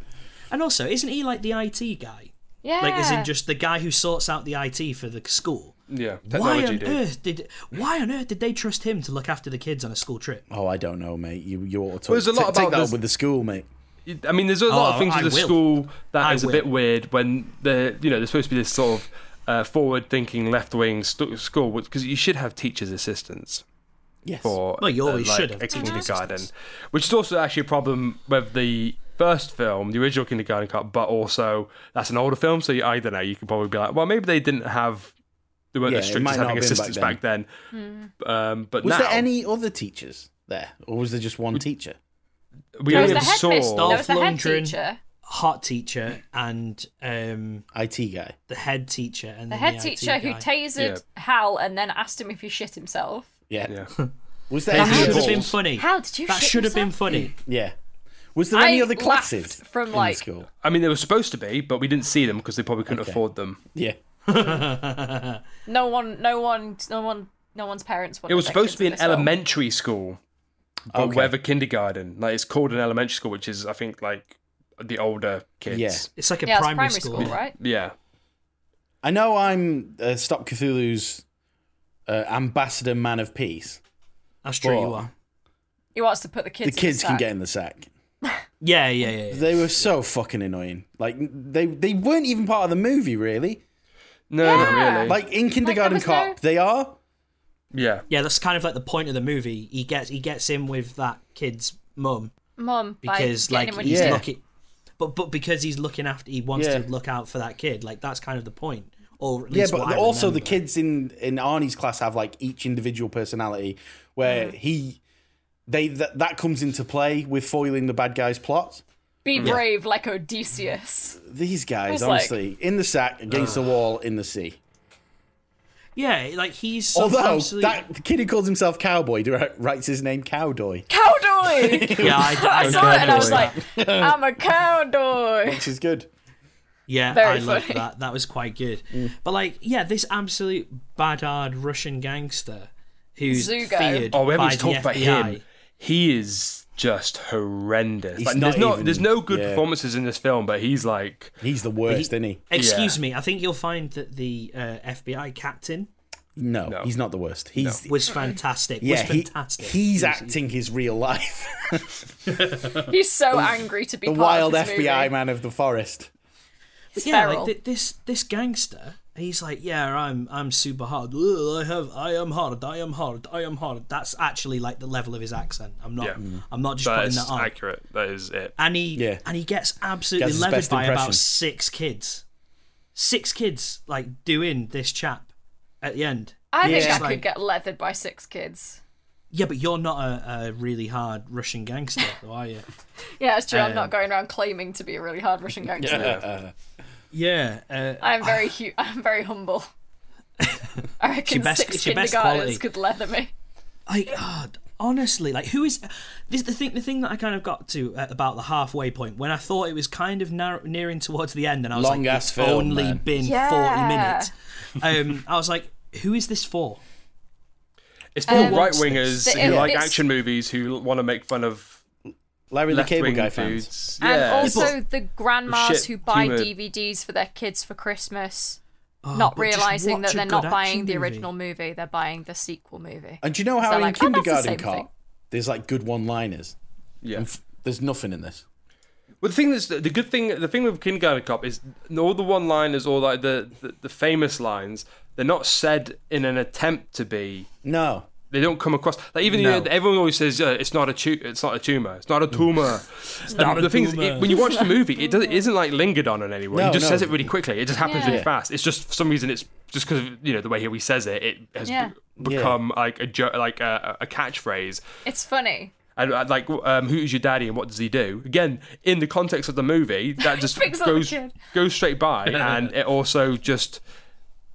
[SPEAKER 4] And also, isn't he like the IT guy?
[SPEAKER 5] Yeah.
[SPEAKER 4] Like is in just the guy who sorts out the IT for the school?
[SPEAKER 6] Yeah,
[SPEAKER 4] Why
[SPEAKER 6] technology
[SPEAKER 4] on
[SPEAKER 6] dude.
[SPEAKER 4] earth did why on earth did they trust him to look after the kids on a school trip?
[SPEAKER 7] Oh, I don't know, mate. You you ought to
[SPEAKER 6] Well, there's a lot
[SPEAKER 7] take, take
[SPEAKER 6] about
[SPEAKER 7] that up
[SPEAKER 6] this-
[SPEAKER 7] with the school, mate.
[SPEAKER 6] I mean, there's a lot
[SPEAKER 4] Oh,
[SPEAKER 6] of things
[SPEAKER 4] I
[SPEAKER 6] with the
[SPEAKER 4] will.
[SPEAKER 6] school that is
[SPEAKER 4] I
[SPEAKER 6] a bit
[SPEAKER 4] will.
[SPEAKER 6] weird when the you know there's supposed to be this sort of uh, forward-thinking left-wing st- school because you should have teachers' assistants
[SPEAKER 7] Yes.
[SPEAKER 6] for
[SPEAKER 4] Well, you
[SPEAKER 6] uh,
[SPEAKER 4] always
[SPEAKER 6] like,
[SPEAKER 4] should have
[SPEAKER 6] a
[SPEAKER 4] teachers'
[SPEAKER 6] kindergarten,
[SPEAKER 4] assistants.
[SPEAKER 6] which is also actually a problem with the first film, the original Kindergarten Cop, but also that's an older film, so you, I don't know. You could probably be like, well, maybe they didn't have they weren't
[SPEAKER 7] Yeah,
[SPEAKER 6] as
[SPEAKER 7] it
[SPEAKER 6] strict
[SPEAKER 7] might
[SPEAKER 6] as
[SPEAKER 7] not
[SPEAKER 6] having
[SPEAKER 7] have been back
[SPEAKER 6] assistants back then.
[SPEAKER 5] Hmm.
[SPEAKER 6] Um, but
[SPEAKER 7] was
[SPEAKER 6] now
[SPEAKER 7] there any other teachers there, or was there just one teacher?
[SPEAKER 6] we
[SPEAKER 5] There was
[SPEAKER 6] only ever
[SPEAKER 5] the headmistress.
[SPEAKER 6] saw
[SPEAKER 5] There was the head
[SPEAKER 4] Lundgren.
[SPEAKER 5] teacher.
[SPEAKER 4] Hot teacher and um,
[SPEAKER 7] IT guy.
[SPEAKER 4] the head teacher and
[SPEAKER 5] The
[SPEAKER 4] then
[SPEAKER 5] head
[SPEAKER 4] IT
[SPEAKER 5] teacher who
[SPEAKER 4] guy.
[SPEAKER 5] tasered Hal and then asked him if he shit himself.
[SPEAKER 7] Yeah.
[SPEAKER 6] Yeah.
[SPEAKER 7] Was there
[SPEAKER 4] That
[SPEAKER 7] any
[SPEAKER 4] should have
[SPEAKER 7] other?
[SPEAKER 4] been funny.
[SPEAKER 5] How did you
[SPEAKER 4] That
[SPEAKER 5] shit
[SPEAKER 4] should have been
[SPEAKER 5] yourself?
[SPEAKER 4] funny.
[SPEAKER 7] Yeah. Was there
[SPEAKER 5] I
[SPEAKER 7] any other
[SPEAKER 5] laughed
[SPEAKER 7] classes
[SPEAKER 5] from,
[SPEAKER 7] in
[SPEAKER 5] like-
[SPEAKER 7] the school?
[SPEAKER 6] I mean, they were supposed to be, but we didn't see them because they probably couldn't afford them.
[SPEAKER 7] Yeah.
[SPEAKER 5] No one, no one, no one, no one's parents. wanted
[SPEAKER 6] It was
[SPEAKER 5] their
[SPEAKER 6] supposed
[SPEAKER 5] kids
[SPEAKER 6] to be an
[SPEAKER 5] in this film.
[SPEAKER 6] elementary school, but
[SPEAKER 7] Okay.
[SPEAKER 6] whether kindergarten, like it's called an elementary school, which is I think like the older kids.
[SPEAKER 4] It's like a
[SPEAKER 5] Yeah, it's
[SPEAKER 4] primary,
[SPEAKER 5] primary
[SPEAKER 4] school.
[SPEAKER 5] school, right?
[SPEAKER 6] Yeah.
[SPEAKER 7] I know I'm uh, Stop Cthulhu's uh, ambassador, man of peace.
[SPEAKER 4] That's true. You
[SPEAKER 7] But
[SPEAKER 4] are.
[SPEAKER 5] He wants to put the kids.
[SPEAKER 7] the kids
[SPEAKER 5] in
[SPEAKER 7] can get in the sack.
[SPEAKER 4] Yeah, yeah, yeah. yeah.
[SPEAKER 7] They were so fucking annoying. Like they they weren't even part of the movie really.
[SPEAKER 6] No,
[SPEAKER 5] Yeah.
[SPEAKER 6] not really.
[SPEAKER 7] Like in Kindergarten
[SPEAKER 5] was
[SPEAKER 7] Cop,
[SPEAKER 5] no-
[SPEAKER 7] they are.
[SPEAKER 6] yeah,
[SPEAKER 4] Yeah, that's kind of like the point of the movie. He gets he gets in with that kid's mum
[SPEAKER 5] Mum,
[SPEAKER 4] because
[SPEAKER 5] like,
[SPEAKER 4] like,
[SPEAKER 5] getting him when
[SPEAKER 4] he's
[SPEAKER 5] he's
[SPEAKER 7] Yeah.
[SPEAKER 5] yeah.
[SPEAKER 4] looking, but but because he's looking after, he wants
[SPEAKER 7] Yeah.
[SPEAKER 4] to look out for that kid. Like that's kind of the point. Or at
[SPEAKER 7] Yeah,
[SPEAKER 4] least
[SPEAKER 7] but
[SPEAKER 4] what I
[SPEAKER 7] also the
[SPEAKER 4] remember.
[SPEAKER 7] kids in in Arnie's class have like each individual personality where
[SPEAKER 5] Mm.
[SPEAKER 7] he they that that comes into play with foiling the bad guy's plot.
[SPEAKER 5] Be brave like Odysseus.
[SPEAKER 7] These guys,
[SPEAKER 5] It's like-
[SPEAKER 7] honestly, in the sack, against the wall, in the sea.
[SPEAKER 4] Yeah, like he's so
[SPEAKER 7] Although
[SPEAKER 4] absolute-
[SPEAKER 7] that the kid who calls himself Cowboy direct- writes his name Cowdoy,
[SPEAKER 5] Cowdoy!
[SPEAKER 4] yeah, I,
[SPEAKER 5] I
[SPEAKER 4] I
[SPEAKER 5] saw it and I was
[SPEAKER 6] Cowdoy.
[SPEAKER 5] like, I'm a cowdoy.
[SPEAKER 7] which is good.
[SPEAKER 4] Yeah, I
[SPEAKER 5] Very
[SPEAKER 4] loved
[SPEAKER 5] funny.
[SPEAKER 4] that. That was quite good.
[SPEAKER 7] Mm.
[SPEAKER 4] But like, yeah, this absolute badard Russian gangster who's
[SPEAKER 5] Zugo.
[SPEAKER 4] feared
[SPEAKER 6] Oh, we
[SPEAKER 4] by
[SPEAKER 6] haven't
[SPEAKER 4] the
[SPEAKER 6] talked about
[SPEAKER 4] FBI.
[SPEAKER 6] him. He is just horrendous. Like,
[SPEAKER 7] not
[SPEAKER 6] there's no
[SPEAKER 7] even-
[SPEAKER 6] there's no good
[SPEAKER 7] yeah.
[SPEAKER 6] performances in this film, but he's like
[SPEAKER 7] He's the worst, isn't he?
[SPEAKER 4] Excuse
[SPEAKER 6] Yeah.
[SPEAKER 4] me, I think you'll find that the uh, FBI captain
[SPEAKER 7] No, he's not the worst. He's
[SPEAKER 4] was fantastic.
[SPEAKER 7] yeah,
[SPEAKER 4] was
[SPEAKER 7] he-
[SPEAKER 4] fantastic.
[SPEAKER 7] he's acting his real life.
[SPEAKER 5] He's so angry to be
[SPEAKER 7] the
[SPEAKER 5] part
[SPEAKER 7] wild
[SPEAKER 5] of this
[SPEAKER 7] FBI
[SPEAKER 5] movie.
[SPEAKER 7] man of the forest.
[SPEAKER 5] He's
[SPEAKER 4] yeah, like
[SPEAKER 5] feral.
[SPEAKER 4] th- this this gangster. He's like, yeah, I'm I'm super hard. Ugh, I have, I am hard. I am hard. I am hard. That's actually like the level of his accent. I'm not,
[SPEAKER 6] Yeah. Mm.
[SPEAKER 4] I'm not just
[SPEAKER 6] that
[SPEAKER 4] putting
[SPEAKER 6] is
[SPEAKER 4] that on.
[SPEAKER 6] accurate. That is it.
[SPEAKER 4] and he
[SPEAKER 7] Yeah.
[SPEAKER 4] and he gets absolutely
[SPEAKER 7] Gets his
[SPEAKER 4] levered
[SPEAKER 7] best
[SPEAKER 4] by
[SPEAKER 7] impression.
[SPEAKER 4] about six kids, six kids like doing this chap at the end.
[SPEAKER 5] I think
[SPEAKER 7] Yeah.
[SPEAKER 5] I could
[SPEAKER 4] Like-
[SPEAKER 5] get leathered by six kids.
[SPEAKER 4] Yeah, but you're not a, a really hard Russian gangster, though, are you?
[SPEAKER 5] Yeah, it's true. I'm
[SPEAKER 4] Um,
[SPEAKER 5] not going around claiming to be a really hard Russian
[SPEAKER 7] Uh,
[SPEAKER 5] gangster.
[SPEAKER 4] Yeah, uh,
[SPEAKER 5] I'm very hu- I'm very humble. I reckon
[SPEAKER 4] best-
[SPEAKER 5] six
[SPEAKER 4] it's your best quality.
[SPEAKER 5] kindergartens could leather me.
[SPEAKER 4] like ah, honestly, like who is this? The thing, the thing that I kind of got to at about the halfway point when I thought it was kind of narrow, nearing towards the end, and I was
[SPEAKER 7] Long
[SPEAKER 4] like,
[SPEAKER 7] ass
[SPEAKER 4] it's
[SPEAKER 7] film,
[SPEAKER 4] only
[SPEAKER 7] man."
[SPEAKER 4] been
[SPEAKER 5] Yeah.
[SPEAKER 4] forty minutes. Um, I was like, who is this for?
[SPEAKER 6] It's for
[SPEAKER 5] Um,
[SPEAKER 6] right wingers
[SPEAKER 5] the-
[SPEAKER 6] who like
[SPEAKER 5] it's-
[SPEAKER 6] action movies who want to make fun of
[SPEAKER 7] Larry the
[SPEAKER 6] left
[SPEAKER 7] Cable
[SPEAKER 6] wing
[SPEAKER 7] Guy fans.
[SPEAKER 6] dudes.
[SPEAKER 5] And
[SPEAKER 6] Yeah.
[SPEAKER 5] also the grandmas
[SPEAKER 6] Shit,
[SPEAKER 5] who buy
[SPEAKER 6] humour.
[SPEAKER 5] DVDs for their kids for Christmas,
[SPEAKER 4] Oh,
[SPEAKER 5] not
[SPEAKER 4] but just
[SPEAKER 5] realizing that
[SPEAKER 4] watch a
[SPEAKER 5] they're
[SPEAKER 4] good
[SPEAKER 5] not buying
[SPEAKER 4] action
[SPEAKER 5] the
[SPEAKER 4] movie.
[SPEAKER 5] original movie; they're buying the sequel movie.
[SPEAKER 7] And do you know
[SPEAKER 5] So
[SPEAKER 7] how
[SPEAKER 5] like,
[SPEAKER 7] in
[SPEAKER 5] oh, that's the
[SPEAKER 7] Kindergarten
[SPEAKER 5] same
[SPEAKER 7] Cop
[SPEAKER 5] thing.
[SPEAKER 7] there's like good one-liners?
[SPEAKER 6] yeah.
[SPEAKER 7] And f- there's nothing in this.
[SPEAKER 6] Well, the thing that's the good thing, the thing with Kindergarten Cop is all the one-liners, all like the, the the famous lines, they're not said in an attempt to be.
[SPEAKER 7] No.
[SPEAKER 6] They don't come across. Like even
[SPEAKER 4] No.
[SPEAKER 6] you know, everyone always says, uh, "It's not a tu- it's not a tumor, it's not a tumor." it's
[SPEAKER 4] not a
[SPEAKER 6] the thing is,
[SPEAKER 4] tumor.
[SPEAKER 6] it, when you watch the movie, it doesn't it isn't like lingered on in any way.
[SPEAKER 7] No,
[SPEAKER 6] he just
[SPEAKER 7] no.
[SPEAKER 6] says it really quickly. It just happens really
[SPEAKER 7] Yeah.
[SPEAKER 6] fast. It's just for some reason, it's just because of you know the way he says it, it has
[SPEAKER 5] Yeah.
[SPEAKER 6] be- become like a jo- like a, a catchphrase.
[SPEAKER 5] It's funny.
[SPEAKER 6] And uh, like, um, who's your daddy and what does he do? Again, in the context of the movie, that just
[SPEAKER 5] Picks up the
[SPEAKER 6] goes
[SPEAKER 5] kid.
[SPEAKER 6] goes straight by, and it also just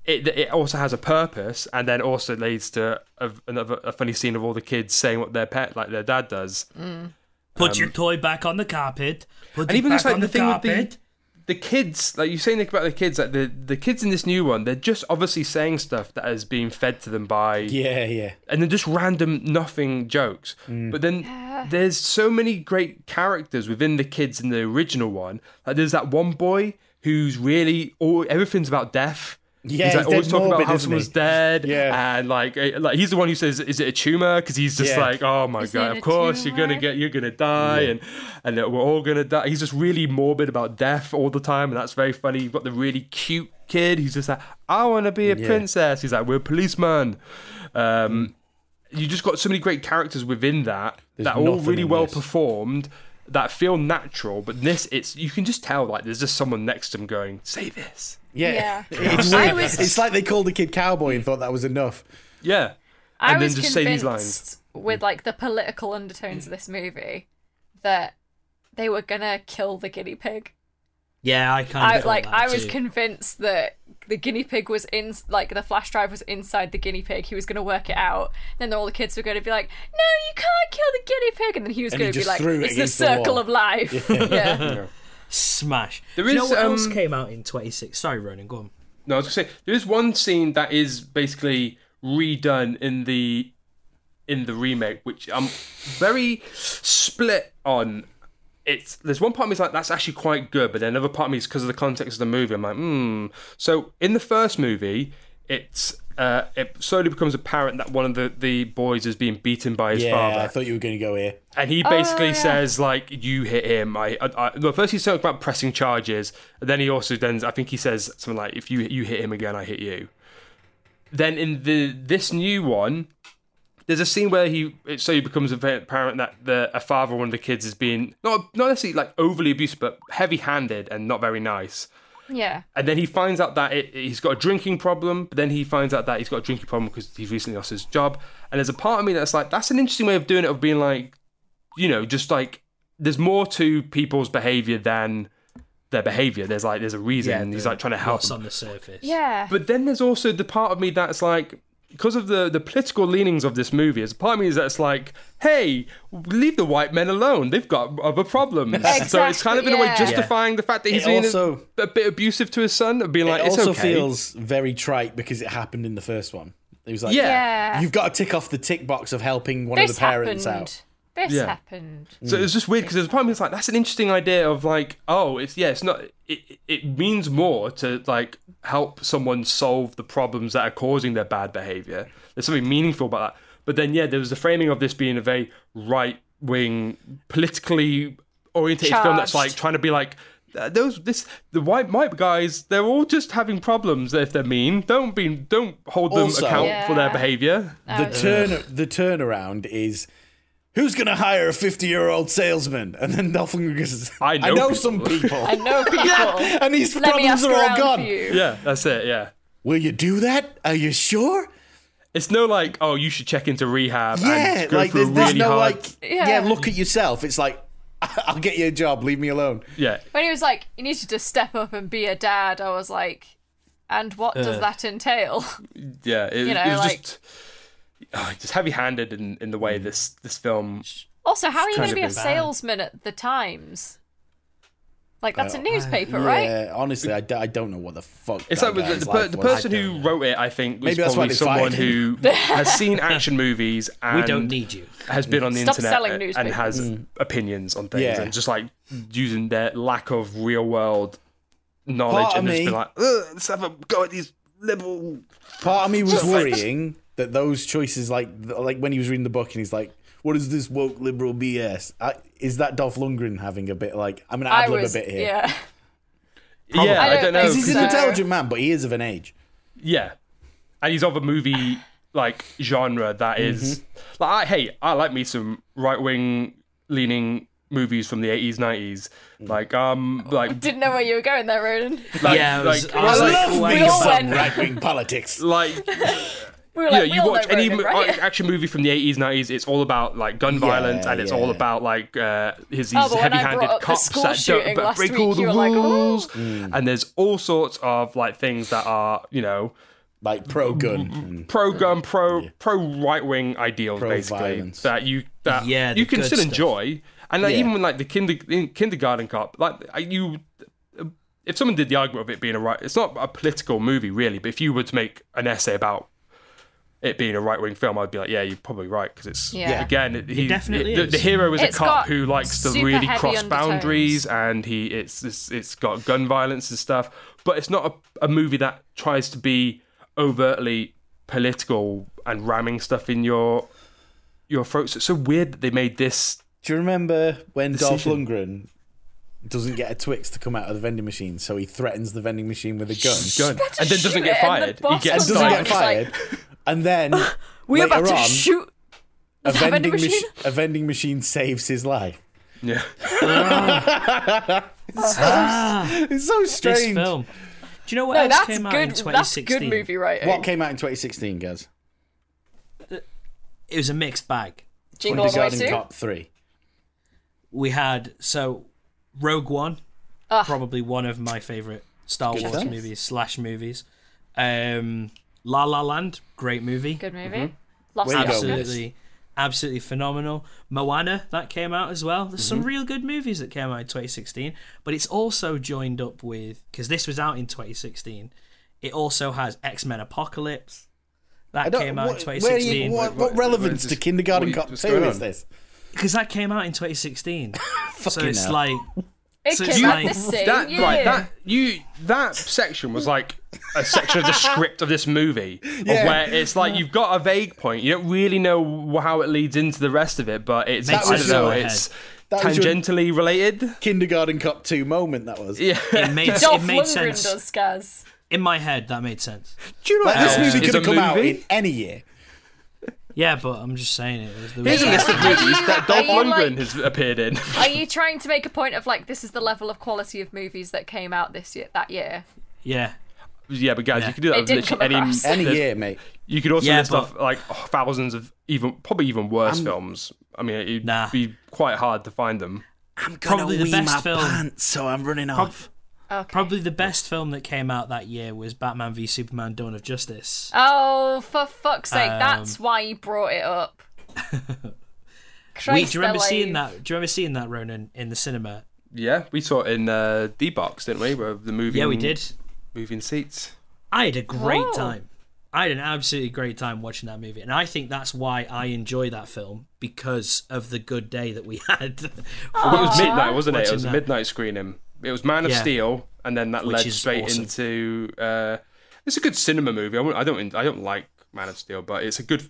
[SPEAKER 6] it it also has a purpose, and then also leads to a, another a funny scene of all the kids saying what their pet like their dad does.
[SPEAKER 5] Mm-hmm.
[SPEAKER 4] Put your toy back on the carpet. Put
[SPEAKER 6] Um, And
[SPEAKER 4] it
[SPEAKER 6] even
[SPEAKER 4] back
[SPEAKER 6] just, like,
[SPEAKER 4] on the,
[SPEAKER 6] the thing with the-
[SPEAKER 4] carpet.
[SPEAKER 6] The kids, like you saying about the kids, like the the kids in this new one, they're just obviously saying stuff that is being fed to them by
[SPEAKER 7] Yeah, yeah.
[SPEAKER 6] and then just random nothing jokes.
[SPEAKER 7] Mm.
[SPEAKER 6] But then there's so many great characters within the kids in the original one. Like there's that one boy who's really all everything's about death.
[SPEAKER 7] Yeah,
[SPEAKER 6] he's like
[SPEAKER 7] he's
[SPEAKER 6] always
[SPEAKER 7] dead
[SPEAKER 6] talking
[SPEAKER 7] morbid,
[SPEAKER 6] about how
[SPEAKER 7] isn't
[SPEAKER 6] someone's
[SPEAKER 7] he?
[SPEAKER 6] dead,
[SPEAKER 7] Yeah.
[SPEAKER 6] and like eh, like he's the one who says, "Is it a tumor?" Because he's just
[SPEAKER 7] Yeah.
[SPEAKER 6] like, "Oh my
[SPEAKER 5] it
[SPEAKER 6] god,
[SPEAKER 5] a
[SPEAKER 6] of course you're gonna
[SPEAKER 5] tumor?"
[SPEAKER 6] get, you're gonna die, and and that we're all gonna die." He's just really morbid about death all the time, and that's very funny. You've got the really cute kid who's just like, "I want to be a princess." He's like, "We're a policeman." Um, you just got so many great characters within that that are all
[SPEAKER 7] nothing
[SPEAKER 6] really
[SPEAKER 7] in
[SPEAKER 6] well
[SPEAKER 7] this.
[SPEAKER 6] performed that feel natural but this it's you can just tell like there's just someone next to him going say this
[SPEAKER 7] Yeah. it's,
[SPEAKER 5] I
[SPEAKER 7] weird.
[SPEAKER 5] was-
[SPEAKER 7] It's like they called the kid Cowboy and thought that was enough.
[SPEAKER 6] yeah
[SPEAKER 5] I
[SPEAKER 6] and then
[SPEAKER 5] was
[SPEAKER 6] just say
[SPEAKER 5] convinced
[SPEAKER 6] these lines
[SPEAKER 5] with like the political undertones of this movie that they were gonna kill the guinea pig.
[SPEAKER 4] Yeah, I kind
[SPEAKER 5] I
[SPEAKER 4] of felt
[SPEAKER 5] like
[SPEAKER 4] that
[SPEAKER 5] I was
[SPEAKER 4] too.
[SPEAKER 5] convinced that the guinea pig was in like the flash drive was inside the guinea pig. He was going to work it out. Then all the kids were going to be like, "No, you can't kill the guinea pig." And then he was
[SPEAKER 7] And he
[SPEAKER 5] going to be
[SPEAKER 7] just
[SPEAKER 5] like,
[SPEAKER 7] threw it
[SPEAKER 5] "It's the
[SPEAKER 7] against the wall."
[SPEAKER 5] circle of life." Yeah.
[SPEAKER 4] smash.
[SPEAKER 6] There
[SPEAKER 4] Do you know
[SPEAKER 6] is,
[SPEAKER 4] what else
[SPEAKER 6] um,
[SPEAKER 4] came out in 26? Sorry, Ronan, go on.
[SPEAKER 6] no i was gonna say there is one scene that is basically redone in the in the remake which i'm very split on it's there's one part of me is like that's actually quite good, but then another part of me is because of the context of the movie. I'm like, hmm. So in the first movie, it's uh, it slowly becomes apparent that one of the, the boys is being beaten by his
[SPEAKER 7] Yeah,
[SPEAKER 6] father.
[SPEAKER 7] I thought you were going to go here.
[SPEAKER 6] And he basically says like, "You hit him." I, I, I well, first he talks about pressing charges. And then he also then I think he says something like, "If you you hit him again, I hit you." Then in the this new one, there's a scene where he it so it becomes apparent that the a father of one of the kids is being not not necessarily like overly abusive, but heavy-handed and not very nice.
[SPEAKER 5] Yeah.
[SPEAKER 6] And then he finds out that it, he's got a drinking problem. But then he finds out that he's got a drinking problem because he's recently lost his job. And there's a part of me that's like, that's an interesting way of doing it, of being like, you know, just like there's more to people's behavior than their behavior. There's like, there's a reason.
[SPEAKER 7] Yeah,
[SPEAKER 6] and he's
[SPEAKER 7] the-
[SPEAKER 6] like trying to help.
[SPEAKER 4] What's
[SPEAKER 6] them.
[SPEAKER 4] on the surface?
[SPEAKER 5] Yeah.
[SPEAKER 6] But then there's also the part of me that's like, because of the, the political leanings of this movie, there's a part of me that's like, hey, leave the white men alone. They've got other problems. So it's kind of in a way
[SPEAKER 5] Exactly, yeah.
[SPEAKER 6] justifying the fact that he's
[SPEAKER 7] It
[SPEAKER 6] being a-
[SPEAKER 7] also-
[SPEAKER 6] a, bit abusive to his son, of being like,
[SPEAKER 7] it
[SPEAKER 6] it's
[SPEAKER 7] also
[SPEAKER 6] okay.
[SPEAKER 7] feels very trite because it happened in the first one. It was like,
[SPEAKER 6] Yeah.
[SPEAKER 5] yeah.
[SPEAKER 7] you've got to tick off the tick box of helping one
[SPEAKER 5] this
[SPEAKER 7] of the parents
[SPEAKER 5] happened.
[SPEAKER 7] out.
[SPEAKER 5] This
[SPEAKER 6] Yeah.
[SPEAKER 5] happened.
[SPEAKER 6] So it's just weird because there's a part of me that's like, that's an interesting idea of like, oh, it's yeah, it's not. It, it means more to like help someone solve the problems that are causing their bad behavior. There's something meaningful about that. But then yeah, there was the framing of this being a very right wing, politically orientated film that's like
[SPEAKER 5] Charged.
[SPEAKER 6] trying to be like. "Uh, Those this the white white guys they're all just having problems if they're mean don't be don't hold them
[SPEAKER 7] Also-
[SPEAKER 6] account for their
[SPEAKER 5] Yeah.
[SPEAKER 6] behavior
[SPEAKER 7] The turn the turnaround is who's going to hire a 50 year old salesman? And then Dolphin goes,
[SPEAKER 6] I know people."
[SPEAKER 7] some people.
[SPEAKER 5] I know people.
[SPEAKER 7] and his
[SPEAKER 5] Let me
[SPEAKER 7] problems
[SPEAKER 5] ask
[SPEAKER 7] are all
[SPEAKER 5] around for
[SPEAKER 7] gone.
[SPEAKER 5] you.
[SPEAKER 6] yeah that's it yeah
[SPEAKER 7] Will you do that? Are you sure?
[SPEAKER 6] It's no like, oh, you should check into rehab
[SPEAKER 7] Yeah,
[SPEAKER 6] and go
[SPEAKER 7] like
[SPEAKER 6] through
[SPEAKER 7] there's,
[SPEAKER 6] a
[SPEAKER 7] there's
[SPEAKER 6] really
[SPEAKER 7] no
[SPEAKER 6] hard.
[SPEAKER 7] like, yeah.
[SPEAKER 5] Yeah.
[SPEAKER 7] look at yourself. It's like, I'll get you a job. Leave me alone.
[SPEAKER 6] yeah,
[SPEAKER 5] When he was like, "You need to just step up and be a dad," I was like, "And what does that entail?"
[SPEAKER 6] yeah. It,
[SPEAKER 5] You know,
[SPEAKER 6] it was
[SPEAKER 5] like-
[SPEAKER 6] just, oh, just heavy-handed in, in the
[SPEAKER 7] Mm.
[SPEAKER 6] way this this film.
[SPEAKER 5] Also, how are you
[SPEAKER 6] Kind
[SPEAKER 5] going to
[SPEAKER 6] of
[SPEAKER 5] be a
[SPEAKER 6] bad.
[SPEAKER 5] salesman at the Times? Like that's a newspaper, right?
[SPEAKER 7] Oh, Yeah, honestly, I, d- I don't know what the fuck.
[SPEAKER 6] It's like
[SPEAKER 7] that
[SPEAKER 6] with
[SPEAKER 7] guy's
[SPEAKER 6] the, the, per,
[SPEAKER 7] life
[SPEAKER 6] the
[SPEAKER 7] was.
[SPEAKER 6] person who wrote it. I think was
[SPEAKER 7] Maybe that's why
[SPEAKER 6] probably
[SPEAKER 7] they
[SPEAKER 6] someone
[SPEAKER 7] fired
[SPEAKER 6] who has seen action movies and
[SPEAKER 4] We don't need you.
[SPEAKER 6] has been on the
[SPEAKER 5] Stop
[SPEAKER 6] internet
[SPEAKER 5] selling
[SPEAKER 6] and- and
[SPEAKER 5] newspapers.
[SPEAKER 6] has opinions on things
[SPEAKER 7] Mm. Yeah.
[SPEAKER 6] and just like using their lack of real-world knowledge
[SPEAKER 7] Part of
[SPEAKER 6] and just
[SPEAKER 7] me-
[SPEAKER 6] been like, "Ugh, let's have a go at these liberal
[SPEAKER 7] Part of me was worrying that those choices, like like when he was reading the book and he's like, "What is this woke liberal BS?" I, is that Dolph Lundgren having a bit like I'm gonna
[SPEAKER 5] I
[SPEAKER 7] ad lib
[SPEAKER 5] was,
[SPEAKER 7] a bit here?
[SPEAKER 5] yeah.
[SPEAKER 6] Yeah,
[SPEAKER 5] I
[SPEAKER 6] I
[SPEAKER 5] don't
[SPEAKER 6] don't know.
[SPEAKER 5] think
[SPEAKER 7] 'Cause he's an
[SPEAKER 5] So-
[SPEAKER 7] intelligent man, but he is of an age.
[SPEAKER 6] Yeah, and he's of a movie like genre that
[SPEAKER 7] Mm-hmm.
[SPEAKER 6] is- like I, hey, I like me some right wing leaning movies from the eighties, nineties.
[SPEAKER 7] Mm.
[SPEAKER 6] Like um, like
[SPEAKER 5] Didn't know where you were going there, Ronan.
[SPEAKER 6] like
[SPEAKER 4] Yeah, I was,
[SPEAKER 6] like
[SPEAKER 4] I was
[SPEAKER 6] like,
[SPEAKER 4] like,
[SPEAKER 7] Love
[SPEAKER 4] wait
[SPEAKER 7] me
[SPEAKER 4] a
[SPEAKER 5] all
[SPEAKER 4] second.
[SPEAKER 5] went-
[SPEAKER 7] some right wing politics.
[SPEAKER 6] like,
[SPEAKER 5] We were
[SPEAKER 6] yeah,
[SPEAKER 5] like, we
[SPEAKER 6] you
[SPEAKER 5] all
[SPEAKER 6] watch
[SPEAKER 5] know
[SPEAKER 6] any
[SPEAKER 5] Ronan,
[SPEAKER 6] mo-
[SPEAKER 5] right?
[SPEAKER 6] action movie from the eighties, nineties, it's all about like gun violence, and it's
[SPEAKER 7] yeah,
[SPEAKER 6] all
[SPEAKER 7] yeah.
[SPEAKER 6] about like uh, his
[SPEAKER 5] Oh,
[SPEAKER 6] these
[SPEAKER 5] but when I
[SPEAKER 6] heavy-handed
[SPEAKER 5] brought up the
[SPEAKER 6] cops
[SPEAKER 5] school
[SPEAKER 6] that don't
[SPEAKER 5] shooting
[SPEAKER 6] but
[SPEAKER 5] last
[SPEAKER 6] break
[SPEAKER 5] week,
[SPEAKER 6] all the
[SPEAKER 5] you were like,
[SPEAKER 6] rules, and there's all sorts of like things that are you know
[SPEAKER 7] Like pro gun.
[SPEAKER 6] pro gun, pro pro right wing ideals, basically
[SPEAKER 7] Pro-violence.
[SPEAKER 6] that you that
[SPEAKER 4] Yeah, the
[SPEAKER 6] you can
[SPEAKER 4] good
[SPEAKER 6] still
[SPEAKER 4] stuff.
[SPEAKER 6] enjoy. And like,
[SPEAKER 7] Yeah.
[SPEAKER 6] even when like the kinder, in- kindergarten cop, like I- you, if someone did the argument of it being a right, it's not a political movie really. But if you were to make an essay about it being a right wing film, I'd be like, yeah, you're probably right because it's
[SPEAKER 5] Yeah.
[SPEAKER 6] again, it, he,
[SPEAKER 4] definitely
[SPEAKER 6] it- the,
[SPEAKER 4] is.
[SPEAKER 6] the hero is
[SPEAKER 5] It's
[SPEAKER 6] a cop
[SPEAKER 5] got
[SPEAKER 6] who likes to
[SPEAKER 5] super
[SPEAKER 6] really
[SPEAKER 5] heavy
[SPEAKER 6] cross
[SPEAKER 5] undertones.
[SPEAKER 6] boundaries and he it's, it's it's got gun violence and stuff but it's not a, a movie that tries to be overtly political and ramming stuff in your your throat so it's so weird that they made this
[SPEAKER 7] Do you remember when
[SPEAKER 6] Decision.
[SPEAKER 7] Dolph Lundgren doesn't get a Twix to come out of the vending machine, so he threatens the vending machine with a gun?
[SPEAKER 6] gun and then doesn't
[SPEAKER 5] shoot
[SPEAKER 6] get
[SPEAKER 5] it and the
[SPEAKER 6] fired he
[SPEAKER 5] boss
[SPEAKER 6] gets
[SPEAKER 7] and doesn't
[SPEAKER 6] fired
[SPEAKER 7] get
[SPEAKER 5] It's like-
[SPEAKER 7] fired. and then
[SPEAKER 5] We were
[SPEAKER 7] later
[SPEAKER 5] about to
[SPEAKER 7] on,
[SPEAKER 5] shoot.
[SPEAKER 7] a
[SPEAKER 5] the vending
[SPEAKER 7] vending machi-
[SPEAKER 5] machine?
[SPEAKER 7] a vending machine saves his life.
[SPEAKER 6] yeah Ah.
[SPEAKER 7] It's so
[SPEAKER 4] This
[SPEAKER 7] strange.
[SPEAKER 4] film. Do you know what
[SPEAKER 5] No,
[SPEAKER 4] else
[SPEAKER 5] that's
[SPEAKER 4] came out in
[SPEAKER 5] good. That's
[SPEAKER 4] 2016?
[SPEAKER 5] good movie writing.
[SPEAKER 7] What came out in 2016, guys?
[SPEAKER 4] It was a mixed bag.
[SPEAKER 5] Jingle all the way
[SPEAKER 7] Kindergarten
[SPEAKER 5] to.
[SPEAKER 7] Cop 3.
[SPEAKER 4] We had so Rogue One,
[SPEAKER 5] Ugh.
[SPEAKER 4] probably one of my favorite Star
[SPEAKER 7] Good
[SPEAKER 4] Wars
[SPEAKER 7] stuff.
[SPEAKER 4] movies slash movies. Um, La La Land, great movie.
[SPEAKER 5] Good movie. Lost
[SPEAKER 7] Way to Mm-hmm. go.
[SPEAKER 5] Oscar.
[SPEAKER 4] absolutely absolutely phenomenal moana that came out as well there's
[SPEAKER 7] Mm-hmm.
[SPEAKER 4] some real good movies that came out in 2016 but it's also joined up with because this was out in 2016 it also has x-men apocalypse
[SPEAKER 7] I
[SPEAKER 4] that
[SPEAKER 7] don't-
[SPEAKER 4] came out
[SPEAKER 7] what-
[SPEAKER 4] in
[SPEAKER 7] where are you-
[SPEAKER 4] 2016
[SPEAKER 7] what,
[SPEAKER 6] Wait,
[SPEAKER 7] what
[SPEAKER 6] wait,
[SPEAKER 7] relevance
[SPEAKER 6] wait,
[SPEAKER 7] to
[SPEAKER 6] just-
[SPEAKER 7] Kindergarten
[SPEAKER 6] what are you-
[SPEAKER 7] Cop
[SPEAKER 6] what's
[SPEAKER 7] 2
[SPEAKER 6] going
[SPEAKER 7] is
[SPEAKER 6] on?
[SPEAKER 7] this?
[SPEAKER 4] because that came out in 2016 so
[SPEAKER 7] Fucking
[SPEAKER 4] it's
[SPEAKER 7] hell.
[SPEAKER 4] like
[SPEAKER 5] It
[SPEAKER 4] So
[SPEAKER 5] came
[SPEAKER 4] you-
[SPEAKER 5] out this same
[SPEAKER 6] that
[SPEAKER 5] year.
[SPEAKER 6] right that you that section was like a section of the script of this movie of where it's like you've got a vague point you don't really know wh- how it leads into the rest of it but it's
[SPEAKER 4] Makes
[SPEAKER 6] I
[SPEAKER 4] you
[SPEAKER 6] don't know
[SPEAKER 4] go ahead.
[SPEAKER 6] it's
[SPEAKER 7] That was your-
[SPEAKER 6] tangentially related
[SPEAKER 7] Kindergarten Cop 2 moment, that was.
[SPEAKER 6] yeah
[SPEAKER 4] It made, it
[SPEAKER 5] Dolph
[SPEAKER 4] made
[SPEAKER 5] Lundgren
[SPEAKER 4] sense.
[SPEAKER 5] does Skaz.
[SPEAKER 4] In my head, that made sense.
[SPEAKER 6] do you know
[SPEAKER 7] Like,
[SPEAKER 6] what
[SPEAKER 7] this
[SPEAKER 6] else
[SPEAKER 7] movie
[SPEAKER 6] is
[SPEAKER 7] could
[SPEAKER 6] a
[SPEAKER 7] have come out
[SPEAKER 6] movie?
[SPEAKER 7] in any year.
[SPEAKER 4] Yeah, but I'm just saying it. was the
[SPEAKER 6] Here's a
[SPEAKER 4] reason-
[SPEAKER 6] list of movies that
[SPEAKER 5] Are
[SPEAKER 6] Dolph
[SPEAKER 5] you, like-
[SPEAKER 6] Lundgren has appeared in.
[SPEAKER 5] Are you trying to make a point of like this is the level of quality of movies that came out this year that year?
[SPEAKER 4] yeah.
[SPEAKER 6] yeah, but guys, you could do that
[SPEAKER 5] It
[SPEAKER 6] with
[SPEAKER 5] did
[SPEAKER 6] literally
[SPEAKER 5] come
[SPEAKER 6] any.
[SPEAKER 5] across.
[SPEAKER 7] Any
[SPEAKER 6] there's-
[SPEAKER 7] year, mate.
[SPEAKER 6] You could also
[SPEAKER 4] Yeah,
[SPEAKER 6] list
[SPEAKER 4] but- Um,
[SPEAKER 6] off like oh, thousands of even probably even worse films. I mean, it'd
[SPEAKER 4] Nah.
[SPEAKER 6] be quite hard to find them.
[SPEAKER 7] I'm
[SPEAKER 4] Probably the wee best my film. pants,
[SPEAKER 7] so I'm running off.
[SPEAKER 5] Okay.
[SPEAKER 4] Probably the best film that came out that year was Batman v Superman: Dawn of Justice.
[SPEAKER 5] Oh, for fuck's sake!
[SPEAKER 4] Um,
[SPEAKER 5] that's why you brought it up. Christ
[SPEAKER 4] Wait, do you remember
[SPEAKER 5] alive.
[SPEAKER 4] seeing that? Do you remember seeing that Ronan in the cinema?
[SPEAKER 6] Yeah, we saw it in uh, D box, didn't we? Where the moving
[SPEAKER 4] Yeah, we did.
[SPEAKER 6] moving seats.
[SPEAKER 4] I had a great
[SPEAKER 5] Whoa.
[SPEAKER 4] time. I had an absolutely great time watching that movie, and I think that's why I enjoy that film because of the good day that we had.
[SPEAKER 6] Well, it was midnight, wasn't it? It
[SPEAKER 4] Watching
[SPEAKER 6] was a
[SPEAKER 4] that.
[SPEAKER 6] midnight screening. It was Man of
[SPEAKER 4] Yeah.
[SPEAKER 6] Steel, and then that
[SPEAKER 4] Which
[SPEAKER 6] led
[SPEAKER 4] is
[SPEAKER 6] straight
[SPEAKER 4] awesome.
[SPEAKER 6] into. Uh, it's a good cinema movie. I, wouldn't- I don't. I don't like Man of Steel, but it's a good.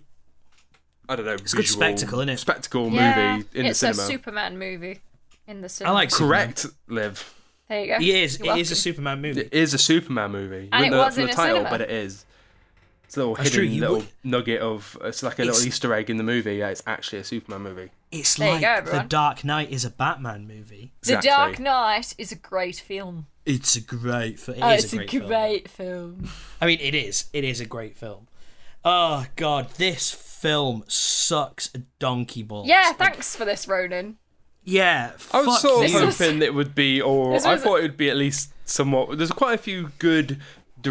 [SPEAKER 6] I don't know. It's
[SPEAKER 4] a good spectacle, innit?
[SPEAKER 6] Spectacle
[SPEAKER 5] Yeah,
[SPEAKER 6] movie in
[SPEAKER 5] it's
[SPEAKER 6] the
[SPEAKER 5] a
[SPEAKER 6] cinema.
[SPEAKER 5] Superman movie in the cinema.
[SPEAKER 4] I like Superman.
[SPEAKER 6] Correct, Liv.
[SPEAKER 5] There you go.
[SPEAKER 4] It is.
[SPEAKER 5] You're
[SPEAKER 4] It is a
[SPEAKER 5] welcome.
[SPEAKER 4] Superman movie.
[SPEAKER 6] It is a Superman movie.
[SPEAKER 5] And
[SPEAKER 6] Wouldn't
[SPEAKER 5] it
[SPEAKER 6] know that
[SPEAKER 5] was
[SPEAKER 6] from
[SPEAKER 5] in
[SPEAKER 6] the
[SPEAKER 5] a
[SPEAKER 6] title,
[SPEAKER 5] cinema.
[SPEAKER 6] but it is. It's a little
[SPEAKER 4] That's
[SPEAKER 6] hidden
[SPEAKER 4] true, you
[SPEAKER 6] little
[SPEAKER 4] would-
[SPEAKER 6] nugget of. It's like a
[SPEAKER 4] It's-
[SPEAKER 6] little Easter egg in the movie. Yeah, it's actually a Superman movie.
[SPEAKER 4] It's
[SPEAKER 5] There you
[SPEAKER 4] like
[SPEAKER 5] go,
[SPEAKER 4] The
[SPEAKER 5] everyone.
[SPEAKER 4] Dark Knight is a Batman movie.
[SPEAKER 5] The
[SPEAKER 6] Exactly.
[SPEAKER 5] Dark Knight is a great film.
[SPEAKER 4] It's a great. fi- It
[SPEAKER 5] Oh,
[SPEAKER 4] is
[SPEAKER 5] it's
[SPEAKER 4] a
[SPEAKER 5] a
[SPEAKER 4] great,
[SPEAKER 5] great,
[SPEAKER 4] film. Oh,
[SPEAKER 5] film.
[SPEAKER 4] I mean, it is. It is a great film. Oh God, this film sucks donkey balls.
[SPEAKER 5] Yeah,
[SPEAKER 4] Like,
[SPEAKER 5] thanks for this, Ronan.
[SPEAKER 4] Yeah,
[SPEAKER 6] I was
[SPEAKER 4] fuck
[SPEAKER 6] sort of
[SPEAKER 4] this.
[SPEAKER 5] This was-
[SPEAKER 6] hoping it would be, or
[SPEAKER 5] This
[SPEAKER 6] I
[SPEAKER 5] was-
[SPEAKER 6] thought it would be at least somewhat. There's quite a few good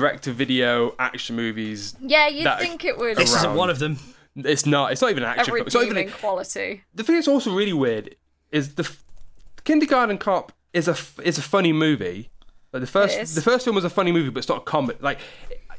[SPEAKER 6] direct-to-video action movies.
[SPEAKER 5] Yeah, you'd
[SPEAKER 6] That-
[SPEAKER 5] think it would
[SPEAKER 4] This
[SPEAKER 5] a
[SPEAKER 4] isn't one of them.
[SPEAKER 6] It's not. It's not even an action. film. It's not even.
[SPEAKER 5] redeeming quality.
[SPEAKER 6] the thing that's also really weird is the f- Kindergarten Cop is a f- is a funny movie. Like the
[SPEAKER 5] It is.
[SPEAKER 6] first the first film was a funny movie, but it's not a comedy. Like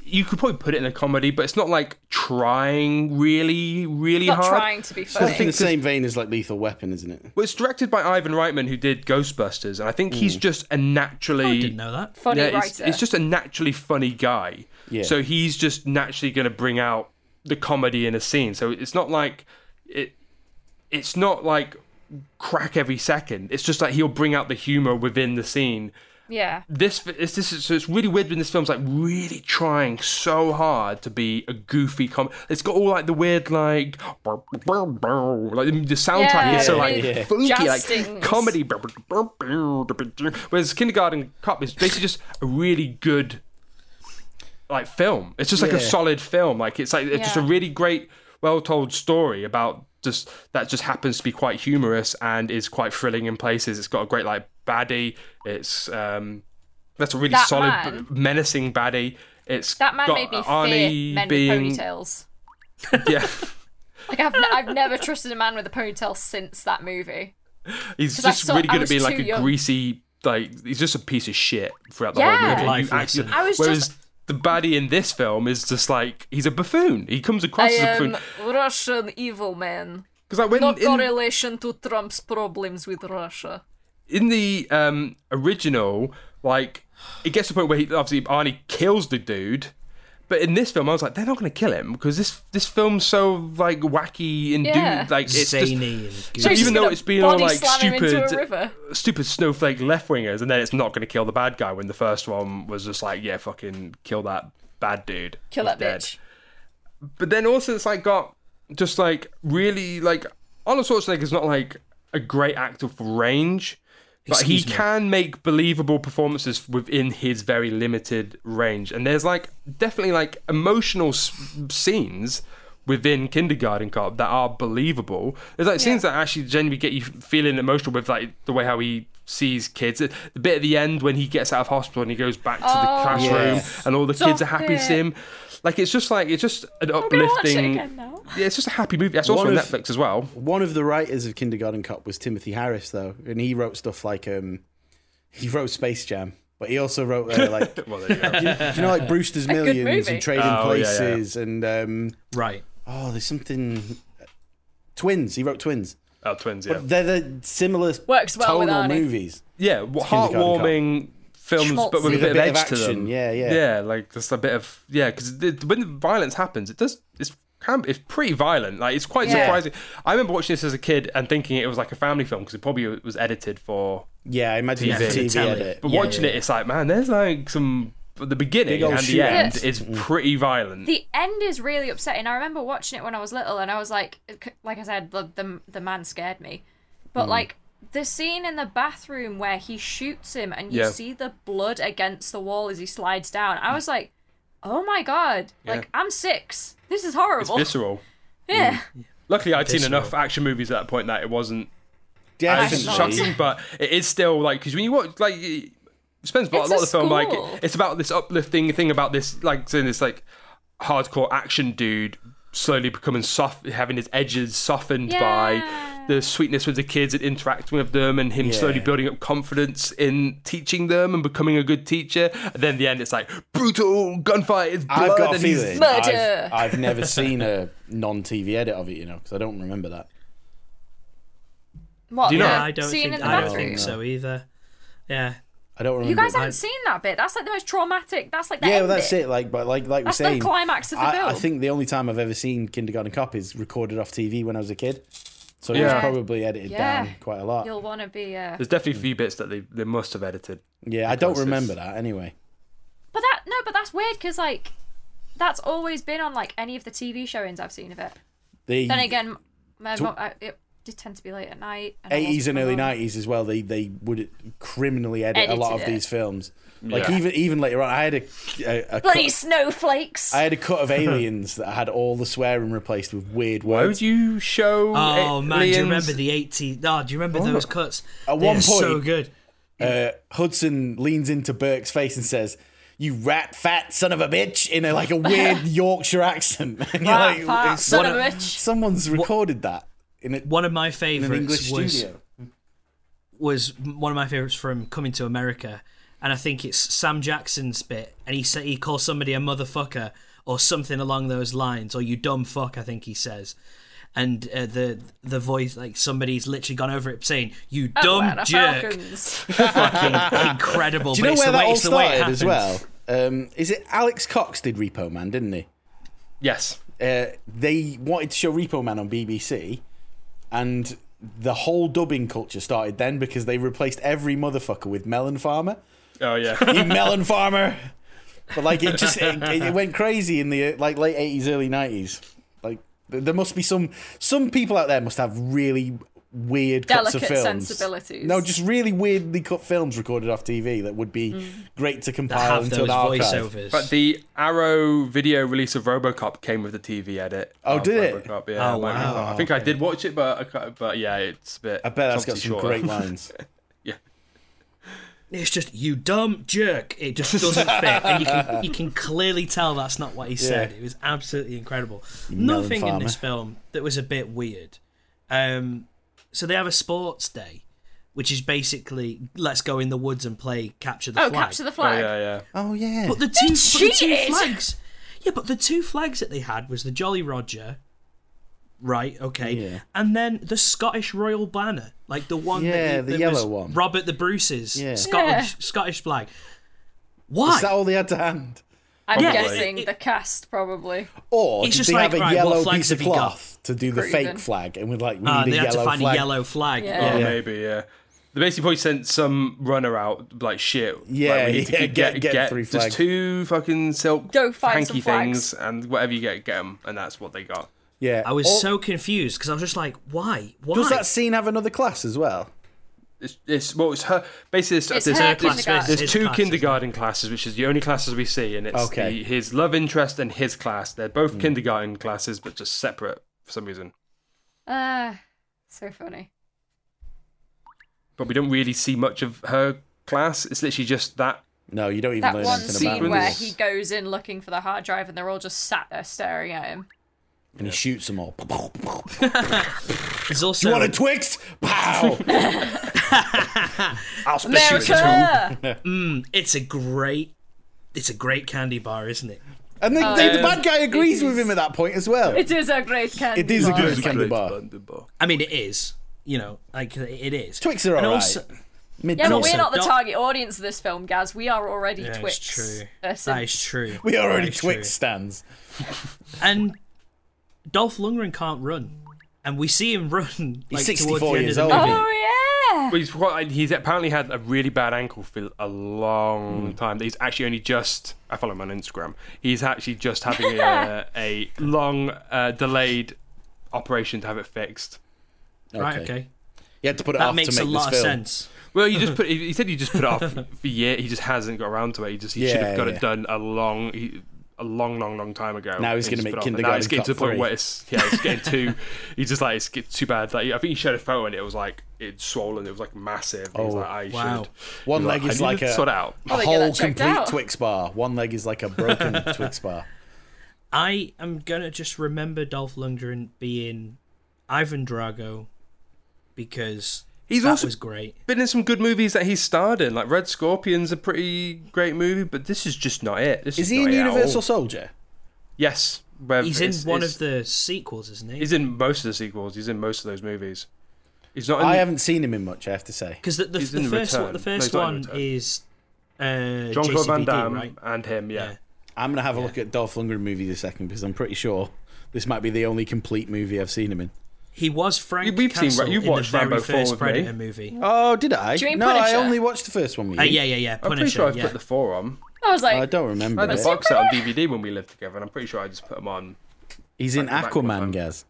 [SPEAKER 6] you could probably put it in a comedy, but it's not like trying really really
[SPEAKER 5] Not
[SPEAKER 6] hard.
[SPEAKER 5] trying to be
[SPEAKER 6] I
[SPEAKER 5] funny.
[SPEAKER 7] in the
[SPEAKER 6] think
[SPEAKER 7] same vein as like Lethal Weapon, isn't it?
[SPEAKER 6] Well, it's directed by Ivan Reitman, who did Ghostbusters, and I think he's just a naturally
[SPEAKER 4] I didn't know that.
[SPEAKER 5] Funny
[SPEAKER 6] yeah, it's,
[SPEAKER 5] writer.
[SPEAKER 6] it's just a naturally funny guy.
[SPEAKER 7] Yeah.
[SPEAKER 6] So he's just naturally going to bring out the comedy in a scene. So it's not like it. It's not like crack every second. It's just like he'll bring out the humor within the scene.
[SPEAKER 5] yeah.
[SPEAKER 6] This it's this is so it's really weird when this film's like really trying so hard to be a goofy com. It's got all like the weird like burr, burr, burr, like the soundtrack
[SPEAKER 5] Yeah,
[SPEAKER 6] is so like
[SPEAKER 5] really
[SPEAKER 6] funky
[SPEAKER 5] jazz
[SPEAKER 6] like
[SPEAKER 5] things.
[SPEAKER 6] comedy. burr, burr, burr, burr, burr. Whereas Kindergarten Cop is basically just a really good like film. It's just like a
[SPEAKER 7] Yeah.
[SPEAKER 6] solid film. Like it's like it's just a
[SPEAKER 5] Yeah.
[SPEAKER 6] really great, well told story about just that just happens to be quite humorous and is quite thrilling in places. It's got a great like baddie. It's um that's a really
[SPEAKER 5] That
[SPEAKER 6] solid
[SPEAKER 5] man.
[SPEAKER 6] b- menacing baddie. It's
[SPEAKER 5] That man
[SPEAKER 6] got
[SPEAKER 5] made me
[SPEAKER 6] Arnie
[SPEAKER 5] fear men
[SPEAKER 6] being
[SPEAKER 5] with ponytails.
[SPEAKER 6] yeah.
[SPEAKER 5] Like I've, n- I've never trusted a man with a ponytail since that movie.
[SPEAKER 6] He's
[SPEAKER 5] 'Cause I
[SPEAKER 6] just
[SPEAKER 5] saw-
[SPEAKER 6] really
[SPEAKER 5] I
[SPEAKER 6] good at
[SPEAKER 5] was
[SPEAKER 6] being
[SPEAKER 5] too
[SPEAKER 6] like a
[SPEAKER 5] young.
[SPEAKER 6] greasy, like he's just a piece of shit throughout the
[SPEAKER 5] Yeah.
[SPEAKER 6] whole movie.
[SPEAKER 4] Life
[SPEAKER 6] You actually-
[SPEAKER 4] lesson.
[SPEAKER 5] I was
[SPEAKER 6] whereas
[SPEAKER 5] just-
[SPEAKER 6] the baddie in this film is just like he's a buffoon. He comes across
[SPEAKER 5] I
[SPEAKER 6] as a
[SPEAKER 5] am
[SPEAKER 6] buffoon
[SPEAKER 5] Russian evil man.
[SPEAKER 6] because like when
[SPEAKER 5] Not
[SPEAKER 6] in,
[SPEAKER 5] correlation to Trump's problems with Russia.
[SPEAKER 6] in the um, original, like it gets to the point where he obviously Arnie kills the dude. But in this film, I was like, they're not going to kill him because this this film's so like wacky and
[SPEAKER 5] Yeah.
[SPEAKER 6] dude, like it's just-
[SPEAKER 4] Zany and
[SPEAKER 6] so
[SPEAKER 4] goofy.
[SPEAKER 5] He's just
[SPEAKER 6] even though
[SPEAKER 5] gonna
[SPEAKER 6] it's being all
[SPEAKER 5] body
[SPEAKER 6] like
[SPEAKER 5] slam him into a
[SPEAKER 6] stupid,
[SPEAKER 5] river.
[SPEAKER 6] stupid snowflake left wingers, and then it's not going to kill the bad guy. When the first one was just like, yeah, fucking kill that bad dude,
[SPEAKER 5] Kill
[SPEAKER 6] He's
[SPEAKER 5] that
[SPEAKER 6] dead.
[SPEAKER 5] bitch.
[SPEAKER 6] But then also it's like got just like really like Arnold Schwarzenegger's not like a great actor for range, but
[SPEAKER 4] Excuse
[SPEAKER 6] he
[SPEAKER 4] me.
[SPEAKER 6] can make believable performances within his very limited range. And there's like definitely like emotional s- scenes within Kindergarten Cop that are believable. There's like scenes that actually genuinely get you feeling emotional with like the way how he sees kids. The bit at the end when he gets out of hospital and he goes back to the classroom
[SPEAKER 7] Yes.
[SPEAKER 6] and all the kids are happy to see
[SPEAKER 5] it.
[SPEAKER 6] him. Like it's just like it's just an
[SPEAKER 5] gonna watch it
[SPEAKER 6] uplifting.
[SPEAKER 5] again now.
[SPEAKER 6] Yeah, it's just a happy movie. That's also
[SPEAKER 7] One
[SPEAKER 6] on
[SPEAKER 7] of-
[SPEAKER 6] Netflix as well.
[SPEAKER 7] One of the writers of Kindergarten Cop was Timothy Harris, though, and he wrote stuff like um, he wrote Space Jam, but he also wrote uh, like do
[SPEAKER 6] Well, there you go.
[SPEAKER 7] you know like Brewster's Millions
[SPEAKER 5] movie.
[SPEAKER 7] and Trading
[SPEAKER 6] Oh, yeah, yeah.
[SPEAKER 7] Places, and um,
[SPEAKER 4] Right.
[SPEAKER 7] oh, there's something Twins. He wrote Twins.
[SPEAKER 6] oh, twins. Yeah.
[SPEAKER 7] They're the similar
[SPEAKER 5] Works well with
[SPEAKER 7] tonal
[SPEAKER 5] Arnie.
[SPEAKER 7] movies.
[SPEAKER 6] yeah, w-
[SPEAKER 7] Kindergarten
[SPEAKER 6] heartwarming films, but with a bit,
[SPEAKER 5] Schmaltzy.
[SPEAKER 7] With a
[SPEAKER 6] of
[SPEAKER 7] bit
[SPEAKER 6] edge
[SPEAKER 7] of
[SPEAKER 6] to
[SPEAKER 7] action,
[SPEAKER 6] them.
[SPEAKER 7] yeah, yeah.
[SPEAKER 6] yeah, like just a bit of yeah, because when the violence happens, it does it's can it's pretty violent. Like it's quite
[SPEAKER 5] Yeah.
[SPEAKER 6] surprising. I remember watching this as a kid and thinking it was like a family film because it probably was edited for.
[SPEAKER 7] Yeah, I imagine
[SPEAKER 6] TV.
[SPEAKER 7] it's a TV
[SPEAKER 4] Telly.
[SPEAKER 7] edit.
[SPEAKER 6] But
[SPEAKER 7] Yeah,
[SPEAKER 6] watching
[SPEAKER 7] yeah.
[SPEAKER 6] it, it's like man, there's like some the beginning
[SPEAKER 7] Big old
[SPEAKER 6] and the
[SPEAKER 7] shootout. Mm.
[SPEAKER 6] end
[SPEAKER 5] Yeah.
[SPEAKER 6] is pretty violent.
[SPEAKER 5] the end is really upsetting. I remember watching it when I was little, and I was like, like I said, the the, the man scared me. But
[SPEAKER 6] Hmm.
[SPEAKER 5] like the scene in the bathroom where he shoots him, and you
[SPEAKER 6] Yeah.
[SPEAKER 5] see the blood against the wall as he slides down. I was like, oh my god! Like I'm six. This is
[SPEAKER 6] it's
[SPEAKER 5] horrible.
[SPEAKER 6] visceral.
[SPEAKER 5] yeah.
[SPEAKER 6] Luckily, I'd seen
[SPEAKER 4] Visceral.
[SPEAKER 6] enough action movies at that point that it wasn't as
[SPEAKER 5] Definitely.
[SPEAKER 6] shocking, but it is still like because when you watch like it spends a lot,
[SPEAKER 5] It's
[SPEAKER 6] a lot
[SPEAKER 5] a
[SPEAKER 6] of the film like
[SPEAKER 5] school.
[SPEAKER 6] it's about this uplifting thing about this like saying this like hardcore action dude slowly becoming soft, having his edges softened
[SPEAKER 5] Yeah.
[SPEAKER 6] by the sweetness with the kids and interacting with them, and him slowly
[SPEAKER 7] Yeah.
[SPEAKER 6] building up confidence in teaching them and becoming a good teacher. And then the end, it's like brutal gunfight. It's blood,
[SPEAKER 7] I've got a
[SPEAKER 6] and he's-
[SPEAKER 7] feeling.
[SPEAKER 5] Murder.
[SPEAKER 7] I've, I've never seen a non-TV edit of it, you know, because I don't remember that.
[SPEAKER 5] What?
[SPEAKER 6] Do you know-
[SPEAKER 5] the
[SPEAKER 6] Yeah,
[SPEAKER 4] I don't
[SPEAKER 5] scene
[SPEAKER 4] think
[SPEAKER 5] in the
[SPEAKER 4] I don't
[SPEAKER 5] bathroom.
[SPEAKER 4] think so either. Yeah,
[SPEAKER 7] I don't remember.
[SPEAKER 5] You guys
[SPEAKER 7] that.
[SPEAKER 5] haven't seen that bit. That's like the most traumatic. That's like the
[SPEAKER 7] yeah,
[SPEAKER 5] end
[SPEAKER 7] well, that's
[SPEAKER 5] bit.
[SPEAKER 7] it. Like, but like, like
[SPEAKER 5] That's the
[SPEAKER 7] we're saying,
[SPEAKER 5] climax of the
[SPEAKER 7] I, I
[SPEAKER 5] film.
[SPEAKER 7] think the only time I've ever seen Kindergarten Cop is recorded off TV when I was a kid, so it
[SPEAKER 6] Yeah.
[SPEAKER 7] was probably edited
[SPEAKER 5] Yeah.
[SPEAKER 7] down quite a lot.
[SPEAKER 5] You'll want to be. Uh...
[SPEAKER 6] There's definitely a few bits that they, they must have edited.
[SPEAKER 7] yeah, I don't
[SPEAKER 6] because
[SPEAKER 7] remember
[SPEAKER 6] it's-
[SPEAKER 7] that anyway.
[SPEAKER 5] But that no, but that's weird because like that's always been on like any of the TV showings I've seen of it.
[SPEAKER 7] The
[SPEAKER 5] Then again, my mo- I, it did tend to be late at night. and I wasn't
[SPEAKER 7] 80s and early
[SPEAKER 5] alone.
[SPEAKER 7] 90s as well. They they would criminally edit a lot of
[SPEAKER 5] Edited it.
[SPEAKER 7] these films. Like
[SPEAKER 6] Yeah.
[SPEAKER 7] even even later on, I had a, a, a
[SPEAKER 5] Bloody
[SPEAKER 7] cut-
[SPEAKER 5] snowflakes!
[SPEAKER 7] I had a cut of Aliens that had all the swearing replaced with weird
[SPEAKER 6] Why
[SPEAKER 7] words.
[SPEAKER 6] would you show?
[SPEAKER 4] Oh
[SPEAKER 6] a-
[SPEAKER 4] man, do you
[SPEAKER 6] aliens?
[SPEAKER 4] remember the eighty? Oh, do you remember those cuts?
[SPEAKER 7] At
[SPEAKER 4] They
[SPEAKER 7] one
[SPEAKER 4] are so
[SPEAKER 7] point-
[SPEAKER 4] good.
[SPEAKER 7] uh, Hudson leans into Burke's face and says, "You rat fat son of a bitch," in a like a weird Yorkshire accent. And you're
[SPEAKER 5] Rat
[SPEAKER 7] like,
[SPEAKER 5] fat
[SPEAKER 7] "It's-
[SPEAKER 5] son
[SPEAKER 4] one
[SPEAKER 5] of a
[SPEAKER 4] of-
[SPEAKER 5] bitch.
[SPEAKER 7] someone's recorded that in, a,
[SPEAKER 4] One of my
[SPEAKER 7] in an English
[SPEAKER 4] favorites was
[SPEAKER 7] studio.
[SPEAKER 4] was one of my favorites from Coming to America, and I think it's Sam Jackson's bit, and he said he calls somebody a motherfucker or something along those lines, or you dumb fuck, I think he says. And uh, the the voice, like somebody's literally gone over it saying, "You
[SPEAKER 5] Oh,
[SPEAKER 4] dumb
[SPEAKER 5] Atlanta
[SPEAKER 4] jerk!"
[SPEAKER 5] Falcons.
[SPEAKER 4] Fucking incredible.
[SPEAKER 7] Do you know
[SPEAKER 4] but it's
[SPEAKER 7] where
[SPEAKER 4] the
[SPEAKER 7] that
[SPEAKER 4] way,
[SPEAKER 7] all
[SPEAKER 4] it's the way it
[SPEAKER 7] started as
[SPEAKER 4] happens.
[SPEAKER 7] well? Um, is it Alex Cox did Repo Man, didn't he?
[SPEAKER 6] Yes.
[SPEAKER 7] uh, they wanted to show Repo Man on BBC, and the whole dubbing culture started then because they replaced every motherfucker with Melon Farmer.
[SPEAKER 6] Oh yeah.
[SPEAKER 7] You Melon Farmer! But like it just it, it went crazy in the uh, like late eighties, early nineties. Like th- there must be some some people out there must have really weird cuts of
[SPEAKER 5] Delicate
[SPEAKER 7] films.
[SPEAKER 5] sensibilities.
[SPEAKER 7] No, just really weirdly cut films recorded off TV that would be
[SPEAKER 5] Mm.
[SPEAKER 7] great to compile
[SPEAKER 4] Have
[SPEAKER 7] into
[SPEAKER 4] those
[SPEAKER 7] an archive.
[SPEAKER 4] voiceovers.
[SPEAKER 6] But the Arrow video release of RoboCop came with the TV edit.
[SPEAKER 7] Oh,
[SPEAKER 6] of
[SPEAKER 7] did it?
[SPEAKER 6] RoboCop, yeah.
[SPEAKER 4] Oh,
[SPEAKER 6] Like,
[SPEAKER 4] wow.
[SPEAKER 6] I think I did watch it, but I can't- but yeah, it's a bit.
[SPEAKER 7] I bet that's got
[SPEAKER 6] obviously
[SPEAKER 7] some
[SPEAKER 6] shorter.
[SPEAKER 7] great lines.
[SPEAKER 4] it's just you dumb jerk. It just doesn't fit, and you can you can clearly tell that's not what he said. It was absolutely incredible.
[SPEAKER 7] melon
[SPEAKER 4] Nothing in
[SPEAKER 7] farmer.
[SPEAKER 4] this film that was a bit weird. Um, so they have a sports day, which is basically let's go in the woods and play capture the
[SPEAKER 5] Oh,
[SPEAKER 4] flag.
[SPEAKER 5] capture the
[SPEAKER 6] Oh,
[SPEAKER 5] flag.
[SPEAKER 6] yeah, yeah.
[SPEAKER 7] oh yeah.
[SPEAKER 4] But the two, but the two
[SPEAKER 5] cheated!
[SPEAKER 4] flags. Yeah, but the two flags that they had was the Jolly Roger, right? Okay,
[SPEAKER 7] Yeah.
[SPEAKER 4] and then the Scottish Royal Banner, like the one. that
[SPEAKER 7] Yeah,
[SPEAKER 4] you-
[SPEAKER 7] the
[SPEAKER 4] that
[SPEAKER 7] yellow
[SPEAKER 4] was
[SPEAKER 7] one.
[SPEAKER 4] Robert the Bruce's
[SPEAKER 7] Yeah.
[SPEAKER 4] Scottish
[SPEAKER 5] Yeah.
[SPEAKER 4] Scottish flag.
[SPEAKER 7] Is
[SPEAKER 4] Why?
[SPEAKER 7] that all they had to hand?
[SPEAKER 5] I'm
[SPEAKER 6] Yeah.
[SPEAKER 5] guessing
[SPEAKER 4] It-
[SPEAKER 5] the cast probably.
[SPEAKER 7] Or
[SPEAKER 4] It's
[SPEAKER 7] did
[SPEAKER 4] just
[SPEAKER 7] they
[SPEAKER 4] like,
[SPEAKER 7] have a
[SPEAKER 4] right, what
[SPEAKER 7] yellow
[SPEAKER 4] flags
[SPEAKER 7] piece of
[SPEAKER 4] have you got?
[SPEAKER 7] cloth to do the
[SPEAKER 5] Proven.
[SPEAKER 7] fake flag? And we're like, we
[SPEAKER 4] Ah,
[SPEAKER 7] need
[SPEAKER 4] they
[SPEAKER 7] a
[SPEAKER 4] had to
[SPEAKER 7] yellow
[SPEAKER 4] find
[SPEAKER 7] flag.
[SPEAKER 4] a yellow flag.
[SPEAKER 5] Yeah.
[SPEAKER 6] Oh,
[SPEAKER 7] Yeah.
[SPEAKER 6] maybe yeah. They basically probably sent some runner out like shit.
[SPEAKER 7] Yeah,
[SPEAKER 6] like, we need to
[SPEAKER 7] yeah,
[SPEAKER 6] get
[SPEAKER 7] get- get three
[SPEAKER 6] just
[SPEAKER 7] flags.
[SPEAKER 6] two fucking silk
[SPEAKER 5] Go find some
[SPEAKER 6] hanky
[SPEAKER 5] flags.
[SPEAKER 6] things and whatever you get, get them, and that's what they got.
[SPEAKER 7] Yeah.
[SPEAKER 4] I was
[SPEAKER 7] Or-
[SPEAKER 4] so confused because I was just like, why? Why?
[SPEAKER 7] Does that scene have another class as well?
[SPEAKER 6] It's, it's well, it's her. Basically, it's,
[SPEAKER 5] It's
[SPEAKER 6] there's,
[SPEAKER 5] her
[SPEAKER 6] there's-
[SPEAKER 5] kindergarten.
[SPEAKER 6] there's
[SPEAKER 4] His
[SPEAKER 6] two
[SPEAKER 4] class,
[SPEAKER 6] kindergarten classes, which is the only classes we see, and it's
[SPEAKER 7] Okay.
[SPEAKER 6] the, his love interest and his class. They're both kindergarten classes, but just separate for some reason.
[SPEAKER 5] Ah, so funny.
[SPEAKER 6] But we don't really see much of her class. It's literally just that.
[SPEAKER 7] No, you don't even
[SPEAKER 5] That
[SPEAKER 7] learn
[SPEAKER 5] one
[SPEAKER 7] anything about
[SPEAKER 5] scene
[SPEAKER 7] it.
[SPEAKER 6] sequence.
[SPEAKER 5] where he goes in looking for the hard drive and they're all just sat there staring at him.
[SPEAKER 7] And he shoots them all.
[SPEAKER 4] There's also
[SPEAKER 7] you want a Twix? Pow! I'll spit you
[SPEAKER 5] America!
[SPEAKER 7] a Twix.
[SPEAKER 4] it's a great, it's a great candy bar, isn't it?
[SPEAKER 7] And the, the,
[SPEAKER 4] Uh,
[SPEAKER 7] the
[SPEAKER 5] Um,
[SPEAKER 7] bad guy agrees
[SPEAKER 5] it
[SPEAKER 7] with him
[SPEAKER 5] is-
[SPEAKER 7] at that point as well.
[SPEAKER 5] It is a great candy.
[SPEAKER 7] It is a
[SPEAKER 5] bar.
[SPEAKER 7] good candy bar.
[SPEAKER 4] I mean, it is. You know, like it is.
[SPEAKER 7] Twix are
[SPEAKER 4] And
[SPEAKER 7] alright.
[SPEAKER 4] also-
[SPEAKER 7] Mid-
[SPEAKER 5] Yeah, but
[SPEAKER 4] also
[SPEAKER 5] we're not the
[SPEAKER 4] don't-
[SPEAKER 5] target audience of this film, Gaz. We are already
[SPEAKER 4] Yeah,
[SPEAKER 5] Twix.
[SPEAKER 4] it's true.
[SPEAKER 5] person.
[SPEAKER 4] That is true.
[SPEAKER 7] we are
[SPEAKER 4] That
[SPEAKER 7] already
[SPEAKER 4] is true.
[SPEAKER 7] Twix stands.
[SPEAKER 4] And Dolph Lundgren can't run, and we see him run. Like,
[SPEAKER 7] He's
[SPEAKER 4] towards
[SPEAKER 7] 64
[SPEAKER 4] the end
[SPEAKER 7] years
[SPEAKER 4] of the
[SPEAKER 7] old.
[SPEAKER 4] movie.
[SPEAKER 5] Oh yeah.
[SPEAKER 6] But he's, quite, he's apparently had a really bad ankle for a long time. He's actually only just. I follow him on Instagram. He's actually just having a, a long, uh, delayed operation to have it fixed.
[SPEAKER 4] Right. Okay.
[SPEAKER 7] You had to put it
[SPEAKER 4] That
[SPEAKER 7] off to
[SPEAKER 4] makes
[SPEAKER 7] make
[SPEAKER 4] a lot of
[SPEAKER 7] this film.
[SPEAKER 4] sense.
[SPEAKER 6] Well, you just put. He said he just put it off for year. He just hasn't got around to it. He just he should
[SPEAKER 7] Yeah,
[SPEAKER 6] have got
[SPEAKER 7] yeah.
[SPEAKER 6] it done a long, he, a long, long, long time ago.
[SPEAKER 7] Now he's
[SPEAKER 6] And just
[SPEAKER 7] gonna make
[SPEAKER 6] put it off. And Now
[SPEAKER 7] Kindergarten
[SPEAKER 6] it's getting to the
[SPEAKER 7] Cop
[SPEAKER 6] point where
[SPEAKER 7] three.
[SPEAKER 6] it's yeah, it's getting too. He's just like it's get too bad. Like I think he showed a photo and it was like it's swollen. It was like massive. Oh,
[SPEAKER 7] Oh,
[SPEAKER 6] like, I
[SPEAKER 4] wow.
[SPEAKER 6] should.
[SPEAKER 7] One
[SPEAKER 6] he was
[SPEAKER 7] leg is
[SPEAKER 6] I
[SPEAKER 7] like
[SPEAKER 6] need to
[SPEAKER 7] a-
[SPEAKER 6] sort it out.
[SPEAKER 7] A
[SPEAKER 5] Probably Oh, get
[SPEAKER 7] whole
[SPEAKER 5] that checked
[SPEAKER 7] complete
[SPEAKER 5] out.
[SPEAKER 7] Twix bar. One leg is like a broken Twix bar.
[SPEAKER 4] I am gonna just remember Dolph Lundgren being Ivan Drago because
[SPEAKER 6] He's
[SPEAKER 4] that
[SPEAKER 6] also
[SPEAKER 4] was great.
[SPEAKER 6] been in some good movies that he starred in. Like Red Scorpion's a pretty great movie, but this is just not it. This
[SPEAKER 7] Is
[SPEAKER 6] is
[SPEAKER 7] he in
[SPEAKER 6] not it at
[SPEAKER 7] Universal
[SPEAKER 6] all.
[SPEAKER 7] Soldier?
[SPEAKER 6] Yes. where
[SPEAKER 4] He's
[SPEAKER 6] it's-
[SPEAKER 4] in one
[SPEAKER 6] it's-
[SPEAKER 4] of the sequels, isn't he?
[SPEAKER 6] He's in most of the sequels. He's in most of those movies. He's not. In
[SPEAKER 7] I
[SPEAKER 6] the-
[SPEAKER 7] haven't seen him in much, I have to say.
[SPEAKER 4] Because the, the,
[SPEAKER 6] He's
[SPEAKER 4] the
[SPEAKER 6] in
[SPEAKER 4] first one,
[SPEAKER 6] Return.
[SPEAKER 4] the
[SPEAKER 6] No, he's
[SPEAKER 4] first
[SPEAKER 6] not in
[SPEAKER 4] one
[SPEAKER 6] Return.
[SPEAKER 4] is uh,
[SPEAKER 6] Jean Claude Van
[SPEAKER 4] JCVD,
[SPEAKER 6] Damme
[SPEAKER 4] right?
[SPEAKER 6] and him. Yeah.
[SPEAKER 4] Yeah.
[SPEAKER 7] I'm going to have a look at Dolph Lundgren movie this second because I'm pretty sure this might be the only complete movie I've seen him in.
[SPEAKER 4] He was Frank
[SPEAKER 6] We've seen-
[SPEAKER 4] Castle
[SPEAKER 6] you've
[SPEAKER 4] in the
[SPEAKER 6] watched
[SPEAKER 4] very
[SPEAKER 6] Rambo 4
[SPEAKER 4] first
[SPEAKER 6] with me.
[SPEAKER 4] Predator movie.
[SPEAKER 7] Oh, did I?
[SPEAKER 5] Do you mean
[SPEAKER 7] no, I
[SPEAKER 5] Punisher?
[SPEAKER 7] only watched the first one with you.
[SPEAKER 4] Uh, yeah, yeah, yeah.
[SPEAKER 6] I'm pretty
[SPEAKER 4] Punisher.
[SPEAKER 6] sure I've
[SPEAKER 4] yeah.
[SPEAKER 6] put the four on.
[SPEAKER 5] I was
[SPEAKER 7] I
[SPEAKER 5] like,
[SPEAKER 7] don't remember.
[SPEAKER 6] I had the
[SPEAKER 7] it.
[SPEAKER 6] box set on DVD when we lived together, and I'm pretty sure I just put them on.
[SPEAKER 7] He's in
[SPEAKER 6] Back to back
[SPEAKER 7] Aquaman,
[SPEAKER 6] one.
[SPEAKER 7] Gaz.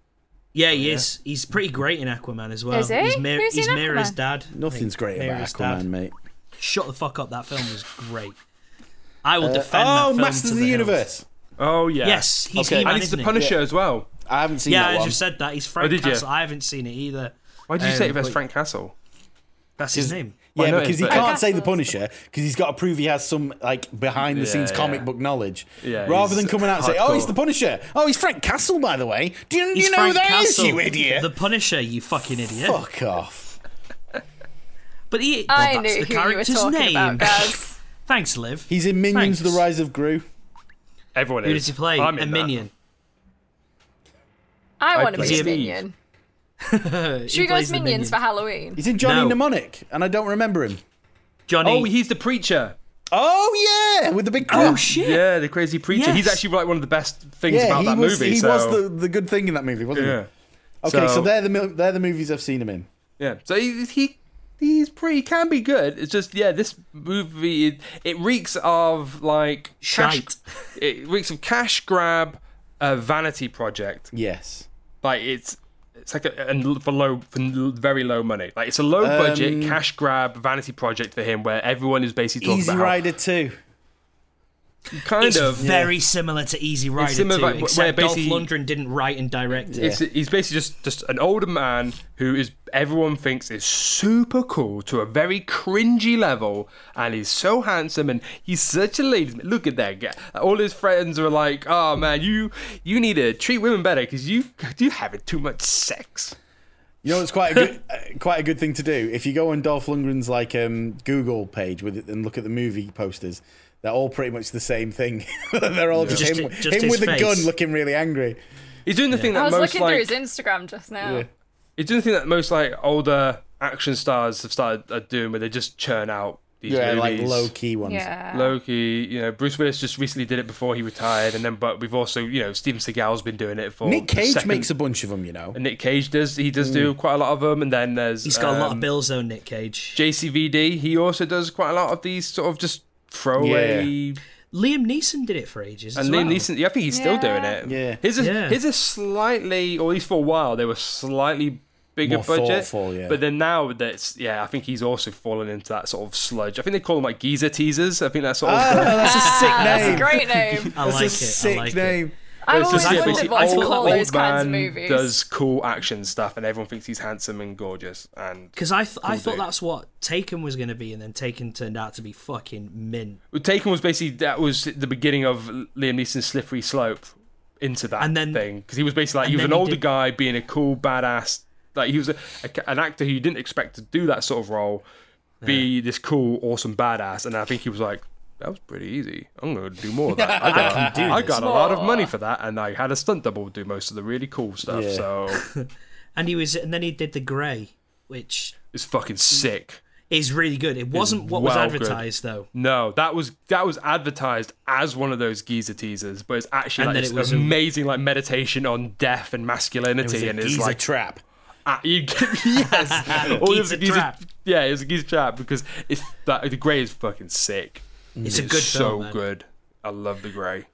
[SPEAKER 4] yeah,
[SPEAKER 7] Oh,
[SPEAKER 4] he is. He's pretty great in Aquaman as well.
[SPEAKER 5] Is he?
[SPEAKER 4] He's, Mir-
[SPEAKER 5] Who's
[SPEAKER 4] he's
[SPEAKER 5] in
[SPEAKER 4] Mira's
[SPEAKER 5] Aquaman?
[SPEAKER 4] dad. I
[SPEAKER 7] Nothing's
[SPEAKER 4] think.
[SPEAKER 7] great about
[SPEAKER 4] Mira's
[SPEAKER 7] Aquaman,
[SPEAKER 4] dad.
[SPEAKER 7] mate.
[SPEAKER 4] Shut the fuck up. That film was great. I will defend that
[SPEAKER 7] Oh,
[SPEAKER 4] film
[SPEAKER 7] Masters
[SPEAKER 4] to
[SPEAKER 7] of the
[SPEAKER 4] the
[SPEAKER 7] Universe.
[SPEAKER 6] Oh yeah.
[SPEAKER 4] Yes, he's
[SPEAKER 7] Okay.
[SPEAKER 4] He-Man,
[SPEAKER 6] And he's
[SPEAKER 4] isn't
[SPEAKER 6] the
[SPEAKER 4] he?
[SPEAKER 6] Punisher as well.
[SPEAKER 7] I haven't seen
[SPEAKER 4] Yeah,
[SPEAKER 7] that
[SPEAKER 4] I
[SPEAKER 7] one.
[SPEAKER 4] just said that. He's Frank
[SPEAKER 6] did you?
[SPEAKER 4] Castle. I haven't seen it either.
[SPEAKER 6] Why did you
[SPEAKER 4] Um,
[SPEAKER 6] say it was
[SPEAKER 4] but-
[SPEAKER 6] Frank Castle?
[SPEAKER 4] That's his name.
[SPEAKER 6] I
[SPEAKER 7] Yeah,
[SPEAKER 6] know
[SPEAKER 7] because
[SPEAKER 6] it,
[SPEAKER 7] he
[SPEAKER 6] but-
[SPEAKER 7] can't say
[SPEAKER 5] Okay.
[SPEAKER 7] the Punisher because he's got to prove he has some like behind the scenes
[SPEAKER 6] Yeah,
[SPEAKER 7] comic
[SPEAKER 6] yeah.
[SPEAKER 7] book knowledge.
[SPEAKER 6] Yeah,
[SPEAKER 7] Rather
[SPEAKER 6] he's
[SPEAKER 7] than coming out and say, "Oh, he's
[SPEAKER 6] hardcore.
[SPEAKER 7] the Punisher." Oh, he's Frank Castle, by the way. Do you,
[SPEAKER 4] He's
[SPEAKER 7] you know who
[SPEAKER 4] Frank
[SPEAKER 7] that is,
[SPEAKER 4] Castle,
[SPEAKER 7] you idiot?
[SPEAKER 4] The Punisher, you fucking idiot.
[SPEAKER 7] Fuck off.
[SPEAKER 4] But he, well,
[SPEAKER 5] I
[SPEAKER 4] that's the
[SPEAKER 5] knew who you were
[SPEAKER 4] character's
[SPEAKER 5] talking
[SPEAKER 4] name.
[SPEAKER 5] about, Gaz.
[SPEAKER 4] Thanks, Liv.
[SPEAKER 7] He's in
[SPEAKER 4] Thanks.
[SPEAKER 7] Minions: The Rise of Gru.
[SPEAKER 6] Everyone
[SPEAKER 4] Who
[SPEAKER 6] is.
[SPEAKER 4] does he play?
[SPEAKER 6] I'm
[SPEAKER 4] a
[SPEAKER 6] in that.
[SPEAKER 4] minion.
[SPEAKER 5] I
[SPEAKER 6] I
[SPEAKER 5] want to
[SPEAKER 6] play
[SPEAKER 5] be a
[SPEAKER 6] Steve.
[SPEAKER 5] minion. Should
[SPEAKER 4] He
[SPEAKER 5] we go
[SPEAKER 4] plays
[SPEAKER 5] as
[SPEAKER 4] the
[SPEAKER 5] minions
[SPEAKER 4] minion.
[SPEAKER 5] for Halloween?
[SPEAKER 7] He's in Johnny
[SPEAKER 4] No.
[SPEAKER 7] Mnemonic, and I don't remember him.
[SPEAKER 4] Johnny.
[SPEAKER 6] Oh, he's the preacher.
[SPEAKER 7] Oh yeah, with the big crap.
[SPEAKER 4] Oh, shit.
[SPEAKER 6] Yeah, the crazy preacher. He's
[SPEAKER 4] Yes.
[SPEAKER 6] actually like one of the best things
[SPEAKER 7] yeah,
[SPEAKER 6] about
[SPEAKER 7] he
[SPEAKER 6] that
[SPEAKER 7] was
[SPEAKER 6] movie.
[SPEAKER 7] he
[SPEAKER 6] so.
[SPEAKER 7] was the, the good thing in that movie, wasn't
[SPEAKER 6] yeah.
[SPEAKER 7] he? Okay, so,
[SPEAKER 6] So-
[SPEAKER 7] they're the mil- they're the movies I've seen him in.
[SPEAKER 6] Yeah, so he, he he's pretty he can be good. It's just yeah, this movie it, it reeks of like
[SPEAKER 4] Shite.
[SPEAKER 6] Cash, it reeks of cash grab, a vanity project.
[SPEAKER 7] Yes.
[SPEAKER 6] Like it's it's like a and for low for l- very low money. Like it's a low budget cash grab vanity project for him where everyone is basically talking
[SPEAKER 7] Easy
[SPEAKER 6] about how-
[SPEAKER 7] Rider 2.
[SPEAKER 6] kind
[SPEAKER 4] It's
[SPEAKER 6] of
[SPEAKER 4] very similar to Easy Rider
[SPEAKER 6] similar, but-
[SPEAKER 4] 2,
[SPEAKER 6] but where
[SPEAKER 4] except Dolph
[SPEAKER 6] basically-
[SPEAKER 4] Lundgren didn't write and direct it.
[SPEAKER 6] It's, he's basically just just an older man who is everyone thinks is super cool to a very cringy level, and he's so handsome and he's such a ladies' man. Look at that guy. All his friends are like, "Oh man, you you need to treat women better because you you having too much sex."
[SPEAKER 7] You know, it's quite a good, uh, quite a good thing to do. If you go on Dolph Lundgren's like um, Google page with it and look at the movie posters, they're all pretty much the same thing. they're all just,
[SPEAKER 4] Just-
[SPEAKER 7] him,
[SPEAKER 4] just
[SPEAKER 7] him
[SPEAKER 4] his
[SPEAKER 7] with a
[SPEAKER 4] face.
[SPEAKER 7] gun, looking really angry.
[SPEAKER 6] He's doing the thing that
[SPEAKER 5] I was
[SPEAKER 6] most
[SPEAKER 5] looking
[SPEAKER 6] like,
[SPEAKER 5] through his Instagram just now.
[SPEAKER 6] He's doing the thing that most like older action stars have started are doing, where they just churn out these
[SPEAKER 7] Yeah, like
[SPEAKER 6] movies.
[SPEAKER 7] low key ones.
[SPEAKER 5] Yeah.
[SPEAKER 6] Loki, you know, Bruce Willis just recently did it before he retired, and then but we've also, you know, Steven Seagal's been doing it for.
[SPEAKER 7] Nick
[SPEAKER 6] the
[SPEAKER 7] Cage
[SPEAKER 6] second-
[SPEAKER 7] makes a Mm. bunch of them, you know.
[SPEAKER 6] and Nick Cage does he does do quite a lot of them, and then there's
[SPEAKER 4] He's got a lot
[SPEAKER 6] um,
[SPEAKER 4] of bills though, Nick Cage.
[SPEAKER 6] JCVD, he also does quite a lot of these sort of just throwaway.
[SPEAKER 4] Liam Neeson did it for ages. as
[SPEAKER 6] And
[SPEAKER 4] well.
[SPEAKER 6] Liam Neeson, yeah, I think he's still doing it.
[SPEAKER 7] Yeah.
[SPEAKER 6] his is
[SPEAKER 4] Yeah.
[SPEAKER 6] his is slightly, or at least for a while, they were slightly bigger
[SPEAKER 7] More
[SPEAKER 6] budget.
[SPEAKER 7] thoughtful, yeah.
[SPEAKER 6] But then now that's yeah, I think he's also fallen into that sort of sludge. I think they call them like geezer teasers. I think that's sort of.
[SPEAKER 7] Oh, that's a sick name.
[SPEAKER 5] That's a great name.
[SPEAKER 4] I
[SPEAKER 7] That's
[SPEAKER 4] like
[SPEAKER 7] a
[SPEAKER 4] it.
[SPEAKER 7] sick
[SPEAKER 4] I like it.
[SPEAKER 7] name.
[SPEAKER 5] I've
[SPEAKER 6] It's
[SPEAKER 5] always
[SPEAKER 6] just, yeah,
[SPEAKER 5] wondered
[SPEAKER 6] basically,
[SPEAKER 5] what to
[SPEAKER 6] old-
[SPEAKER 5] call
[SPEAKER 6] old
[SPEAKER 5] those kinds of
[SPEAKER 6] man
[SPEAKER 5] movies.
[SPEAKER 6] Does cool action stuff, and everyone thinks he's handsome and gorgeous. And
[SPEAKER 4] Because I, th- I thought
[SPEAKER 6] dude.
[SPEAKER 4] that's what Taken was going to be, and then Taken turned out to be fucking mint.
[SPEAKER 6] Well, Taken was basically that was the beginning of Liam Neeson's slippery slope into that
[SPEAKER 4] And then-
[SPEAKER 6] thing because he was basically like he
[SPEAKER 4] and
[SPEAKER 6] was an
[SPEAKER 4] then he
[SPEAKER 6] older
[SPEAKER 4] did-
[SPEAKER 6] guy being a cool badass like he was a, a- an actor who you didn't expect to do that sort of role be this cool awesome badass and I think he was like that was pretty easy I'm gonna do more of that I got, I got a lot of money for that and I had a stunt double do most of the really cool stuff
[SPEAKER 7] Yeah.
[SPEAKER 6] so
[SPEAKER 4] And he was, and then he did The Grey, which
[SPEAKER 6] it's fucking sick
[SPEAKER 4] is really good. It wasn't what was
[SPEAKER 6] well good.
[SPEAKER 4] advertised though.
[SPEAKER 6] No, that was that was advertised as one of those geezer teasers, but it's actually
[SPEAKER 4] And
[SPEAKER 6] like
[SPEAKER 4] then
[SPEAKER 6] this
[SPEAKER 4] it was a-
[SPEAKER 6] amazing like meditation on death and masculinity,
[SPEAKER 7] It was a
[SPEAKER 6] and it's
[SPEAKER 7] geezer
[SPEAKER 6] like
[SPEAKER 7] trap.
[SPEAKER 6] ah, you, yes, Or it was
[SPEAKER 4] Geezer
[SPEAKER 6] a geezer-
[SPEAKER 4] trap.
[SPEAKER 6] Yeah, it was a geezer trap because it's that the grey is fucking sick.
[SPEAKER 4] It's a good
[SPEAKER 6] so
[SPEAKER 4] film. man.
[SPEAKER 6] good. I love the grey.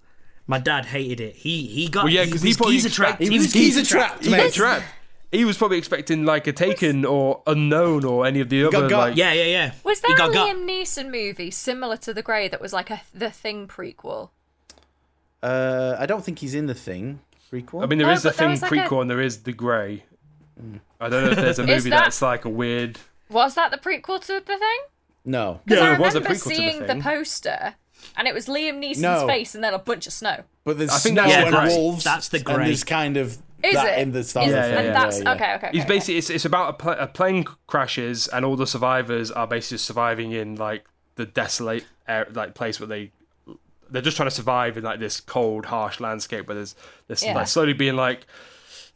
[SPEAKER 4] My dad hated it. He he got
[SPEAKER 6] Well, yeah,
[SPEAKER 4] he
[SPEAKER 6] because
[SPEAKER 4] was
[SPEAKER 6] he probably
[SPEAKER 4] geezer trapped.
[SPEAKER 6] expected-
[SPEAKER 7] He was geezer trapped,
[SPEAKER 6] He got
[SPEAKER 7] mate.
[SPEAKER 6] trapped. He was probably expecting like a Taken or Unknown or any of the
[SPEAKER 7] got
[SPEAKER 6] other
[SPEAKER 7] got.
[SPEAKER 6] like
[SPEAKER 4] Yeah, yeah, yeah.
[SPEAKER 5] Was
[SPEAKER 4] he
[SPEAKER 5] there a
[SPEAKER 4] got got.
[SPEAKER 5] Liam Neeson movie similar to The Grey that was like a The Thing prequel?
[SPEAKER 7] Uh, I don't think he's in the thing. Prequel.
[SPEAKER 6] I mean, there
[SPEAKER 5] No,
[SPEAKER 6] is the
[SPEAKER 5] Oh, but there
[SPEAKER 6] thing
[SPEAKER 5] was, like, a-
[SPEAKER 6] prequel and there is the grey. I don't know if there's a movie
[SPEAKER 5] that-
[SPEAKER 6] that's like a weird.
[SPEAKER 5] Was that the prequel to The Thing?
[SPEAKER 7] no.
[SPEAKER 5] Because I
[SPEAKER 6] it was
[SPEAKER 5] remember
[SPEAKER 6] a prequel to The
[SPEAKER 5] seeing the,
[SPEAKER 6] Thing.
[SPEAKER 5] poster, and it was Liam Neeson's
[SPEAKER 7] No.
[SPEAKER 5] face, and then a bunch of snow.
[SPEAKER 7] But there's
[SPEAKER 6] I think
[SPEAKER 7] snow
[SPEAKER 6] that's
[SPEAKER 4] the
[SPEAKER 7] and
[SPEAKER 4] grey.
[SPEAKER 7] wolves.
[SPEAKER 4] That's the
[SPEAKER 7] And
[SPEAKER 4] grey.
[SPEAKER 7] there's kind of
[SPEAKER 5] Is
[SPEAKER 7] that
[SPEAKER 5] it?
[SPEAKER 7] in the Star
[SPEAKER 5] Is-
[SPEAKER 7] Wars
[SPEAKER 6] Yeah, yeah,
[SPEAKER 5] and
[SPEAKER 7] thing.
[SPEAKER 6] yeah.
[SPEAKER 5] that's
[SPEAKER 7] yeah.
[SPEAKER 5] okay. Okay.
[SPEAKER 6] He's
[SPEAKER 5] okay.
[SPEAKER 6] basically it's, it's about a, pl- a plane crashes and all the survivors are basically surviving in like the desolate air, like place where they they're just trying to survive in like this cold harsh landscape where there's there's
[SPEAKER 5] Yeah.
[SPEAKER 6] like slowly being like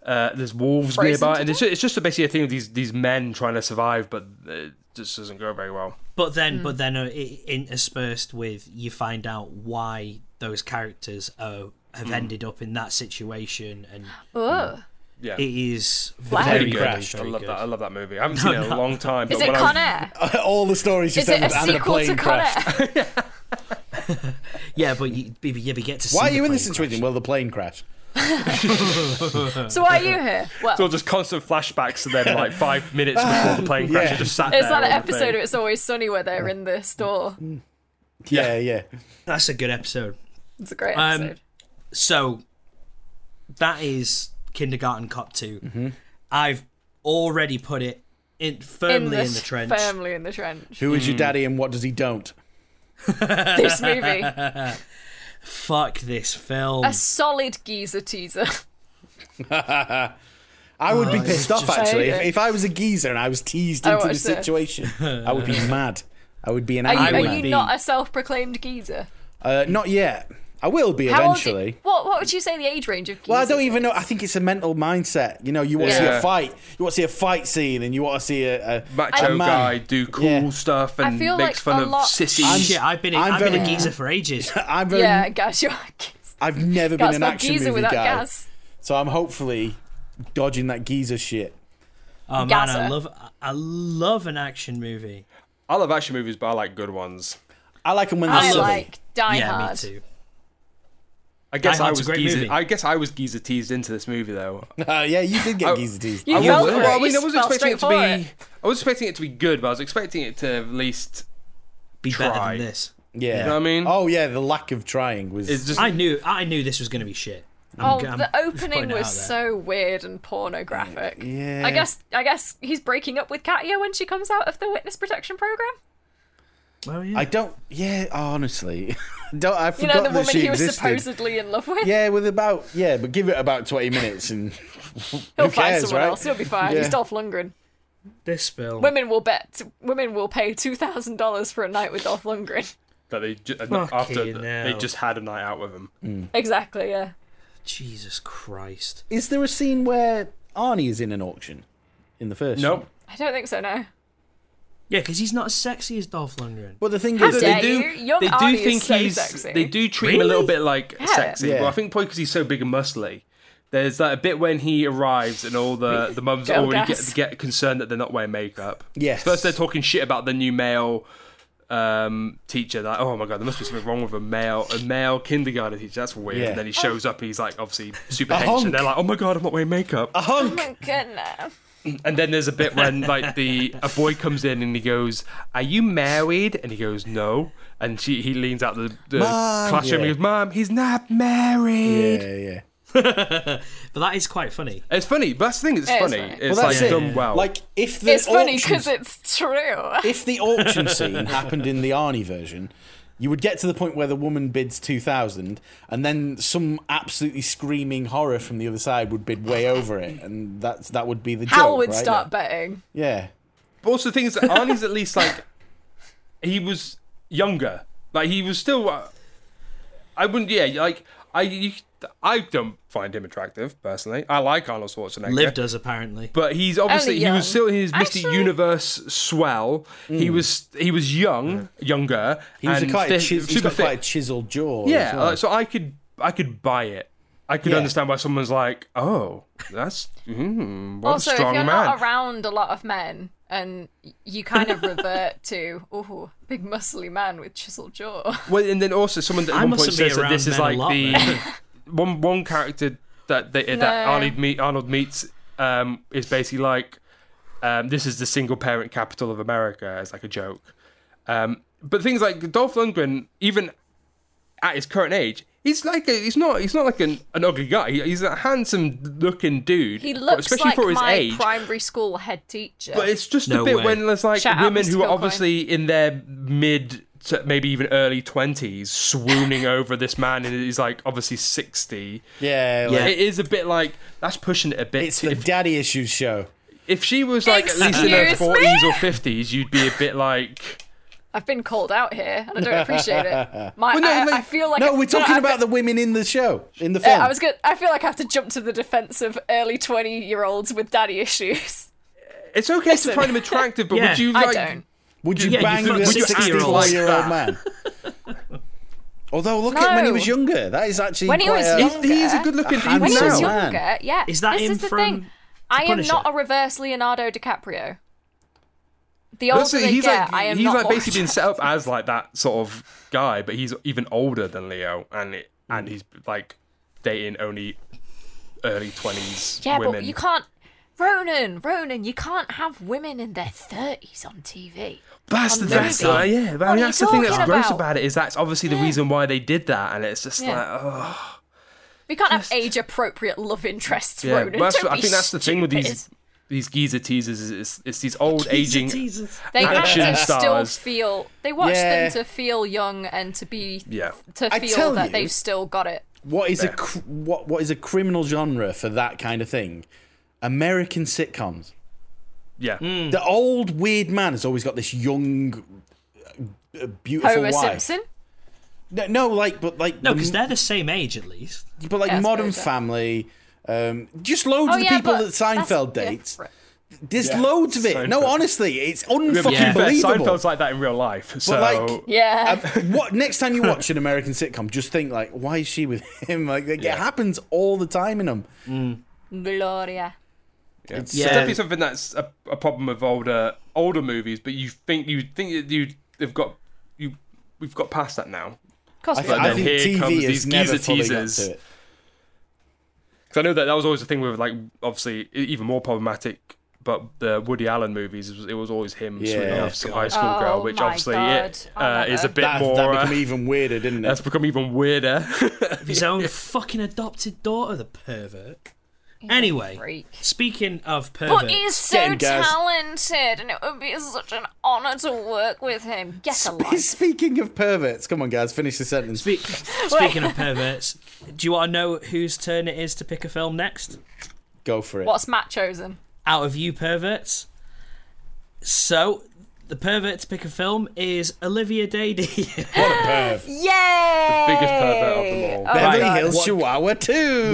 [SPEAKER 6] uh, there's wolves
[SPEAKER 5] Frozen
[SPEAKER 6] nearby
[SPEAKER 5] to
[SPEAKER 6] and it's just, it's just basically a thing of these these men trying to survive but it just doesn't go very well.
[SPEAKER 4] But then, but then, uh, i interspersed with you find out why those characters are,
[SPEAKER 7] Hmm.
[SPEAKER 4] have ended up in that situation, and
[SPEAKER 5] Oh.
[SPEAKER 6] Yeah.
[SPEAKER 4] it is
[SPEAKER 5] Wow.
[SPEAKER 4] very
[SPEAKER 6] Very
[SPEAKER 4] good.
[SPEAKER 6] good.
[SPEAKER 7] Crash,
[SPEAKER 6] I
[SPEAKER 4] very
[SPEAKER 6] love
[SPEAKER 4] good.
[SPEAKER 6] that. I love that movie. I haven't seen it in a long time.
[SPEAKER 5] Is
[SPEAKER 6] but
[SPEAKER 5] it
[SPEAKER 6] when I-
[SPEAKER 5] Con Air?
[SPEAKER 7] All the stories you
[SPEAKER 5] Is it
[SPEAKER 7] said
[SPEAKER 5] a
[SPEAKER 7] and the
[SPEAKER 5] sequel
[SPEAKER 7] plane
[SPEAKER 5] to Con
[SPEAKER 7] crashed.
[SPEAKER 5] Air?
[SPEAKER 4] Yeah, but you, but you get to. See
[SPEAKER 7] Why are
[SPEAKER 4] the
[SPEAKER 7] you in this
[SPEAKER 4] plane
[SPEAKER 7] situation? Well, the plane crashed.
[SPEAKER 5] so why are you here? Well,
[SPEAKER 6] It's all just constant flashbacks to them, like five minutes before the plane crash.
[SPEAKER 7] Yeah.
[SPEAKER 6] It just sat
[SPEAKER 5] it's
[SPEAKER 6] there
[SPEAKER 5] like
[SPEAKER 6] on
[SPEAKER 5] an
[SPEAKER 6] the
[SPEAKER 5] episode
[SPEAKER 6] thing.
[SPEAKER 5] of It's Always Sunny where they're in the store.
[SPEAKER 7] Yeah, yeah.
[SPEAKER 4] crash. That's a good episode.
[SPEAKER 5] It's a great
[SPEAKER 4] Um,
[SPEAKER 5] episode.
[SPEAKER 4] So that is Kindergarten Cop 2
[SPEAKER 7] Mm-hmm.
[SPEAKER 4] I've already put it in firmly in the,
[SPEAKER 5] s-
[SPEAKER 4] trench.
[SPEAKER 5] Firmly in the trench.
[SPEAKER 7] Who is your
[SPEAKER 6] Hmm.
[SPEAKER 7] daddy and what does he don't?
[SPEAKER 5] this movie,
[SPEAKER 4] Fuck this film.
[SPEAKER 5] a solid geezer teaser.
[SPEAKER 7] I would
[SPEAKER 6] Oh,
[SPEAKER 7] be pissed off actually. If,
[SPEAKER 5] Okay.
[SPEAKER 7] if I was a geezer and I was teased
[SPEAKER 5] I
[SPEAKER 7] into the
[SPEAKER 5] watched this.
[SPEAKER 7] situation, I would be mad. I would be an
[SPEAKER 5] Are you,
[SPEAKER 7] angry
[SPEAKER 5] are
[SPEAKER 7] man.
[SPEAKER 5] you not a self-proclaimed geezer?
[SPEAKER 7] Uh, not yet. I will be
[SPEAKER 5] How old?
[SPEAKER 7] eventually.
[SPEAKER 5] what What would you say the age range of geezers?
[SPEAKER 7] Well, I don't even
[SPEAKER 5] is?
[SPEAKER 7] know. I think it's a mental mindset. You know, you want to see
[SPEAKER 6] Yeah.
[SPEAKER 7] a fight, you want to see a fight scene, and you want to see a, a
[SPEAKER 6] Macho
[SPEAKER 7] a man.
[SPEAKER 6] guy do cool
[SPEAKER 7] Yeah.
[SPEAKER 6] stuff and
[SPEAKER 5] feel
[SPEAKER 6] makes
[SPEAKER 5] like
[SPEAKER 6] fun
[SPEAKER 5] a
[SPEAKER 6] of
[SPEAKER 5] lot-
[SPEAKER 6] sissies.
[SPEAKER 4] Shit, I've been i
[SPEAKER 7] I'm
[SPEAKER 4] I've been a
[SPEAKER 7] very-
[SPEAKER 4] geezer for ages.
[SPEAKER 7] I'm very.
[SPEAKER 5] Yeah, gas. You're a geezer.
[SPEAKER 7] um, I've never been
[SPEAKER 5] That's
[SPEAKER 7] an
[SPEAKER 5] not
[SPEAKER 7] action
[SPEAKER 5] geezer
[SPEAKER 7] movie
[SPEAKER 5] without
[SPEAKER 7] guy,
[SPEAKER 5] gas.
[SPEAKER 7] so I'm hopefully dodging that geezer shit.
[SPEAKER 4] Oh man, I
[SPEAKER 5] Gaza.
[SPEAKER 4] love I love an action movie.
[SPEAKER 6] I love action movies, but I like good ones.
[SPEAKER 7] I like them when
[SPEAKER 5] I
[SPEAKER 7] they're silly.
[SPEAKER 5] like Die
[SPEAKER 4] yeah,
[SPEAKER 5] Hard.
[SPEAKER 4] me too.
[SPEAKER 6] I guess I
[SPEAKER 4] Hard's a
[SPEAKER 6] was
[SPEAKER 4] great
[SPEAKER 6] geezer.
[SPEAKER 4] movie.
[SPEAKER 6] I guess I was geezer teased into this movie though.
[SPEAKER 7] Uh, yeah, you did get
[SPEAKER 6] I-
[SPEAKER 7] geezer teased.
[SPEAKER 5] You
[SPEAKER 6] I
[SPEAKER 5] fell
[SPEAKER 6] was,
[SPEAKER 5] for
[SPEAKER 6] well, I
[SPEAKER 5] it.
[SPEAKER 6] mean,
[SPEAKER 5] You
[SPEAKER 6] I was
[SPEAKER 5] fell
[SPEAKER 6] expecting it to
[SPEAKER 5] straight
[SPEAKER 6] be.
[SPEAKER 5] for it.
[SPEAKER 6] I was expecting it to be good, but I was expecting it to at least.
[SPEAKER 4] Be
[SPEAKER 6] Try.
[SPEAKER 4] better than this.
[SPEAKER 7] Yeah, you
[SPEAKER 6] know what I mean?
[SPEAKER 7] Oh yeah, the lack of trying was.
[SPEAKER 6] It's just
[SPEAKER 4] I knew I knew this was going to be shit. I'm
[SPEAKER 5] Oh,
[SPEAKER 4] g- I'm
[SPEAKER 5] the
[SPEAKER 4] just
[SPEAKER 5] opening
[SPEAKER 4] putting it
[SPEAKER 5] was
[SPEAKER 4] out there.
[SPEAKER 5] so weird and pornographic.
[SPEAKER 7] Yeah.
[SPEAKER 5] I guess I guess he's breaking up with Katya when she comes out of the witness protection program.
[SPEAKER 4] Well, yeah.
[SPEAKER 7] I don't. Yeah, honestly, don't. I
[SPEAKER 5] You
[SPEAKER 7] forgot
[SPEAKER 5] know, the
[SPEAKER 7] that
[SPEAKER 5] woman
[SPEAKER 7] she
[SPEAKER 5] he was
[SPEAKER 7] existed.
[SPEAKER 5] supposedly in love with.
[SPEAKER 7] yeah, with about yeah, but give it about twenty minutes and
[SPEAKER 5] He'll
[SPEAKER 7] who
[SPEAKER 5] find
[SPEAKER 7] cares,
[SPEAKER 5] someone
[SPEAKER 7] right?
[SPEAKER 5] else. He'll be fine.
[SPEAKER 7] Yeah.
[SPEAKER 5] He's Dolph Lundgren.
[SPEAKER 4] this film.
[SPEAKER 5] Women will bet. Women will pay two thousand dollars for a night with Dolph Lundgren.
[SPEAKER 6] that they ju-
[SPEAKER 4] Fucking
[SPEAKER 6] after th- they
[SPEAKER 4] hell.
[SPEAKER 6] just had a night out with him.
[SPEAKER 5] exactly. Yeah.
[SPEAKER 4] Jesus Christ.
[SPEAKER 7] Is there a scene where Arnie is in an auction in the first?
[SPEAKER 6] Nope.
[SPEAKER 5] I don't think so. No.
[SPEAKER 4] Yeah, because he's not as sexy as Dolph Lundgren.
[SPEAKER 7] But the thing
[SPEAKER 5] How
[SPEAKER 7] is,
[SPEAKER 5] dare
[SPEAKER 6] they do.
[SPEAKER 5] you? Young
[SPEAKER 6] they do
[SPEAKER 5] Arnie is
[SPEAKER 6] think
[SPEAKER 5] so
[SPEAKER 6] he's.
[SPEAKER 5] sexy.
[SPEAKER 6] They do treat him a little bit like sexy.
[SPEAKER 7] Yeah.
[SPEAKER 6] Well, I think probably because he's so big and muscly. There's that bit when he arrives and all the the mums
[SPEAKER 5] Girl
[SPEAKER 6] already
[SPEAKER 5] gas.
[SPEAKER 6] get, get concerned that they're not wearing makeup.
[SPEAKER 7] Yes.
[SPEAKER 6] First they're talking shit about the new male um, teacher. That oh my god, there must be something wrong with a male a male kindergarten teacher. That's weird.
[SPEAKER 7] Yeah.
[SPEAKER 6] And then he shows up. He's like obviously super
[SPEAKER 7] A
[SPEAKER 6] hench,
[SPEAKER 7] honk.
[SPEAKER 6] and they're like, oh my god, I'm not wearing makeup.
[SPEAKER 5] Oh my goodness.
[SPEAKER 6] And then there's a bit when like the a boy comes in and he goes, "Are you married?" And he goes, "No." And she he leans out the, the
[SPEAKER 7] Mom.
[SPEAKER 6] classroom
[SPEAKER 7] Yeah.
[SPEAKER 6] and goes, "Mom, he's not married."
[SPEAKER 7] yeah, yeah.
[SPEAKER 4] But that is quite funny.
[SPEAKER 6] It's funny. But that's the thing. It's
[SPEAKER 5] Yeah, it's
[SPEAKER 6] funny.
[SPEAKER 5] funny.
[SPEAKER 6] It's
[SPEAKER 7] Well,
[SPEAKER 6] like
[SPEAKER 7] that's it.
[SPEAKER 6] done well.
[SPEAKER 7] Like if the
[SPEAKER 5] It's funny
[SPEAKER 7] auctions-
[SPEAKER 5] because it's true.
[SPEAKER 7] if the auction scene happened in the Arnie version, you would get to the point where the woman bids two thousand, and then some absolutely screaming horror from the other side would bid way over it, and that's that would be the
[SPEAKER 5] Hal
[SPEAKER 7] joke,
[SPEAKER 5] would
[SPEAKER 7] right?
[SPEAKER 5] start betting.
[SPEAKER 7] Yeah.
[SPEAKER 6] But also, the thing is that Arnie's at least like he was younger. Like he was still. uh, I wouldn't. Yeah, like I. You, I don't find him attractive personally. I like Arnold Schwarzenegger.
[SPEAKER 4] Liv does apparently.
[SPEAKER 6] But he's obviously he
[SPEAKER 5] young.
[SPEAKER 6] was still in his Mr.
[SPEAKER 5] Actually-
[SPEAKER 6] Universe swell. He was he was young, younger.
[SPEAKER 7] Hmm. He was a
[SPEAKER 6] and
[SPEAKER 7] quite
[SPEAKER 6] fit-
[SPEAKER 7] a chis- he's
[SPEAKER 6] super
[SPEAKER 7] got quite a
[SPEAKER 6] fit.
[SPEAKER 7] chiseled jaw. as
[SPEAKER 6] Yeah, uh,
[SPEAKER 7] well.
[SPEAKER 6] like, so I could I could buy it. I could
[SPEAKER 7] Yeah.
[SPEAKER 6] understand why someone's like, oh, that's mm, what
[SPEAKER 5] also,
[SPEAKER 6] a
[SPEAKER 5] if
[SPEAKER 6] strong
[SPEAKER 5] you're
[SPEAKER 6] man.
[SPEAKER 5] not around a lot of men and y- you kind of revert to, oh, big muscly man with chiseled jaw.
[SPEAKER 6] Well, and then also someone that at
[SPEAKER 4] I
[SPEAKER 6] one point
[SPEAKER 4] mustn't be
[SPEAKER 6] says that
[SPEAKER 4] around
[SPEAKER 6] this is
[SPEAKER 4] men a
[SPEAKER 6] like
[SPEAKER 4] lot,
[SPEAKER 6] the one one character that they, that
[SPEAKER 5] No.
[SPEAKER 6] Arnold, meet, Arnold meets um, is basically like um, this is the single parent capital of America as like a joke. Um, but things like Dolph Lundgren, even at his current age, he's like a, he's not he's not like an, an ugly guy. He- he's a handsome looking dude,
[SPEAKER 5] He
[SPEAKER 6] but
[SPEAKER 5] looks
[SPEAKER 6] especially
[SPEAKER 5] like
[SPEAKER 6] for his
[SPEAKER 5] my
[SPEAKER 6] age.
[SPEAKER 5] primary school head teacher.
[SPEAKER 6] But it's just
[SPEAKER 4] No
[SPEAKER 6] a bit
[SPEAKER 4] way.
[SPEAKER 6] when there's like
[SPEAKER 5] Shout out,
[SPEAKER 6] women
[SPEAKER 5] Mr.
[SPEAKER 6] who are
[SPEAKER 5] Phil
[SPEAKER 6] obviously in their mid to maybe even early 20s swooning over this man and he's like obviously 60.
[SPEAKER 7] yeah,
[SPEAKER 4] Yeah.
[SPEAKER 7] like,
[SPEAKER 6] It is a bit like that's pushing it a bit.
[SPEAKER 7] it's the
[SPEAKER 6] if,
[SPEAKER 7] daddy issues show.
[SPEAKER 6] if she was like at least in her
[SPEAKER 5] Excuse
[SPEAKER 6] 40s
[SPEAKER 5] me?
[SPEAKER 6] or 50s, you'd be a bit like
[SPEAKER 5] I've been called out here and I don't appreciate it. My,
[SPEAKER 6] Well, no,
[SPEAKER 5] I,
[SPEAKER 6] like-
[SPEAKER 5] I feel like
[SPEAKER 7] No, we're talking
[SPEAKER 5] I-
[SPEAKER 7] about the women in the show, in the
[SPEAKER 5] Uh,
[SPEAKER 7] film.
[SPEAKER 5] I was good. I feel like I have to jump to the defense of early twenty-year-olds with daddy issues.
[SPEAKER 6] it's okay to find him attractive, but
[SPEAKER 4] Yeah.
[SPEAKER 6] would you
[SPEAKER 5] I
[SPEAKER 6] like
[SPEAKER 5] don't.
[SPEAKER 7] Would you
[SPEAKER 4] Yeah, you
[SPEAKER 7] bang
[SPEAKER 4] fuck
[SPEAKER 7] the
[SPEAKER 4] 60-year-olds like
[SPEAKER 7] 64 year old
[SPEAKER 6] that.
[SPEAKER 7] man? Although, look at when he was
[SPEAKER 5] No.
[SPEAKER 7] younger. That is actually
[SPEAKER 5] When he
[SPEAKER 7] quite
[SPEAKER 5] was
[SPEAKER 7] a-
[SPEAKER 5] young-
[SPEAKER 6] He's- He is a
[SPEAKER 5] Younger.
[SPEAKER 6] good looking
[SPEAKER 7] A
[SPEAKER 6] even
[SPEAKER 5] When he was
[SPEAKER 7] handsome
[SPEAKER 6] now.
[SPEAKER 7] young.
[SPEAKER 5] younger, yeah.
[SPEAKER 4] Is that
[SPEAKER 5] this
[SPEAKER 4] him
[SPEAKER 5] is the
[SPEAKER 4] from
[SPEAKER 5] thing. I am
[SPEAKER 4] Punisher?
[SPEAKER 5] not a reverse Leonardo DiCaprio. The older
[SPEAKER 6] That's it,
[SPEAKER 5] they
[SPEAKER 6] he's
[SPEAKER 5] get,
[SPEAKER 6] like
[SPEAKER 5] I am
[SPEAKER 6] he's
[SPEAKER 5] not
[SPEAKER 6] like
[SPEAKER 5] more
[SPEAKER 6] basically being set up as like that sort of guy, but he's even older than Leo, and it, and he's like dating only early twenties
[SPEAKER 5] Yeah,
[SPEAKER 6] women.
[SPEAKER 5] but you can't. Ronan, Ronan, you can't have women in their thirties on TV.
[SPEAKER 6] that's the
[SPEAKER 5] on
[SPEAKER 6] that's
[SPEAKER 5] Leo.
[SPEAKER 6] the- yeah, but I mean,
[SPEAKER 5] What are you
[SPEAKER 6] that's the thing that's
[SPEAKER 5] talking
[SPEAKER 6] gross
[SPEAKER 5] about?
[SPEAKER 6] about it is that's obviously the reason why they did that, and it's just
[SPEAKER 5] Yeah.
[SPEAKER 6] like oh
[SPEAKER 5] We can't have age-appropriate love interests.
[SPEAKER 6] yeah.
[SPEAKER 5] Ronan,
[SPEAKER 6] but that's-
[SPEAKER 5] Don't
[SPEAKER 6] I
[SPEAKER 5] be
[SPEAKER 6] think that's the thing with these
[SPEAKER 5] stupid.
[SPEAKER 6] these geezer teasers is it's, it's these old aging
[SPEAKER 4] Jesus.
[SPEAKER 5] They want
[SPEAKER 6] action
[SPEAKER 5] to still
[SPEAKER 6] stars.
[SPEAKER 5] feel. They watch
[SPEAKER 7] Yeah.
[SPEAKER 5] them to feel young and to be.
[SPEAKER 6] Yeah.
[SPEAKER 5] To
[SPEAKER 7] I
[SPEAKER 5] feel
[SPEAKER 7] tell
[SPEAKER 5] that
[SPEAKER 7] you-
[SPEAKER 5] they've still got it.
[SPEAKER 7] What is a cr- what what is a criminal genre for that kind of thing? American sitcoms.
[SPEAKER 6] yeah.
[SPEAKER 4] Hmm.
[SPEAKER 7] The old weird man has always got this young, uh, beautiful
[SPEAKER 5] Homer
[SPEAKER 7] wife.
[SPEAKER 5] Simpson.
[SPEAKER 7] No, no, like but like
[SPEAKER 4] No,
[SPEAKER 7] the-
[SPEAKER 4] because they're the same age at least.
[SPEAKER 7] but like
[SPEAKER 5] Yeah, I
[SPEAKER 7] Modern
[SPEAKER 5] suppose, yeah.
[SPEAKER 7] Family, um, just loads of the people that Seinfeld
[SPEAKER 5] Oh, that's
[SPEAKER 7] dates.
[SPEAKER 5] different.
[SPEAKER 7] There's loads of it. No,
[SPEAKER 6] Seinfeld.
[SPEAKER 7] honestly, it's
[SPEAKER 6] But
[SPEAKER 7] unfucking
[SPEAKER 6] to be fair,
[SPEAKER 7] believable.
[SPEAKER 6] Seinfeld's like that in real life, so
[SPEAKER 7] like-
[SPEAKER 5] Yeah.
[SPEAKER 7] Um, what next time you watch an American sitcom, just think like, why is she with him? Like it happens all the time in them. Um,
[SPEAKER 5] Gloria.
[SPEAKER 6] Yeah. It's
[SPEAKER 4] Yeah.
[SPEAKER 6] definitely something that's a, a problem with older older movies, but you think you think that you they've got you we've got past that now.
[SPEAKER 5] Cosby.
[SPEAKER 7] I, th- I
[SPEAKER 6] then
[SPEAKER 7] think
[SPEAKER 6] here
[SPEAKER 7] TV
[SPEAKER 6] comes
[SPEAKER 7] has
[SPEAKER 6] these
[SPEAKER 7] never
[SPEAKER 6] geezer
[SPEAKER 7] fully got
[SPEAKER 6] teasers.
[SPEAKER 7] to it.
[SPEAKER 6] Because I know that that was always the thing with like obviously e- even more problematic. But the Woody Allen movies, it was, it was always him
[SPEAKER 7] Yeah.
[SPEAKER 6] swinging off some high school
[SPEAKER 5] Oh
[SPEAKER 6] girl, which
[SPEAKER 5] my
[SPEAKER 6] obviously
[SPEAKER 5] God.
[SPEAKER 6] it
[SPEAKER 5] I
[SPEAKER 6] uh,
[SPEAKER 5] love
[SPEAKER 6] is a
[SPEAKER 5] it.
[SPEAKER 6] bit
[SPEAKER 7] That,
[SPEAKER 6] more.
[SPEAKER 7] that
[SPEAKER 6] uh,
[SPEAKER 7] became even weirder, didn't it?
[SPEAKER 6] that's become even weirder.
[SPEAKER 4] His own fucking adopted daughter, the pervert. Anyway,
[SPEAKER 5] freak.
[SPEAKER 4] speaking of perverts,
[SPEAKER 5] But he's so
[SPEAKER 7] Get him, guys.
[SPEAKER 5] talented, and it would be such an honor to work with him. Get a
[SPEAKER 7] Spe-
[SPEAKER 5] life.
[SPEAKER 7] Speaking of perverts, come on, guys, finish the sentence.
[SPEAKER 4] Spe- speaking of perverts, do you want to know whose turn it is to pick a film next?
[SPEAKER 7] Go for it.
[SPEAKER 5] What's Matt chosen?
[SPEAKER 4] Out of you, perverts. So, the pervert to pick a film is Olivia Dady.
[SPEAKER 7] Perv.
[SPEAKER 5] Yay! Oh,
[SPEAKER 6] Biggest pervert of them all.
[SPEAKER 7] Beverly
[SPEAKER 4] God.
[SPEAKER 7] Hills
[SPEAKER 4] What-
[SPEAKER 7] Chihuahwa 2.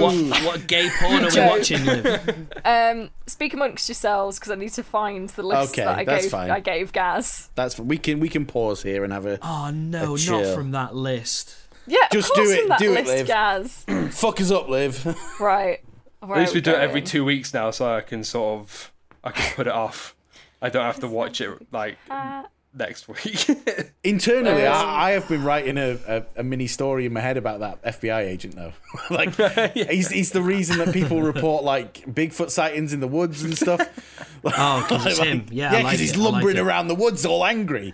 [SPEAKER 4] what, what gay porn are we
[SPEAKER 5] Joe.
[SPEAKER 4] watching, Liv?
[SPEAKER 5] Um, speak amongst yourselves because I need to find the list
[SPEAKER 7] Okay,
[SPEAKER 5] that I
[SPEAKER 7] that's
[SPEAKER 5] gave.
[SPEAKER 7] fine.
[SPEAKER 5] I gave Gaz.
[SPEAKER 7] That's we can we can pause here and have a
[SPEAKER 4] Oh, no, not
[SPEAKER 7] chill.
[SPEAKER 4] from that list.
[SPEAKER 5] Yeah,
[SPEAKER 7] Just
[SPEAKER 5] of course
[SPEAKER 7] do it,
[SPEAKER 5] from that
[SPEAKER 7] do it,
[SPEAKER 5] list,
[SPEAKER 7] Liv.
[SPEAKER 5] Gaz.
[SPEAKER 7] fuck us up, Liv.
[SPEAKER 5] Right.
[SPEAKER 6] At least we do it every two weeks now, so I can sort of I can put it off. I don't have to watch it like next week.
[SPEAKER 7] Internally, I, I have been writing a, a, a mini story in my head about that FBI agent, though. like, he's, he's the reason that people report like Bigfoot sightings in the woods and stuff.
[SPEAKER 4] Oh, 'cause it's him. Yeah, I
[SPEAKER 7] yeah,
[SPEAKER 4] like
[SPEAKER 7] he's
[SPEAKER 4] it, I like
[SPEAKER 7] lumbering
[SPEAKER 4] it.
[SPEAKER 7] around the woods all angry.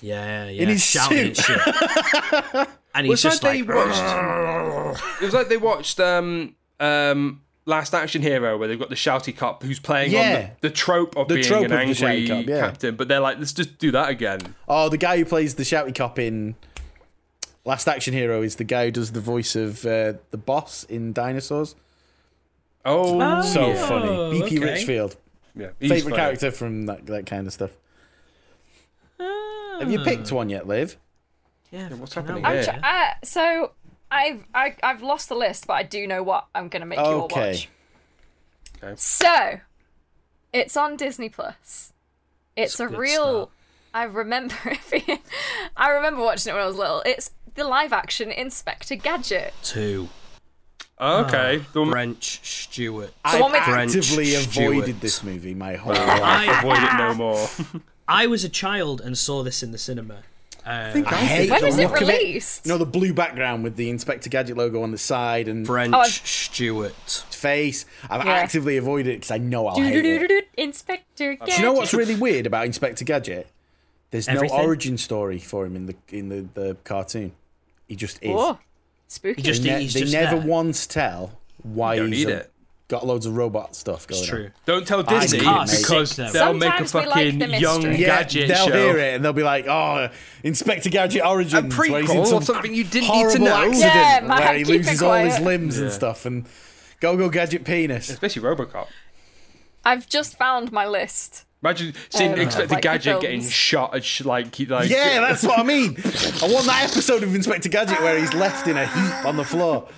[SPEAKER 4] Yeah, yeah.
[SPEAKER 7] his
[SPEAKER 4] shouting
[SPEAKER 7] suit.
[SPEAKER 4] at shit. and he's
[SPEAKER 6] It's
[SPEAKER 4] just
[SPEAKER 6] like
[SPEAKER 4] like,
[SPEAKER 6] they watched. it was like they watched um um Last Action Hero, where they've got the shouty cop who's playing
[SPEAKER 7] Yeah.
[SPEAKER 6] on the, the trope of
[SPEAKER 7] The
[SPEAKER 6] being
[SPEAKER 7] trope
[SPEAKER 6] an
[SPEAKER 7] of the
[SPEAKER 6] angry
[SPEAKER 7] shouty cop, yeah.
[SPEAKER 6] captain, but they're like, let's just do that again.
[SPEAKER 7] Oh, the guy who plays the shouty cop in Last Action Hero is the guy who does the voice of uh, the boss in Dinosaurs.
[SPEAKER 6] Oh,
[SPEAKER 7] So
[SPEAKER 6] yeah.
[SPEAKER 7] funny. BP
[SPEAKER 4] okay.
[SPEAKER 7] Richfield.
[SPEAKER 6] yeah, he's
[SPEAKER 7] Favorite
[SPEAKER 6] funny.
[SPEAKER 7] character from that, that kind of stuff. Have you picked one yet, Liv?
[SPEAKER 4] yeah,
[SPEAKER 6] what's
[SPEAKER 4] "Oh, fucking
[SPEAKER 6] happening
[SPEAKER 4] hell.
[SPEAKER 6] here?
[SPEAKER 5] Uh, so I've I, I've lost the list, but I do know what I'm gonna make you all
[SPEAKER 7] Okay.
[SPEAKER 5] watch. So, it's on Disney Plus. It's a
[SPEAKER 4] good
[SPEAKER 5] real.
[SPEAKER 4] start.
[SPEAKER 5] I remember it being. I remember watching it when I was little. It's the live action Inspector Gadget.
[SPEAKER 4] Two.
[SPEAKER 6] Okay.
[SPEAKER 7] Ah,
[SPEAKER 6] the one
[SPEAKER 4] French Stewart.
[SPEAKER 7] I
[SPEAKER 5] one with-
[SPEAKER 7] actively
[SPEAKER 4] French
[SPEAKER 7] avoided
[SPEAKER 4] Stewart.
[SPEAKER 7] this movie my whole life.
[SPEAKER 4] I,
[SPEAKER 6] avoid it no more.
[SPEAKER 4] I was a child and saw this in the cinema. Uh,
[SPEAKER 7] I hate
[SPEAKER 5] When
[SPEAKER 7] the
[SPEAKER 5] was it
[SPEAKER 7] look of
[SPEAKER 5] released?
[SPEAKER 7] No, the blue background with the Inspector Gadget logo on the side and
[SPEAKER 4] French
[SPEAKER 5] Oh, I-
[SPEAKER 4] Stewart.
[SPEAKER 7] face. I've
[SPEAKER 5] Yeah.
[SPEAKER 7] actively avoided it because Oh, I know I'll hate it.
[SPEAKER 5] Do-do-do-do-do, Inspector Gadget.
[SPEAKER 7] Do you know what's really weird about Inspector Gadget? There's
[SPEAKER 4] Everything?
[SPEAKER 7] no origin story for him in the in the, the cartoon. He just is.
[SPEAKER 5] Oh, spooky.
[SPEAKER 4] Just
[SPEAKER 7] Ne-
[SPEAKER 4] he's
[SPEAKER 7] they
[SPEAKER 4] just
[SPEAKER 7] never
[SPEAKER 4] there.
[SPEAKER 7] once tell why
[SPEAKER 6] Don't
[SPEAKER 7] he's
[SPEAKER 6] need
[SPEAKER 7] a-
[SPEAKER 6] it.
[SPEAKER 7] got lods of robot stuff going
[SPEAKER 4] It's
[SPEAKER 7] on.
[SPEAKER 4] true.
[SPEAKER 6] Don't tell
[SPEAKER 7] I
[SPEAKER 6] Disney
[SPEAKER 7] need it, mate.
[SPEAKER 6] because they'll make a
[SPEAKER 5] Sometimes we like
[SPEAKER 6] fucking
[SPEAKER 5] the
[SPEAKER 6] young
[SPEAKER 5] mystery.
[SPEAKER 7] Yeah,
[SPEAKER 6] gadget
[SPEAKER 7] they'll
[SPEAKER 6] show.
[SPEAKER 7] hear it and they'll be like, "Oh, Inspector Gadget Origins, where he's
[SPEAKER 6] prequel
[SPEAKER 7] in
[SPEAKER 6] or
[SPEAKER 7] some
[SPEAKER 6] something you didn't need to
[SPEAKER 7] horrible
[SPEAKER 6] know.
[SPEAKER 7] accident
[SPEAKER 5] Yeah, man,
[SPEAKER 7] where he
[SPEAKER 5] keep it
[SPEAKER 7] loses all his
[SPEAKER 5] quiet.
[SPEAKER 7] limbs and stuff, and go go gadget penis."
[SPEAKER 6] Especially Robocop.
[SPEAKER 5] I've just found my list.
[SPEAKER 6] Imagine seeing
[SPEAKER 5] Um,
[SPEAKER 6] Expected
[SPEAKER 5] like the
[SPEAKER 6] Gadget
[SPEAKER 5] films.
[SPEAKER 6] getting shot and sh- like, he- like
[SPEAKER 7] Yeah, that's what I mean. I want that episode of Inspector Gadget where he's left in a heap on the floor.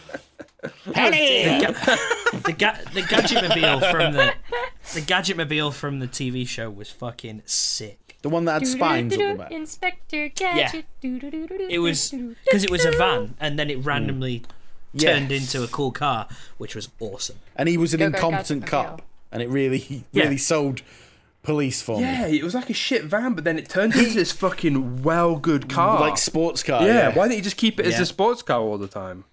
[SPEAKER 7] Penny,
[SPEAKER 4] The, ga- the gadget mobile from the the gadget mobile from the TV show was fucking sick.
[SPEAKER 7] the one that had spines up the back.
[SPEAKER 5] Inspector
[SPEAKER 4] Yeah.
[SPEAKER 5] Gadget. Yeah.
[SPEAKER 4] It was because it was a van, and then it randomly
[SPEAKER 6] Hmm.
[SPEAKER 7] Yeah.
[SPEAKER 4] turned into a cool car, which was awesome.
[SPEAKER 7] and he was an
[SPEAKER 5] Go, go,
[SPEAKER 7] incompetent
[SPEAKER 5] Gadget
[SPEAKER 7] cop,
[SPEAKER 5] Mobile.
[SPEAKER 7] and it really,
[SPEAKER 4] Yeah.
[SPEAKER 7] really sold police for me.
[SPEAKER 6] Yeah, it was like a shit van, but then it turned into this fucking well good car.
[SPEAKER 7] Like sports car.
[SPEAKER 6] yeah,
[SPEAKER 7] Oh, Yeah.
[SPEAKER 6] why didn't you just keep it as
[SPEAKER 4] Yeah.
[SPEAKER 6] a sports car all the time?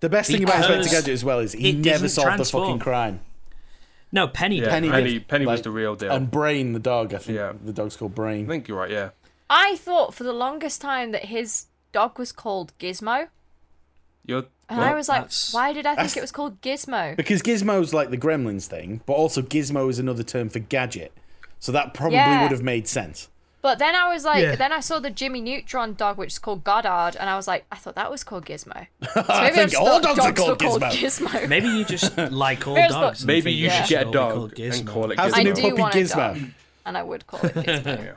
[SPEAKER 7] The best thing about
[SPEAKER 4] Because
[SPEAKER 7] Inspector Gadget as well is he
[SPEAKER 4] it
[SPEAKER 7] never
[SPEAKER 4] didn't
[SPEAKER 7] solved
[SPEAKER 4] transform.
[SPEAKER 7] the fucking crime.
[SPEAKER 4] No, Penny.
[SPEAKER 6] Yeah,
[SPEAKER 4] did.
[SPEAKER 6] Penny,
[SPEAKER 7] Penny
[SPEAKER 6] Penny,
[SPEAKER 7] did,
[SPEAKER 6] was
[SPEAKER 7] like,
[SPEAKER 6] the real deal.
[SPEAKER 7] And Brain, the dog, I think
[SPEAKER 6] Yeah.
[SPEAKER 7] the dog's called
[SPEAKER 6] I
[SPEAKER 7] Brain.
[SPEAKER 6] think you're right, yeah.
[SPEAKER 5] I thought for the longest time that his dog was called Gizmo,
[SPEAKER 6] You're,
[SPEAKER 5] and I was like,
[SPEAKER 4] that's-
[SPEAKER 5] why did I think
[SPEAKER 7] that's-
[SPEAKER 5] it was called Gizmo?
[SPEAKER 7] Because Gizmo's like the Gremlins thing, but also Gizmo is another term for gadget. So that probably
[SPEAKER 5] Yeah.
[SPEAKER 7] would have made sense.
[SPEAKER 5] But then I was like,
[SPEAKER 4] Yeah.
[SPEAKER 5] then I saw the Jimmy Neutron dog, which is called Goddard, and I was like, I thought that was called Gizmo. So maybe I,
[SPEAKER 7] think
[SPEAKER 5] just
[SPEAKER 7] all
[SPEAKER 5] thought
[SPEAKER 7] dogs are called
[SPEAKER 5] were called
[SPEAKER 7] Gizmo.
[SPEAKER 5] Gizmo.
[SPEAKER 4] Maybe you just like all
[SPEAKER 5] Here's the-
[SPEAKER 4] dogs. and
[SPEAKER 6] maybe
[SPEAKER 4] think
[SPEAKER 6] you
[SPEAKER 4] they
[SPEAKER 6] should get a
[SPEAKER 4] all be called
[SPEAKER 6] dog and
[SPEAKER 4] Gizmo.
[SPEAKER 6] call it
[SPEAKER 7] How's the
[SPEAKER 5] I
[SPEAKER 7] new
[SPEAKER 5] do
[SPEAKER 6] Gizmo.
[SPEAKER 7] puppy
[SPEAKER 5] want a
[SPEAKER 7] Gizmo?
[SPEAKER 5] dog. and I would call it Gizmo.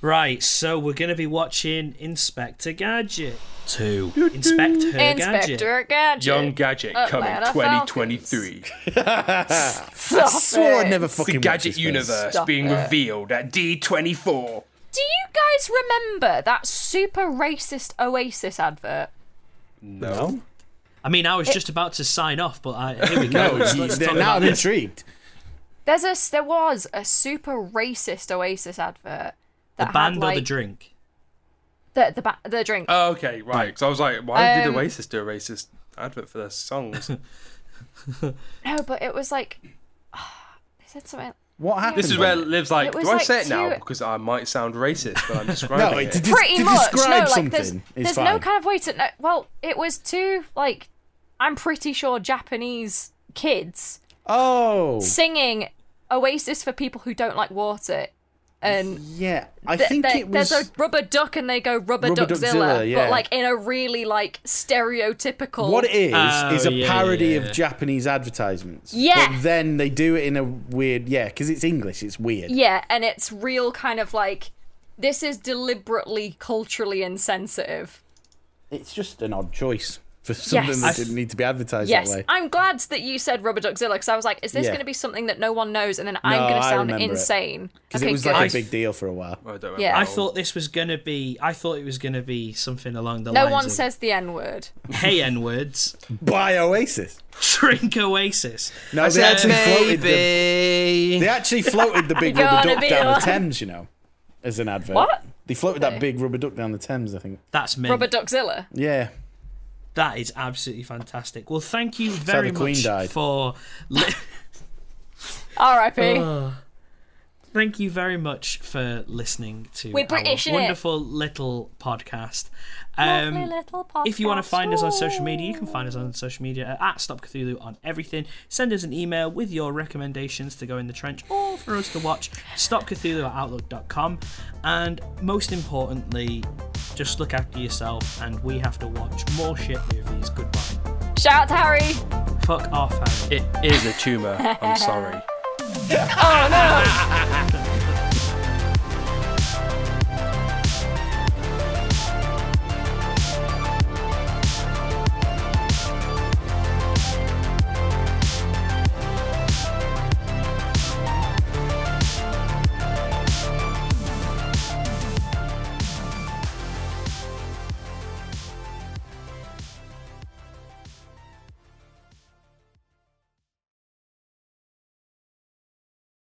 [SPEAKER 4] Right, so we're going to be watching Inspector Gadget 2. Inspector Gadget.
[SPEAKER 5] Inspector Gadget.
[SPEAKER 6] Young Gadget coming
[SPEAKER 5] Atlanta Falcons.
[SPEAKER 6] 2023.
[SPEAKER 5] Stop
[SPEAKER 7] Swore I'd
[SPEAKER 5] it.
[SPEAKER 7] never
[SPEAKER 6] The
[SPEAKER 7] fucking watch
[SPEAKER 6] Gadget
[SPEAKER 7] this first.
[SPEAKER 6] universe
[SPEAKER 5] Stop
[SPEAKER 6] being
[SPEAKER 5] it.
[SPEAKER 6] revealed at D24.
[SPEAKER 5] Do you guys remember that super racist Oasis advert?
[SPEAKER 7] No,
[SPEAKER 4] I mean, I was just about to sign off, but I, here we go.
[SPEAKER 7] no,
[SPEAKER 4] Let's-
[SPEAKER 7] you-
[SPEAKER 4] let's
[SPEAKER 7] they're
[SPEAKER 4] talk
[SPEAKER 7] now
[SPEAKER 4] about
[SPEAKER 7] I'm
[SPEAKER 4] this.
[SPEAKER 7] intrigued.
[SPEAKER 5] There's a there was a super racist Oasis advert.
[SPEAKER 4] The
[SPEAKER 5] That
[SPEAKER 4] band
[SPEAKER 5] had,
[SPEAKER 4] or
[SPEAKER 5] like,
[SPEAKER 4] the drink?
[SPEAKER 5] The the, ba- the drink.
[SPEAKER 6] Oh, okay, right. So I was like, why
[SPEAKER 5] Um,
[SPEAKER 6] did Oasis do a racist advert for their songs?
[SPEAKER 5] no, but it was like they said something.
[SPEAKER 7] What happened?
[SPEAKER 6] this is where
[SPEAKER 7] then?
[SPEAKER 6] Liv's like,
[SPEAKER 5] It
[SPEAKER 6] do
[SPEAKER 5] was
[SPEAKER 6] I
[SPEAKER 5] like
[SPEAKER 6] say it now?
[SPEAKER 5] two-
[SPEAKER 6] Because I might sound racist, but I'm describing
[SPEAKER 7] No,
[SPEAKER 6] it.
[SPEAKER 7] it, to,
[SPEAKER 5] Pretty
[SPEAKER 7] to
[SPEAKER 5] much.
[SPEAKER 7] describe
[SPEAKER 5] no, like
[SPEAKER 7] something
[SPEAKER 5] there's
[SPEAKER 7] is
[SPEAKER 5] there's
[SPEAKER 7] fine.
[SPEAKER 5] no kind of way to know. Well, it was two like I'm pretty sure Japanese kids
[SPEAKER 7] Oh,
[SPEAKER 5] singing Oasis for people who don't like water, and
[SPEAKER 7] yeah. I
[SPEAKER 5] Th-
[SPEAKER 7] think
[SPEAKER 5] there-
[SPEAKER 7] it was.
[SPEAKER 5] There's a rubber duck and they go rubber,
[SPEAKER 7] Rubber
[SPEAKER 5] duckzilla,
[SPEAKER 7] duckzilla, yeah.
[SPEAKER 5] but like in a really like stereotypical.
[SPEAKER 7] What it is
[SPEAKER 4] Oh,
[SPEAKER 7] is a
[SPEAKER 4] yeah,
[SPEAKER 7] parody
[SPEAKER 4] yeah, yeah.
[SPEAKER 7] of Japanese advertisements.
[SPEAKER 5] Yeah.
[SPEAKER 7] But then they do it in a weird, yeah, because it's English. It's weird.
[SPEAKER 5] Yeah, and it's real kind of like this is deliberately culturally insensitive.
[SPEAKER 7] It's just an odd choice for something
[SPEAKER 5] Yes.
[SPEAKER 7] that didn't need to be advertised
[SPEAKER 5] Yes,
[SPEAKER 7] that way.
[SPEAKER 5] I'm glad that you said rubber duckzilla because I was like, is this
[SPEAKER 7] Yeah.
[SPEAKER 5] going to be something that no one knows, and then I'm going to
[SPEAKER 7] I
[SPEAKER 5] sound
[SPEAKER 7] remember it.
[SPEAKER 5] insane?
[SPEAKER 7] Because
[SPEAKER 5] okay,
[SPEAKER 7] it was
[SPEAKER 5] good.
[SPEAKER 7] like a big deal for a while.
[SPEAKER 6] I don't
[SPEAKER 5] Yeah.
[SPEAKER 6] remember.
[SPEAKER 4] I thought this was going to be. I thought it was going to be something along the
[SPEAKER 5] no
[SPEAKER 4] lines
[SPEAKER 5] one
[SPEAKER 4] of,
[SPEAKER 5] says the n word.
[SPEAKER 4] hey, N words,
[SPEAKER 7] By Oasis.
[SPEAKER 4] drink Oasis.
[SPEAKER 7] No, they
[SPEAKER 6] said
[SPEAKER 7] actually floated the,
[SPEAKER 6] Maybe.
[SPEAKER 7] they actually floated the big
[SPEAKER 5] You're
[SPEAKER 7] rubber
[SPEAKER 5] gonna
[SPEAKER 7] duck
[SPEAKER 5] be
[SPEAKER 7] down the
[SPEAKER 5] alright.
[SPEAKER 7] Thames, you know, as an advert.
[SPEAKER 5] What?
[SPEAKER 7] They floated that big rubber duck down the Thames, I think.
[SPEAKER 4] That's me.
[SPEAKER 5] Rubber duckzilla.
[SPEAKER 7] Yeah.
[SPEAKER 4] That is absolutely fantastic. Well, thank you very
[SPEAKER 7] the Queen
[SPEAKER 4] much
[SPEAKER 7] died.
[SPEAKER 4] for. Li-
[SPEAKER 5] R.I.P.
[SPEAKER 7] Oh.
[SPEAKER 4] Thank you very much for listening to
[SPEAKER 5] We're British,
[SPEAKER 4] our
[SPEAKER 5] innit?
[SPEAKER 4] wonderful little podcast.
[SPEAKER 5] Lovely little
[SPEAKER 4] Um, if you want to
[SPEAKER 5] podcast.
[SPEAKER 4] find us on social media, you can find us on social media at Stop Cthulhu on everything. Send us an email with your recommendations to go in the trench or for us to watch. Stop Cthulhu at outlook.com. And most importantly, just look after yourself and we have to watch more shit movies. Goodbye.
[SPEAKER 5] Shout out to Harry.
[SPEAKER 4] Fuck off, Harry.
[SPEAKER 6] It is a tumor. I'm sorry.
[SPEAKER 5] Oh no.